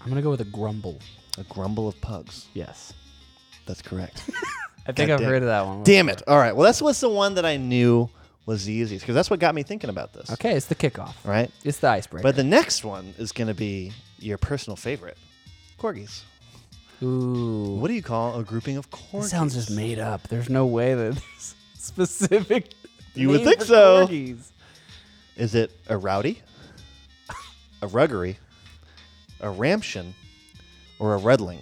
[SPEAKER 1] I'm gonna go with a grumble.
[SPEAKER 3] A grumble of pugs.
[SPEAKER 1] Yes.
[SPEAKER 3] That's correct.
[SPEAKER 1] I think
[SPEAKER 3] God
[SPEAKER 1] I've
[SPEAKER 3] damn-
[SPEAKER 1] heard of that one.
[SPEAKER 3] Damn it. All right. Well, that's what's the one that I knew was the easiest because that's what got me thinking about this.
[SPEAKER 1] Okay, it's the kickoff.
[SPEAKER 3] All right.
[SPEAKER 1] It's the icebreaker.
[SPEAKER 3] But the next one is going to be your personal favorite corgis.
[SPEAKER 1] Ooh,
[SPEAKER 3] What do you call a grouping of corgis?
[SPEAKER 1] this sounds just made up. There's no way that there's specific.
[SPEAKER 3] You would
[SPEAKER 1] name
[SPEAKER 3] think
[SPEAKER 1] for
[SPEAKER 3] so.
[SPEAKER 1] corgis.
[SPEAKER 3] Is it a rowdy, a ruggery, a ramshin, or a redling?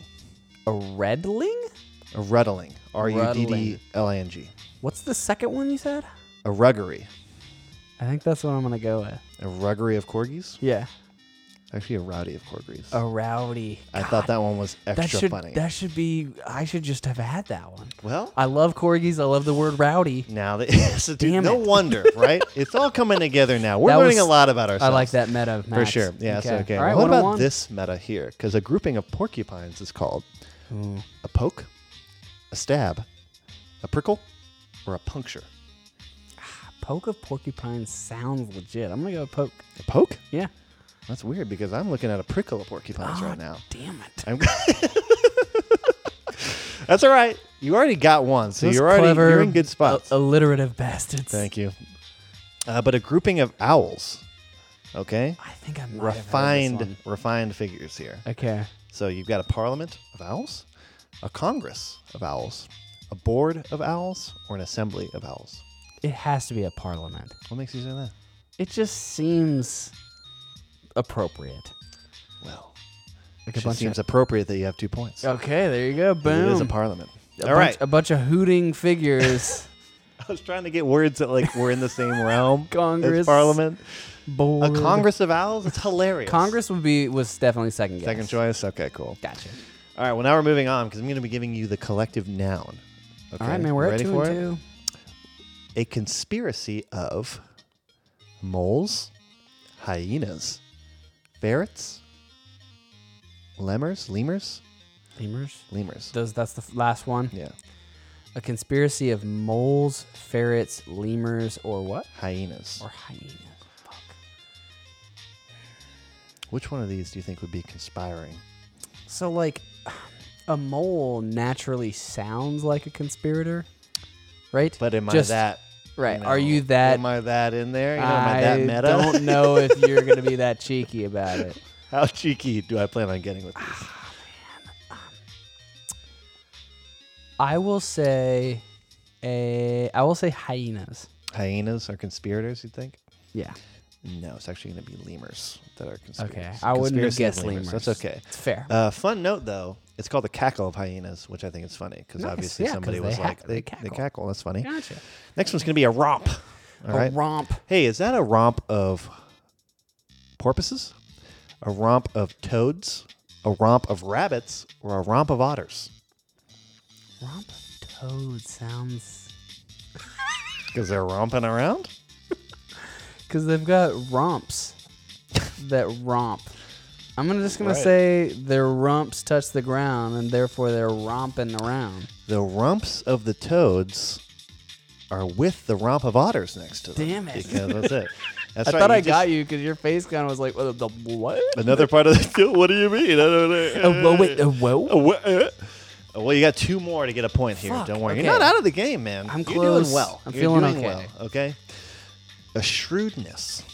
[SPEAKER 1] A redling?
[SPEAKER 3] A ruddling. R U D D L I N G.
[SPEAKER 1] What's the second one you said?
[SPEAKER 3] A ruggery.
[SPEAKER 1] I think that's what I'm gonna go with.
[SPEAKER 3] A ruggery of corgis?
[SPEAKER 1] Yeah.
[SPEAKER 3] Actually, a rowdy of corgis.
[SPEAKER 1] A rowdy.
[SPEAKER 3] I thought that one was
[SPEAKER 1] Oh, That
[SPEAKER 3] extra
[SPEAKER 1] should
[SPEAKER 3] funny.
[SPEAKER 1] that should be. I should just have had that one.
[SPEAKER 3] well,
[SPEAKER 1] I love corgis. I love the word rowdy.
[SPEAKER 3] now that so dude,
[SPEAKER 1] Damn
[SPEAKER 3] no
[SPEAKER 1] it.
[SPEAKER 3] wonder, right? It's all coming together now. We're
[SPEAKER 1] That
[SPEAKER 3] learning
[SPEAKER 1] was-
[SPEAKER 3] a lot about
[SPEAKER 1] I
[SPEAKER 3] ourselves.
[SPEAKER 1] like that meta. Max.
[SPEAKER 3] For sure. Yeah. Okay. So, okay.
[SPEAKER 1] All right.
[SPEAKER 3] what
[SPEAKER 1] one on
[SPEAKER 3] about
[SPEAKER 1] one.
[SPEAKER 3] this meta here? Because a grouping of porcupines is called a poke, a stab, a prickle, or a puncture.
[SPEAKER 1] Poke of porcupine sounds legit. I'm gonna go poke.
[SPEAKER 3] A poke?
[SPEAKER 1] Yeah.
[SPEAKER 3] That's weird because I'm looking at a prickle of porcupines right now.
[SPEAKER 1] Damn it.
[SPEAKER 3] I'm That's all right. You already got one, so
[SPEAKER 1] Those
[SPEAKER 3] you're already
[SPEAKER 1] clever,
[SPEAKER 3] you're in good spots.
[SPEAKER 1] a- alliterative bastards.
[SPEAKER 3] Thank you. Uh, but a grouping of owls. Okay.
[SPEAKER 1] I think I might Have heard
[SPEAKER 3] Refined,
[SPEAKER 1] this
[SPEAKER 3] refined figures here.
[SPEAKER 1] one. Okay.
[SPEAKER 3] So you've got a parliament of owls, a congress of owls, a board of owls, or an assembly of owls.
[SPEAKER 1] It has to be a parliament.
[SPEAKER 3] What makes you say that?
[SPEAKER 1] It just seems appropriate.
[SPEAKER 3] Well,
[SPEAKER 1] Like
[SPEAKER 3] it just seems appropriate that you have two points.
[SPEAKER 1] okay, there you go.
[SPEAKER 3] It is
[SPEAKER 1] Boom.
[SPEAKER 3] a parliament. All
[SPEAKER 1] A bunch,
[SPEAKER 3] right.
[SPEAKER 1] A bunch of hooting figures.
[SPEAKER 3] I was trying to get words that like were in the same realm.
[SPEAKER 1] Congress.
[SPEAKER 3] as parliament. A
[SPEAKER 1] Board.
[SPEAKER 3] congress of owls. It's hilarious.
[SPEAKER 1] Congress would be was definitely second guess.
[SPEAKER 3] Second choice. Okay, cool.
[SPEAKER 1] Gotcha.
[SPEAKER 3] All right. Well, now we're moving on because I'm going to be giving you the collective noun. Okay.
[SPEAKER 1] All right, man.
[SPEAKER 3] you
[SPEAKER 1] We're at
[SPEAKER 3] ready
[SPEAKER 1] two
[SPEAKER 3] for
[SPEAKER 1] and
[SPEAKER 3] it?
[SPEAKER 1] two.
[SPEAKER 3] a conspiracy of moles, hyenas, ferrets, lemurs, lemurs,
[SPEAKER 1] Lemurs.
[SPEAKER 3] lemurs.
[SPEAKER 1] Those. That's the f- last one.
[SPEAKER 3] yeah,
[SPEAKER 1] A conspiracy of moles, ferrets, lemurs, or what?
[SPEAKER 3] hyenas.
[SPEAKER 1] Or hyenas. Fuck.
[SPEAKER 3] Which one of these do you think would be conspiring?
[SPEAKER 1] So like, a mole naturally sounds like a conspirator, right?
[SPEAKER 3] But am
[SPEAKER 1] Just-
[SPEAKER 3] I that
[SPEAKER 1] Right.
[SPEAKER 3] know,
[SPEAKER 1] Are you that?
[SPEAKER 3] Am I that in there? You know, am I,
[SPEAKER 1] I
[SPEAKER 3] that meta?
[SPEAKER 1] don't know if you're going to be that cheeky about it.
[SPEAKER 3] How cheeky do I plan on getting with this?
[SPEAKER 1] I will say a I will say hyenas.
[SPEAKER 3] Hyenas are conspirators, you think?
[SPEAKER 1] Yeah.
[SPEAKER 3] No, it's actually going to be lemurs that are conspirators.
[SPEAKER 1] Okay. I wouldn't
[SPEAKER 3] Conspiracy
[SPEAKER 1] have
[SPEAKER 3] of
[SPEAKER 1] guessed lemurs.
[SPEAKER 3] That's okay.
[SPEAKER 1] It's fair.
[SPEAKER 3] Uh, fun note though, it's called the cackle of hyenas, which I think is funny because
[SPEAKER 1] Nice,
[SPEAKER 3] obviously
[SPEAKER 1] yeah, 'cause
[SPEAKER 3] somebody
[SPEAKER 1] they
[SPEAKER 3] was
[SPEAKER 1] ha-
[SPEAKER 3] like,
[SPEAKER 1] they
[SPEAKER 3] they,
[SPEAKER 1] cackle.
[SPEAKER 3] they cackle. That's funny.
[SPEAKER 1] gotcha.
[SPEAKER 3] Next one's going to be a romp. All
[SPEAKER 1] a
[SPEAKER 3] right.
[SPEAKER 1] romp.
[SPEAKER 3] Hey, is that a romp of porpoises? A romp of toads? A romp of rabbits? Or a romp of otters?
[SPEAKER 1] Romp of toad sounds
[SPEAKER 3] Because they're romping around?
[SPEAKER 1] because they've got romps that romp. I'm gonna just gonna
[SPEAKER 3] Right.
[SPEAKER 1] say their rumps touch the ground and therefore they're romping around.
[SPEAKER 3] The rumps of the toads are with the romp of otters next to them.
[SPEAKER 1] Damn it.
[SPEAKER 3] Because that's it. That's
[SPEAKER 1] I
[SPEAKER 3] right,
[SPEAKER 1] thought I
[SPEAKER 3] just-
[SPEAKER 1] got you because your face kind of was like, what? The, what?
[SPEAKER 3] Another part of the. What do you mean? I don't know.
[SPEAKER 1] Oh, whoa, wait, oh, whoa?
[SPEAKER 3] Oh, wha- uh. Oh, Well, you got two more to get a point here.
[SPEAKER 1] Fuck,
[SPEAKER 3] Don't worry.
[SPEAKER 1] okay.
[SPEAKER 3] You're not out of the game, man.
[SPEAKER 1] I'm
[SPEAKER 3] You're
[SPEAKER 1] close.
[SPEAKER 3] doing well.
[SPEAKER 1] I'm
[SPEAKER 3] You're
[SPEAKER 1] feeling
[SPEAKER 3] doing
[SPEAKER 1] okay.
[SPEAKER 3] well, okay? A shrewdness.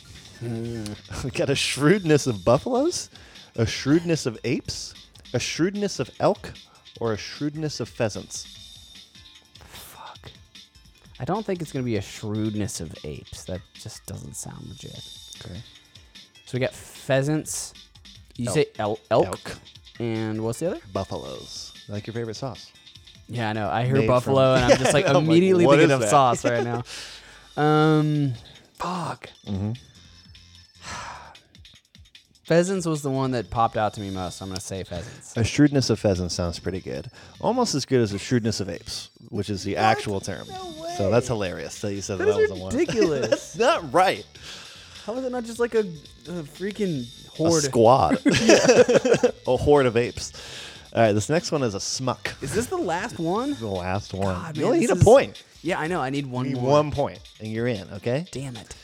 [SPEAKER 3] we got a shrewdness of buffaloes, a shrewdness of apes, a shrewdness of elk, or a shrewdness of pheasants.
[SPEAKER 1] Fuck. I don't think it's gonna be a shrewdness of apes. That just doesn't sound legit.
[SPEAKER 3] Okay.
[SPEAKER 1] So we got pheasants. You
[SPEAKER 3] Elk.
[SPEAKER 1] say el- elk.
[SPEAKER 3] Elk.
[SPEAKER 1] And what's the other?
[SPEAKER 3] Buffaloes. Like your favorite sauce.
[SPEAKER 1] Yeah, I know. I hear
[SPEAKER 3] Made from-
[SPEAKER 1] buffalo, and I'm just like
[SPEAKER 3] I'm like,
[SPEAKER 1] immediately
[SPEAKER 3] what
[SPEAKER 1] thinking of
[SPEAKER 3] is that?
[SPEAKER 1] sauce right now. Um, fuck.
[SPEAKER 3] Mm-hmm.
[SPEAKER 1] pheasants was the one that popped out to me most. so I'm gonna say pheasants.
[SPEAKER 3] A shrewdness of pheasants sounds pretty good. Almost as good as a shrewdness of apes, which is the actual term. So that's hilarious that you said that,
[SPEAKER 1] That is
[SPEAKER 3] was the one.
[SPEAKER 1] ridiculous.
[SPEAKER 3] Not right.
[SPEAKER 1] How is it not just like a, a freaking
[SPEAKER 3] A
[SPEAKER 1] horde?
[SPEAKER 3] squad. a horde of apes. All right, this next one is a smuck.
[SPEAKER 1] is this the last one?
[SPEAKER 3] The last one.
[SPEAKER 1] God,
[SPEAKER 3] you
[SPEAKER 1] man,
[SPEAKER 3] only
[SPEAKER 1] this
[SPEAKER 3] need a
[SPEAKER 1] is-
[SPEAKER 3] point.
[SPEAKER 1] Yeah, I know. I need one
[SPEAKER 3] You need
[SPEAKER 1] more.
[SPEAKER 3] one point, and you're in, okay?
[SPEAKER 1] Damn it.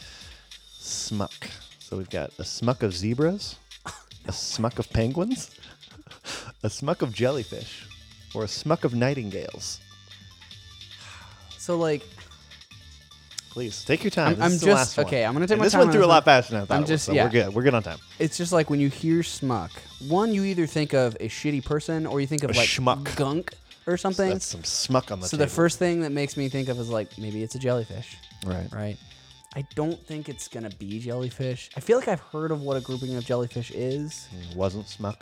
[SPEAKER 3] Smuck. So we've got a smuck of zebras, a smuck of penguins, a smuck of jellyfish, or a smuck of nightingales.
[SPEAKER 1] So like,
[SPEAKER 3] Please take your time.
[SPEAKER 1] I'm-
[SPEAKER 3] This
[SPEAKER 1] I'm
[SPEAKER 3] is the
[SPEAKER 1] just-
[SPEAKER 3] last one.
[SPEAKER 1] okay, I'm gonna take
[SPEAKER 3] And
[SPEAKER 1] my
[SPEAKER 3] this
[SPEAKER 1] time
[SPEAKER 3] went
[SPEAKER 1] on
[SPEAKER 3] through
[SPEAKER 1] this
[SPEAKER 3] a lot
[SPEAKER 1] one.
[SPEAKER 3] faster than I thought.
[SPEAKER 1] I'm
[SPEAKER 3] it would,
[SPEAKER 1] just-
[SPEAKER 3] so
[SPEAKER 1] yeah.
[SPEAKER 3] we're good. We're good on time.
[SPEAKER 1] it's just like when you hear smuck, one you either think of a shitty person or you think of
[SPEAKER 3] A
[SPEAKER 1] like
[SPEAKER 3] schmuck.
[SPEAKER 1] gunk or something.
[SPEAKER 3] That's some smuck on the
[SPEAKER 1] So
[SPEAKER 3] table.
[SPEAKER 1] the first thing that makes me think of is like maybe it's a jellyfish,
[SPEAKER 3] right.
[SPEAKER 1] right? I don't think it's gonna be jellyfish. I feel like I've heard of what a grouping of jellyfish is.
[SPEAKER 3] wasn't smuck.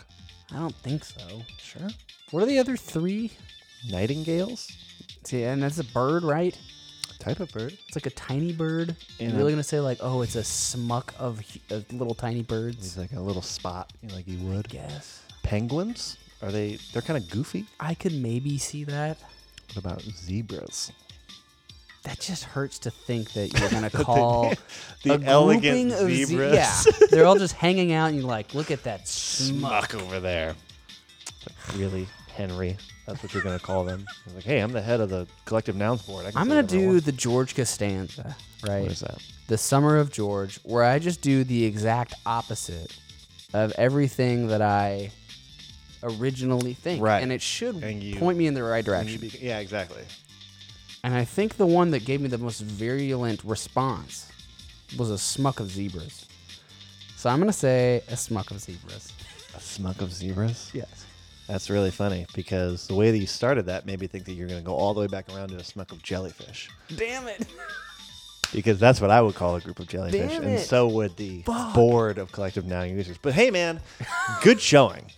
[SPEAKER 1] I don't think so.
[SPEAKER 3] Sure.
[SPEAKER 1] What are the other three?
[SPEAKER 3] Nightingales,
[SPEAKER 1] See, and that's a bird, right?
[SPEAKER 3] type of bird.
[SPEAKER 1] It's like a tiny bird. You're
[SPEAKER 3] Yeah.
[SPEAKER 1] really gonna say like, oh, it's a smuck of, hu- of little tiny
[SPEAKER 3] It's
[SPEAKER 1] birds?
[SPEAKER 3] like a little spot, you know, like you would.
[SPEAKER 1] Yes,
[SPEAKER 3] Penguins? Are they? They're kind of goofy.
[SPEAKER 1] I could maybe see that.
[SPEAKER 3] What about zebras?
[SPEAKER 1] That just hurts to think that you're gonna call
[SPEAKER 3] the
[SPEAKER 1] a
[SPEAKER 3] elegant
[SPEAKER 1] grouping of ze-
[SPEAKER 3] zebras.
[SPEAKER 1] yeah, they're all just hanging out, and you're like, look at that smuck.
[SPEAKER 3] Smuck over there. It's like, really, Henry? That's what you're gonna call them? It's like, hey, I'm the head of the collective nouns board. I can
[SPEAKER 1] I'm
[SPEAKER 3] say
[SPEAKER 1] gonna
[SPEAKER 3] whatever I
[SPEAKER 1] do
[SPEAKER 3] want."
[SPEAKER 1] the George Costanza, right?
[SPEAKER 3] What is that?
[SPEAKER 1] The Summer of George, where I just do the exact opposite of everything that I originally think,
[SPEAKER 3] Right.
[SPEAKER 1] And it should
[SPEAKER 3] And you-
[SPEAKER 1] point me in the right direction.
[SPEAKER 3] yeah, exactly.
[SPEAKER 1] And I think the one that gave me the most virulent response was a smuck of zebras. So I'm gonna say a smuck of zebras.
[SPEAKER 3] A smuck of zebras.
[SPEAKER 1] Yes.
[SPEAKER 3] That's really funny because the way that you started that made me think that you're gonna go all the way back around to a smuck of jellyfish.
[SPEAKER 1] Damn it.
[SPEAKER 3] Because that's what I would call a group of jellyfish,
[SPEAKER 1] Damn
[SPEAKER 3] and
[SPEAKER 1] it.
[SPEAKER 3] so would the board of collective noun users. But hey, man, good showing.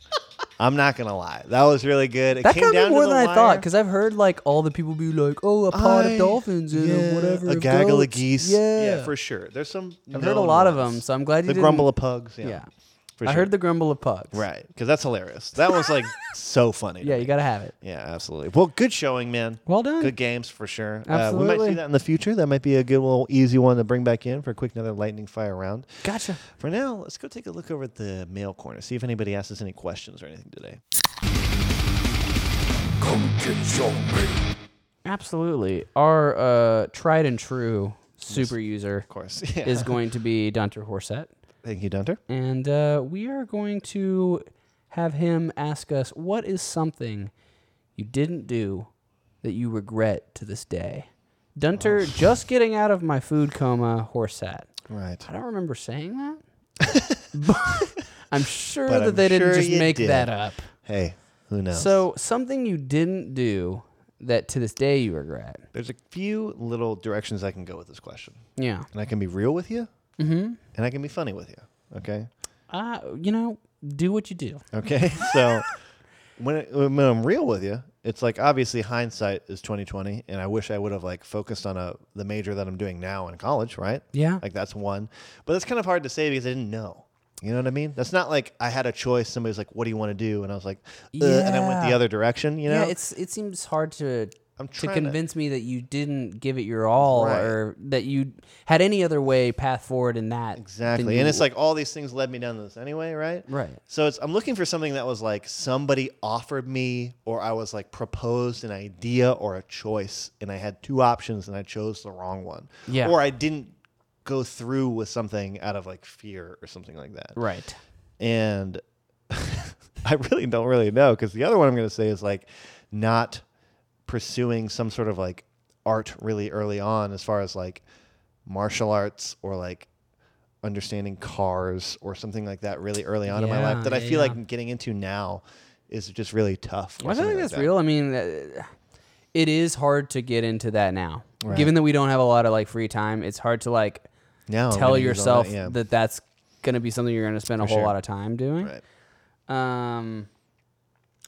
[SPEAKER 3] I'm not gonna lie, that was really good. It
[SPEAKER 1] That
[SPEAKER 3] came
[SPEAKER 1] got me
[SPEAKER 3] down
[SPEAKER 1] more
[SPEAKER 3] to the
[SPEAKER 1] than I thought
[SPEAKER 3] wire.
[SPEAKER 1] because I've heard like all the people be like, "Oh, a pod
[SPEAKER 3] I-
[SPEAKER 1] of dolphins and
[SPEAKER 3] yeah,
[SPEAKER 1] a whatever,
[SPEAKER 3] a gaggle of
[SPEAKER 1] goats."
[SPEAKER 3] geese.
[SPEAKER 1] Yeah,
[SPEAKER 3] for sure. There's some.
[SPEAKER 1] I've heard a
[SPEAKER 3] known
[SPEAKER 1] lot of
[SPEAKER 3] ones.
[SPEAKER 1] them, so I'm glad you
[SPEAKER 3] the
[SPEAKER 1] didn't.
[SPEAKER 3] grumble of pugs. Yeah,
[SPEAKER 1] yeah.
[SPEAKER 3] for
[SPEAKER 1] I
[SPEAKER 3] sure.
[SPEAKER 1] heard the grumble of pugs.
[SPEAKER 3] right because that's hilarious. That was like so funny. to
[SPEAKER 1] Yeah, you
[SPEAKER 3] me.
[SPEAKER 1] gotta have it.
[SPEAKER 3] Yeah, absolutely. Well, good showing, man.
[SPEAKER 1] Well done.
[SPEAKER 3] Good games for sure. Uh, we might see
[SPEAKER 1] Absolutely.
[SPEAKER 3] that in the future. That might be a good little easy one to bring back in for a quick another lightning fire round.
[SPEAKER 1] Gotcha.
[SPEAKER 3] For now, let's go take a look over at the mail corner, see if anybody asked us any questions or anything today.
[SPEAKER 1] Absolutely. Our uh, tried and true super user
[SPEAKER 3] Of course. Yeah.
[SPEAKER 1] is going to be Dunter Horsett,
[SPEAKER 3] Thank you, Dunter.
[SPEAKER 1] and uh, we are going to have him ask us what is something you didn't do that you regret to this day. Dunter
[SPEAKER 3] Oh.
[SPEAKER 1] just getting out of my food coma horse hat.
[SPEAKER 3] Right.
[SPEAKER 1] I don't remember saying that. but I'm sure
[SPEAKER 3] But
[SPEAKER 1] that
[SPEAKER 3] I'm
[SPEAKER 1] they didn't
[SPEAKER 3] sure
[SPEAKER 1] just
[SPEAKER 3] you
[SPEAKER 1] make
[SPEAKER 3] did.
[SPEAKER 1] that up.
[SPEAKER 3] Hey, who knows?
[SPEAKER 1] So something you didn't do that to this day you regret.
[SPEAKER 3] there's a few little directions I can go with this question,
[SPEAKER 1] Yeah.
[SPEAKER 3] and I can be real with you,
[SPEAKER 1] Mm-hmm.
[SPEAKER 3] and I can be funny with you. Okay.
[SPEAKER 1] Uh, you know, do what you do.
[SPEAKER 3] Okay. so when, it, when I'm real with you, it's like obviously hindsight is 2020, and I wish I would have like focused on a the major that I'm doing now in college, right?
[SPEAKER 1] Yeah.
[SPEAKER 3] Like that's one, but that's kind of hard to say because I didn't know. You know what I mean? That's not like I had a choice. Somebody's like, "What do you want to do?" And I was like, Ugh, and I went
[SPEAKER 1] Yeah.
[SPEAKER 3] the other direction. You know?
[SPEAKER 1] yeah, it's it seems hard to
[SPEAKER 3] I'm
[SPEAKER 1] to
[SPEAKER 3] trying to-
[SPEAKER 1] convince me that you didn't give it your all
[SPEAKER 3] Right.
[SPEAKER 1] or that you had any other way path forward in that. than
[SPEAKER 3] Exactly.
[SPEAKER 1] you-
[SPEAKER 3] And it's like all these things led me down this anyway, right?
[SPEAKER 1] Right.
[SPEAKER 3] So it's I'm looking for something that was like somebody offered me or I was like proposed an idea or a choice and I had two options and I chose the wrong one.
[SPEAKER 1] Yeah.
[SPEAKER 3] Or I didn't go through with something out of like fear or something like that.
[SPEAKER 1] right.
[SPEAKER 3] And I really don't really know because the other one I'm going to say is like not pursuing some sort of like art really early on as far as like martial arts or like understanding cars or something like that really early on in my
[SPEAKER 1] Yeah,
[SPEAKER 3] life that I
[SPEAKER 1] yeah,
[SPEAKER 3] feel
[SPEAKER 1] yeah.
[SPEAKER 3] like getting into now is just really tough. or
[SPEAKER 1] I feel
[SPEAKER 3] something
[SPEAKER 1] like that's real. I mean, uh, it is hard to get into that now.
[SPEAKER 3] Right.
[SPEAKER 1] Given that we don't have a lot of like free time, it's hard to like
[SPEAKER 3] Now I'm
[SPEAKER 1] tell
[SPEAKER 3] gonna use all
[SPEAKER 1] yourself
[SPEAKER 3] that, yeah.
[SPEAKER 1] that that's going to be something you're going to spend a whole
[SPEAKER 3] sure.
[SPEAKER 1] lot of time doing.
[SPEAKER 3] Right.
[SPEAKER 1] Um,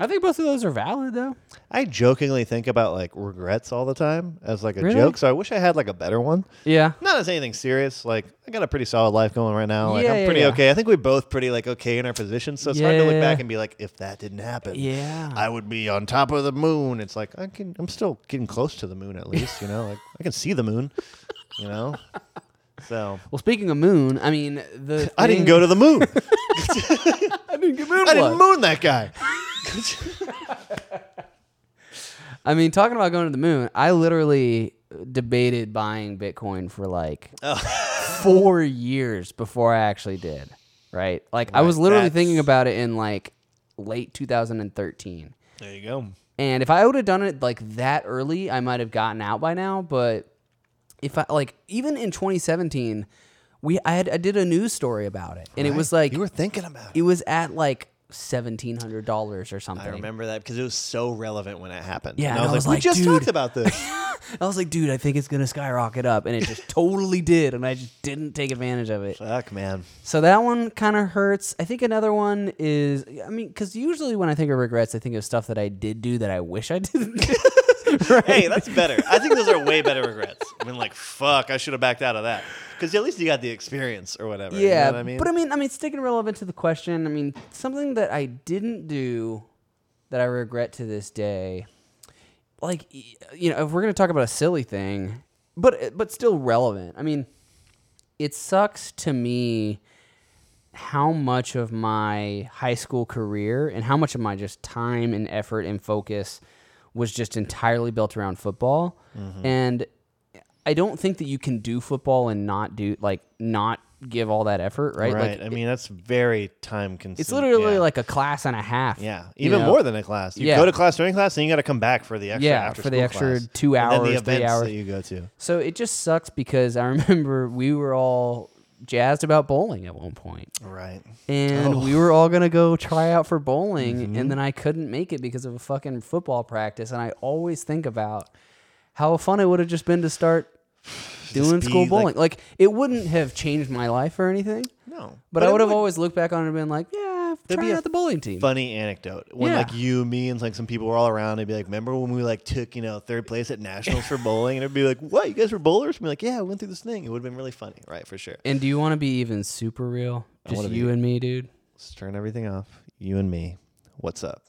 [SPEAKER 1] I think both of those are valid though.
[SPEAKER 3] I jokingly think about like regrets all the time as like a
[SPEAKER 1] Really?
[SPEAKER 3] joke. So I wish I had like a better one.
[SPEAKER 1] Yeah.
[SPEAKER 3] not as anything serious. Like I got a pretty solid life going right now. Like
[SPEAKER 1] Yeah,
[SPEAKER 3] I'm
[SPEAKER 1] yeah,
[SPEAKER 3] pretty
[SPEAKER 1] yeah.
[SPEAKER 3] okay. I think we're both pretty like okay in our positions. So it's hard to look
[SPEAKER 1] Yeah.
[SPEAKER 3] back and be like, if that didn't happen,
[SPEAKER 1] Yeah.
[SPEAKER 3] I would be on top of the moon. It's like I can. I'm still getting close to the moon at least. You know, like I can see the moon. You know, so
[SPEAKER 1] Well, speaking of moon, I mean the
[SPEAKER 3] I didn't
[SPEAKER 1] thing-
[SPEAKER 3] go to the moon.
[SPEAKER 1] I didn't get moon.
[SPEAKER 3] I didn't
[SPEAKER 1] blood.
[SPEAKER 3] moon that guy.
[SPEAKER 1] I mean, talking about going to the moon, I literally debated buying Bitcoin for like
[SPEAKER 3] Oh.
[SPEAKER 1] four years before I actually did. Right? Like, I was literally
[SPEAKER 3] that's-
[SPEAKER 1] thinking about it in like late 2013.
[SPEAKER 3] There you go.
[SPEAKER 1] And if I would have done it like that early, I might have gotten out by now. But if I like, even in 2017, we I had I did a news story about it, and it was like
[SPEAKER 3] you were thinking about it.
[SPEAKER 1] it was at like seventeen hundred dollars or something.
[SPEAKER 3] I remember that because it was so relevant when it happened.
[SPEAKER 1] Yeah,
[SPEAKER 3] and I was,
[SPEAKER 1] and I was
[SPEAKER 3] like,
[SPEAKER 1] like,
[SPEAKER 3] we just
[SPEAKER 1] dude.
[SPEAKER 3] talked about this.
[SPEAKER 1] I was like, dude, I think it's gonna skyrocket up, and it just totally did, and I just didn't take advantage of it.
[SPEAKER 3] Fuck, man.
[SPEAKER 1] So that one kind of hurts. I think another one is, I mean, because usually when I think of regrets, I think of stuff that I did do that I wish I didn't. do.
[SPEAKER 3] hey, that's better. I think those are way better regrets. I mean, like, fuck, I should have backed out of that. Because at least you got the experience or whatever. you know
[SPEAKER 1] yeah,
[SPEAKER 3] what I mean?
[SPEAKER 1] but I mean, I mean, sticking relevant to the question, I mean, something that I didn't do that I regret to this day, like, y- you know, if we're gonna talk about a silly thing, but but still relevant. I mean, it sucks to me how much of my high school career and how much of my just time and effort and focus was just entirely built around football
[SPEAKER 3] Mm-hmm.
[SPEAKER 1] and i don't think that you can do football and not do like not give all that effort right,
[SPEAKER 3] right.
[SPEAKER 1] like
[SPEAKER 3] I mean, that's very time consuming.
[SPEAKER 1] it's literally
[SPEAKER 3] yeah.
[SPEAKER 1] like a class and a half
[SPEAKER 3] Yeah,
[SPEAKER 1] you
[SPEAKER 3] even
[SPEAKER 1] know?
[SPEAKER 3] more than a class. You
[SPEAKER 1] Yeah.
[SPEAKER 3] go to class during class, and you got to come back for the extra.
[SPEAKER 1] Yeah,
[SPEAKER 3] after
[SPEAKER 1] for the
[SPEAKER 3] school
[SPEAKER 1] extra
[SPEAKER 3] class.
[SPEAKER 1] two
[SPEAKER 3] and then the
[SPEAKER 1] hours, three
[SPEAKER 3] events
[SPEAKER 1] hours.
[SPEAKER 3] that you go to.
[SPEAKER 1] so it just sucks because i remember we were all jazzed about bowling at one point
[SPEAKER 3] Right.
[SPEAKER 1] and
[SPEAKER 3] Oh.
[SPEAKER 1] we were all gonna go try out for bowling,
[SPEAKER 3] Mm-hmm.
[SPEAKER 1] and then I couldn't make it because of a fucking football practice. And I always think about how fun it would have just been to start doing
[SPEAKER 3] be
[SPEAKER 1] school
[SPEAKER 3] like-
[SPEAKER 1] bowling. Like, it wouldn't have changed my life or anything,
[SPEAKER 3] No,
[SPEAKER 1] but, I
[SPEAKER 3] it
[SPEAKER 1] would have always looked back on it and been like, yeah,
[SPEAKER 3] There'd be
[SPEAKER 1] trying
[SPEAKER 3] a
[SPEAKER 1] out the bowling team.
[SPEAKER 3] funny anecdote when
[SPEAKER 1] Yeah.
[SPEAKER 3] like you, me, and like some people were all around. I'd be like, "Remember when we like took you know third place at nationals for bowling?" And it'd be like, "What? You guys were bowlers?" And be like, "Yeah, we went through this thing. It would have been really funny, right? For sure."
[SPEAKER 1] and do you want to be even super real? Just
[SPEAKER 3] wanna be-
[SPEAKER 1] you and me, dude.
[SPEAKER 3] Let's turn everything off. You and me. What's up?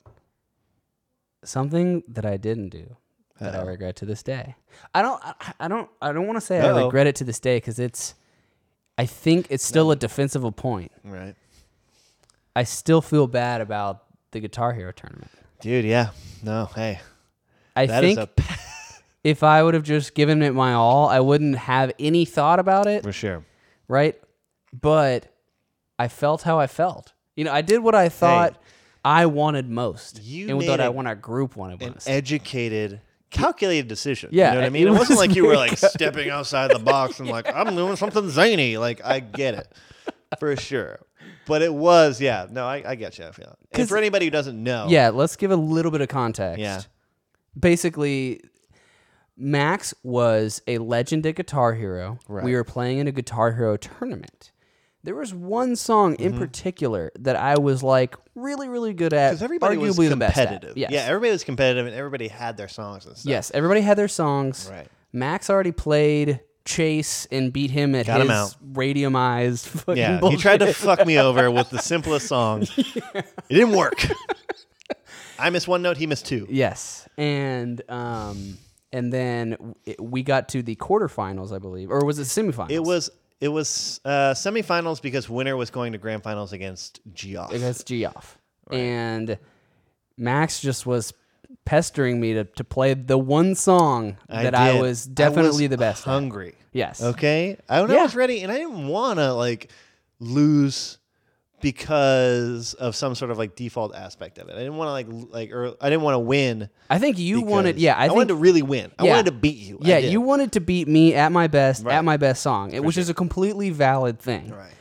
[SPEAKER 1] Something that I didn't do that I
[SPEAKER 3] Uh-oh.
[SPEAKER 1] regret to this day. I don't. I, I don't. I don't want to say I
[SPEAKER 3] Uh-oh.
[SPEAKER 1] regret it to this day because it's. I think it's still a defensible point.
[SPEAKER 3] Right.
[SPEAKER 1] I still feel bad about the Guitar Hero tournament.
[SPEAKER 3] Dude, yeah. No, hey.
[SPEAKER 1] I
[SPEAKER 3] that is
[SPEAKER 1] think
[SPEAKER 3] a
[SPEAKER 1] if I would have just given it my all, I wouldn't have any thought about it,
[SPEAKER 3] for sure.
[SPEAKER 1] right? But I felt how I felt. You know, I did what I thought I wanted most.
[SPEAKER 3] You
[SPEAKER 1] and
[SPEAKER 3] made
[SPEAKER 1] what I
[SPEAKER 3] a-
[SPEAKER 1] want our group wanted
[SPEAKER 3] An
[SPEAKER 1] most.
[SPEAKER 3] educated calculated decision.
[SPEAKER 1] Yeah,
[SPEAKER 3] you know what I
[SPEAKER 1] it
[SPEAKER 3] mean. It
[SPEAKER 1] was
[SPEAKER 3] wasn't like you were
[SPEAKER 1] very
[SPEAKER 3] like stepping outside the box and like I'm doing something zany. Like I get it for sure, but it was yeah. No, I, I get you. Yeah. And for anybody who doesn't know,
[SPEAKER 1] Yeah, let's give a little bit of context.
[SPEAKER 3] Oh. yeah,
[SPEAKER 1] Basically, Max was a legend at Guitar Hero. We
[SPEAKER 3] Right.
[SPEAKER 1] were playing in a Guitar Hero tournament. There was one song in
[SPEAKER 3] Mm-hmm.
[SPEAKER 1] particular that I was like really, really good at.
[SPEAKER 3] because everybody
[SPEAKER 1] arguably
[SPEAKER 3] was
[SPEAKER 1] the best at.
[SPEAKER 3] competitive.
[SPEAKER 1] Yes.
[SPEAKER 3] Yeah, everybody was competitive and everybody had their songs and stuff.
[SPEAKER 1] yes, everybody had their songs.
[SPEAKER 3] Right.
[SPEAKER 1] Max already played Chase and beat him at
[SPEAKER 3] Got
[SPEAKER 1] his
[SPEAKER 3] him out.
[SPEAKER 1] radiumized fucking
[SPEAKER 3] Yeah, he
[SPEAKER 1] bullshit.
[SPEAKER 3] tried to fuck me over with the simplest song. It didn't work. I missed one note. He missed two.
[SPEAKER 1] Yes, and um, and then w- it, we got to the quarterfinals, I believe, or was it semifinals?
[SPEAKER 3] It was it was uh, semifinals because winner was going to grand finals against Geoff.
[SPEAKER 1] against Geoff, and Max just was pestering me to, to play the one song that I
[SPEAKER 3] did.
[SPEAKER 1] was definitely
[SPEAKER 3] was
[SPEAKER 1] the best. at.
[SPEAKER 3] Hungry.
[SPEAKER 1] Yes.
[SPEAKER 3] Okay. I, when
[SPEAKER 1] Yeah.
[SPEAKER 3] I was ready, and I didn't want to like lose because of some sort of like default aspect of it. I didn't want to like l- like or I didn't want to win.
[SPEAKER 1] I think you
[SPEAKER 3] because-
[SPEAKER 1] wanted. Yeah, I,
[SPEAKER 3] I,
[SPEAKER 1] think,
[SPEAKER 3] wanted to really win. I
[SPEAKER 1] yeah.
[SPEAKER 3] wanted to beat you. I
[SPEAKER 1] Yeah,
[SPEAKER 3] did.
[SPEAKER 1] you wanted to beat me at my best, at
[SPEAKER 3] Right.
[SPEAKER 1] my best song, which is a completely valid thing.
[SPEAKER 3] Right.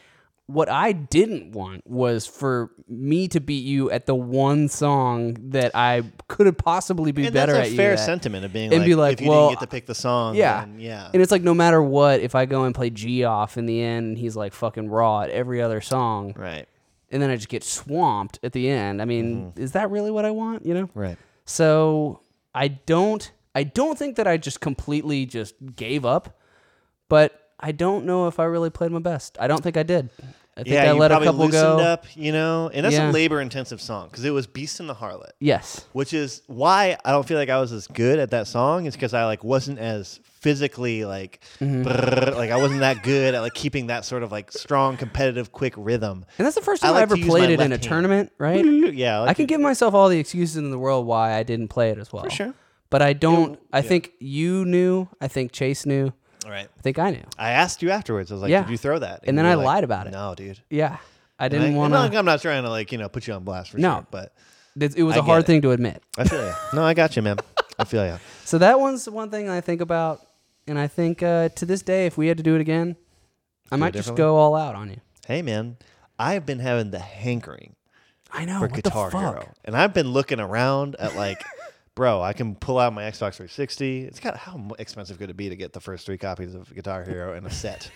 [SPEAKER 1] What I didn't want was for me to beat you at the one song that I could have possibly be
[SPEAKER 3] And
[SPEAKER 1] better
[SPEAKER 3] that's
[SPEAKER 1] at
[SPEAKER 3] a
[SPEAKER 1] you
[SPEAKER 3] fair
[SPEAKER 1] at.
[SPEAKER 3] sentiment of being
[SPEAKER 1] And
[SPEAKER 3] like,
[SPEAKER 1] be like,
[SPEAKER 3] if you
[SPEAKER 1] well,
[SPEAKER 3] didn't get to pick the song,
[SPEAKER 1] Yeah.
[SPEAKER 3] then yeah,
[SPEAKER 1] And it's like no matter what, if I go and play G off in the end, and he's like fucking raw at every other song,
[SPEAKER 3] right,
[SPEAKER 1] and then I just get swamped at the end. I mean, is that really what I want? You know?
[SPEAKER 3] Mm-hmm. right.
[SPEAKER 1] So I don't I don't think that I just completely just gave up, but I don't know if I really played my best. I don't think I did. I think I
[SPEAKER 3] you
[SPEAKER 1] let a
[SPEAKER 3] probably
[SPEAKER 1] couple
[SPEAKER 3] loosened
[SPEAKER 1] go.
[SPEAKER 3] up, you know, and that's
[SPEAKER 1] Yeah.
[SPEAKER 3] a labor-intensive song because it was "Beast and the Harlot,"
[SPEAKER 1] Yes.
[SPEAKER 3] which is why I don't feel like I was as good at that song. Is because I like wasn't as physically like,
[SPEAKER 1] Mm-hmm.
[SPEAKER 3] brrr, like I wasn't that good at like keeping that sort of like strong, competitive, quick rhythm.
[SPEAKER 1] And that's the first
[SPEAKER 3] I
[SPEAKER 1] time I,
[SPEAKER 3] like
[SPEAKER 1] ever
[SPEAKER 3] to use my
[SPEAKER 1] played it in
[SPEAKER 3] left
[SPEAKER 1] a
[SPEAKER 3] hand.
[SPEAKER 1] tournament, right?
[SPEAKER 3] yeah,
[SPEAKER 1] I can give myself all the excuses in the world why I didn't play it as well. For
[SPEAKER 3] sure.
[SPEAKER 1] But I don't I think you knew, I think Chase knew,
[SPEAKER 3] All right.
[SPEAKER 1] I think I knew.
[SPEAKER 3] I asked you afterwards. I was like,
[SPEAKER 1] Yeah.
[SPEAKER 3] "Did you throw that?"
[SPEAKER 1] And then
[SPEAKER 3] you were
[SPEAKER 1] I lied about it.
[SPEAKER 3] No, dude.
[SPEAKER 1] Yeah. I
[SPEAKER 3] And I-
[SPEAKER 1] didn't
[SPEAKER 3] and
[SPEAKER 1] want
[SPEAKER 3] not-
[SPEAKER 1] to
[SPEAKER 3] I'm not trying to like you know put you on blast for
[SPEAKER 1] No.
[SPEAKER 3] sure, but
[SPEAKER 1] it was
[SPEAKER 3] I
[SPEAKER 1] a
[SPEAKER 3] get
[SPEAKER 1] hard
[SPEAKER 3] it.
[SPEAKER 1] thing to admit.
[SPEAKER 3] I feel you. No, I got you, man. I feel you.
[SPEAKER 1] So that one's the one thing I think about, and I think uh, to this day, if we had to do it again, I might just
[SPEAKER 3] differently?
[SPEAKER 1] go all out on you.
[SPEAKER 3] Hey, man, I've been having the hankering
[SPEAKER 1] I know.
[SPEAKER 3] for
[SPEAKER 1] Oh, what
[SPEAKER 3] Guitar
[SPEAKER 1] the fuck?
[SPEAKER 3] Hero, and I've been looking around at like, bro, I can pull out my Xbox 360. It's got how m- expensive could it be to get the first three copies of Guitar Hero in a set?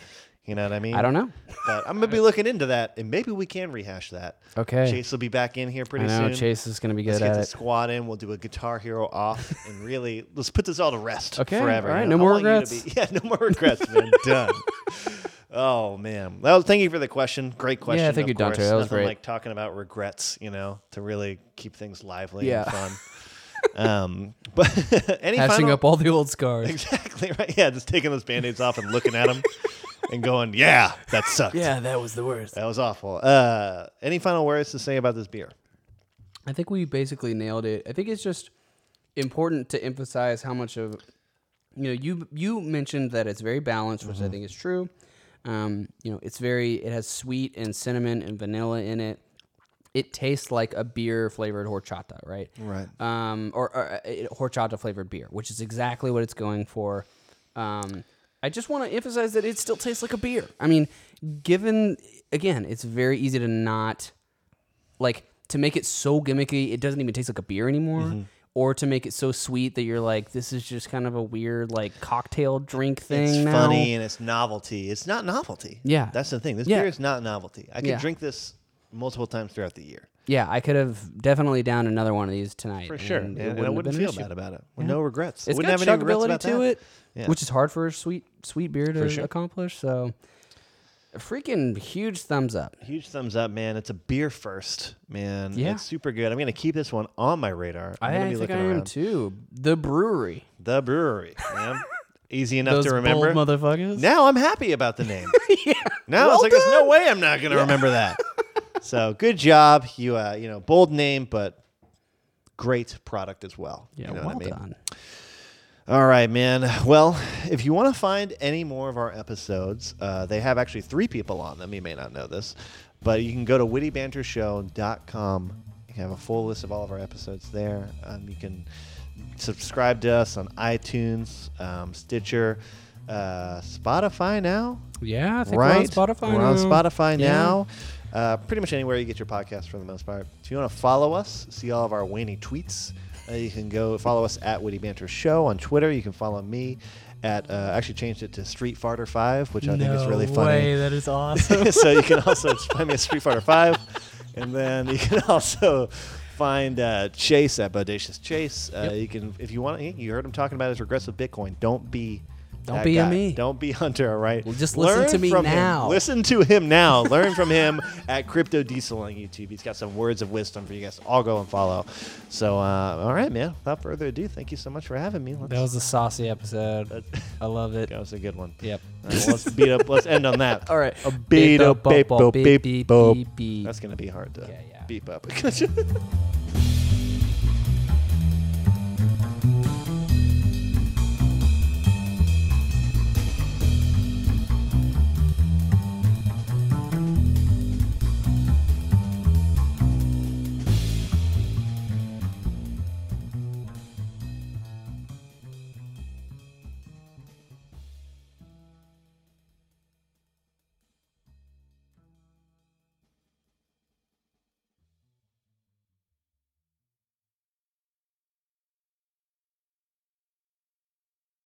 [SPEAKER 3] You know what I mean?
[SPEAKER 1] I don't know.
[SPEAKER 3] But I'm gonna be looking into that, and maybe we can rehash that.
[SPEAKER 1] Okay.
[SPEAKER 3] Chase will be back in here
[SPEAKER 1] I
[SPEAKER 3] pretty
[SPEAKER 1] know
[SPEAKER 3] soon.
[SPEAKER 1] Chase is gonna be
[SPEAKER 3] Let's
[SPEAKER 1] good
[SPEAKER 3] get
[SPEAKER 1] at
[SPEAKER 3] the
[SPEAKER 1] it.
[SPEAKER 3] squad in. We'll do a Guitar Hero off, and really, let's put this all to rest
[SPEAKER 1] Okay,
[SPEAKER 3] forever.
[SPEAKER 1] all
[SPEAKER 3] man.
[SPEAKER 1] right, no
[SPEAKER 3] I
[SPEAKER 1] more
[SPEAKER 3] want you to
[SPEAKER 1] regrets.
[SPEAKER 3] be- yeah, no more regrets, man. Done. Oh man. Well, thank you for the question. Great question.
[SPEAKER 1] thank
[SPEAKER 3] of
[SPEAKER 1] you, Dante.
[SPEAKER 3] course.
[SPEAKER 1] That was
[SPEAKER 3] Nothing
[SPEAKER 1] great.
[SPEAKER 3] like talking about regrets, you know, to really keep things lively
[SPEAKER 1] Yeah.
[SPEAKER 3] and fun. um, but any
[SPEAKER 1] Hashing
[SPEAKER 3] final-
[SPEAKER 1] up all the old scars.
[SPEAKER 3] exactly right. Yeah, just taking those band-aids off and looking at them and going, "Yeah, that sucked.
[SPEAKER 1] that was the worst.
[SPEAKER 3] that was awful." Uh, any final words to say about this beer?
[SPEAKER 1] I think we basically nailed it. I think it's just important to emphasize how much of you know you you mentioned that it's very balanced, which I
[SPEAKER 3] Mm-hmm.
[SPEAKER 1] think is true. Um, you know, it's very it has sweet and cinnamon and vanilla in it. It tastes like a beer flavored horchata, right? Right. Um, or, or uh, horchata flavored beer, which is exactly what it's going for. Um, I just want to emphasize that it still tastes like a beer. I mean, given again, it's very easy to not like to make it so gimmicky it doesn't even taste like a beer anymore
[SPEAKER 3] Mm-hmm.
[SPEAKER 1] or to make it so sweet that you're like this is just kind of a weird like cocktail drink thing
[SPEAKER 3] It's
[SPEAKER 1] now.
[SPEAKER 3] funny and it's novelty. It's not novelty.
[SPEAKER 1] Yeah.
[SPEAKER 3] That's the thing. This
[SPEAKER 1] Yeah.
[SPEAKER 3] beer is not novelty. I could
[SPEAKER 1] Yeah.
[SPEAKER 3] drink this multiple times throughout the year.
[SPEAKER 1] yeah i could have definitely downed another one of these tonight
[SPEAKER 3] For sure. And,
[SPEAKER 1] and it
[SPEAKER 3] and I
[SPEAKER 1] have
[SPEAKER 3] wouldn't
[SPEAKER 1] been an
[SPEAKER 3] feel
[SPEAKER 1] issue.
[SPEAKER 3] bad about it. With No regrets.
[SPEAKER 1] It's
[SPEAKER 3] wouldn't
[SPEAKER 1] got
[SPEAKER 3] have any
[SPEAKER 1] chuggability
[SPEAKER 3] regrets about
[SPEAKER 1] to
[SPEAKER 3] that.
[SPEAKER 1] it
[SPEAKER 3] Yeah.
[SPEAKER 1] which is hard for a sweet sweet beer to
[SPEAKER 3] sure.
[SPEAKER 1] accomplish so a freaking huge thumbs up
[SPEAKER 3] Huge thumbs up, man. It's a beer first, man.
[SPEAKER 1] Yeah.
[SPEAKER 3] It's super good. I'm going to keep this one on my radar. I'm
[SPEAKER 1] i
[SPEAKER 3] going to be
[SPEAKER 1] think i
[SPEAKER 3] looking
[SPEAKER 1] am
[SPEAKER 3] around.
[SPEAKER 1] too the brewery
[SPEAKER 3] The brewery, man. Easy enough
[SPEAKER 1] those
[SPEAKER 3] to remember.
[SPEAKER 1] bold motherfuckers
[SPEAKER 3] Now I'm happy about the name. Now it's like there's no way I'm not gonna remember that. so good job, you. Uh, you know, bold name, but great product as well.
[SPEAKER 1] yeah
[SPEAKER 3] you know
[SPEAKER 1] well
[SPEAKER 3] what I mean?
[SPEAKER 1] done
[SPEAKER 3] All right, man. Well, if you want to find any more of our episodes, uh, they have actually three people on them. You may not know this, but you can go to wittybantershow.com. You can have a full list of all of our episodes there. Um, you can Subscribe to us on iTunes, um, Stitcher, uh, Spotify now.
[SPEAKER 7] Yeah, I think
[SPEAKER 3] right?
[SPEAKER 7] we're on Spotify.
[SPEAKER 3] We're on
[SPEAKER 7] now.
[SPEAKER 3] Spotify
[SPEAKER 7] Yeah.
[SPEAKER 3] now. Uh, pretty much anywhere you get your podcast for the most part. If you want to follow us, see all of our whiny tweets, uh, you can go follow us at Witty Banter Show on Twitter. You can follow me at, uh, actually changed it to Street Farter 5, which I think is really funny.
[SPEAKER 7] way, that is awesome.
[SPEAKER 3] so you can also find me at Street Fighter Five, and then you can also find uh, Chase at Bodacious Chase. Uh, You can, if you want, you heard him talking about his regressive Bitcoin. Don't be.
[SPEAKER 1] Don't
[SPEAKER 3] that
[SPEAKER 1] be a
[SPEAKER 3] guy.
[SPEAKER 1] me.
[SPEAKER 3] Don't be Hunter. All right.
[SPEAKER 1] Well, just listen to me
[SPEAKER 3] from him.
[SPEAKER 1] now.
[SPEAKER 3] Listen to him now. Learn from him at Crypto Diesel on YouTube. He's got some words of wisdom for you guys. to All go and follow. So, uh, all right, man. Without further ado, thank you so much for having me. Let's,
[SPEAKER 7] that was a saucy episode. I love it.
[SPEAKER 3] that was a good one.
[SPEAKER 7] Yep.
[SPEAKER 3] All right, well, let's beat up. Let's end on that.
[SPEAKER 1] All right.
[SPEAKER 3] A beat up, beep, up, beep,
[SPEAKER 1] beep,
[SPEAKER 3] boop.
[SPEAKER 1] beep, beep.
[SPEAKER 3] That's gonna be hard to
[SPEAKER 7] Yeah, yeah.
[SPEAKER 3] beep up.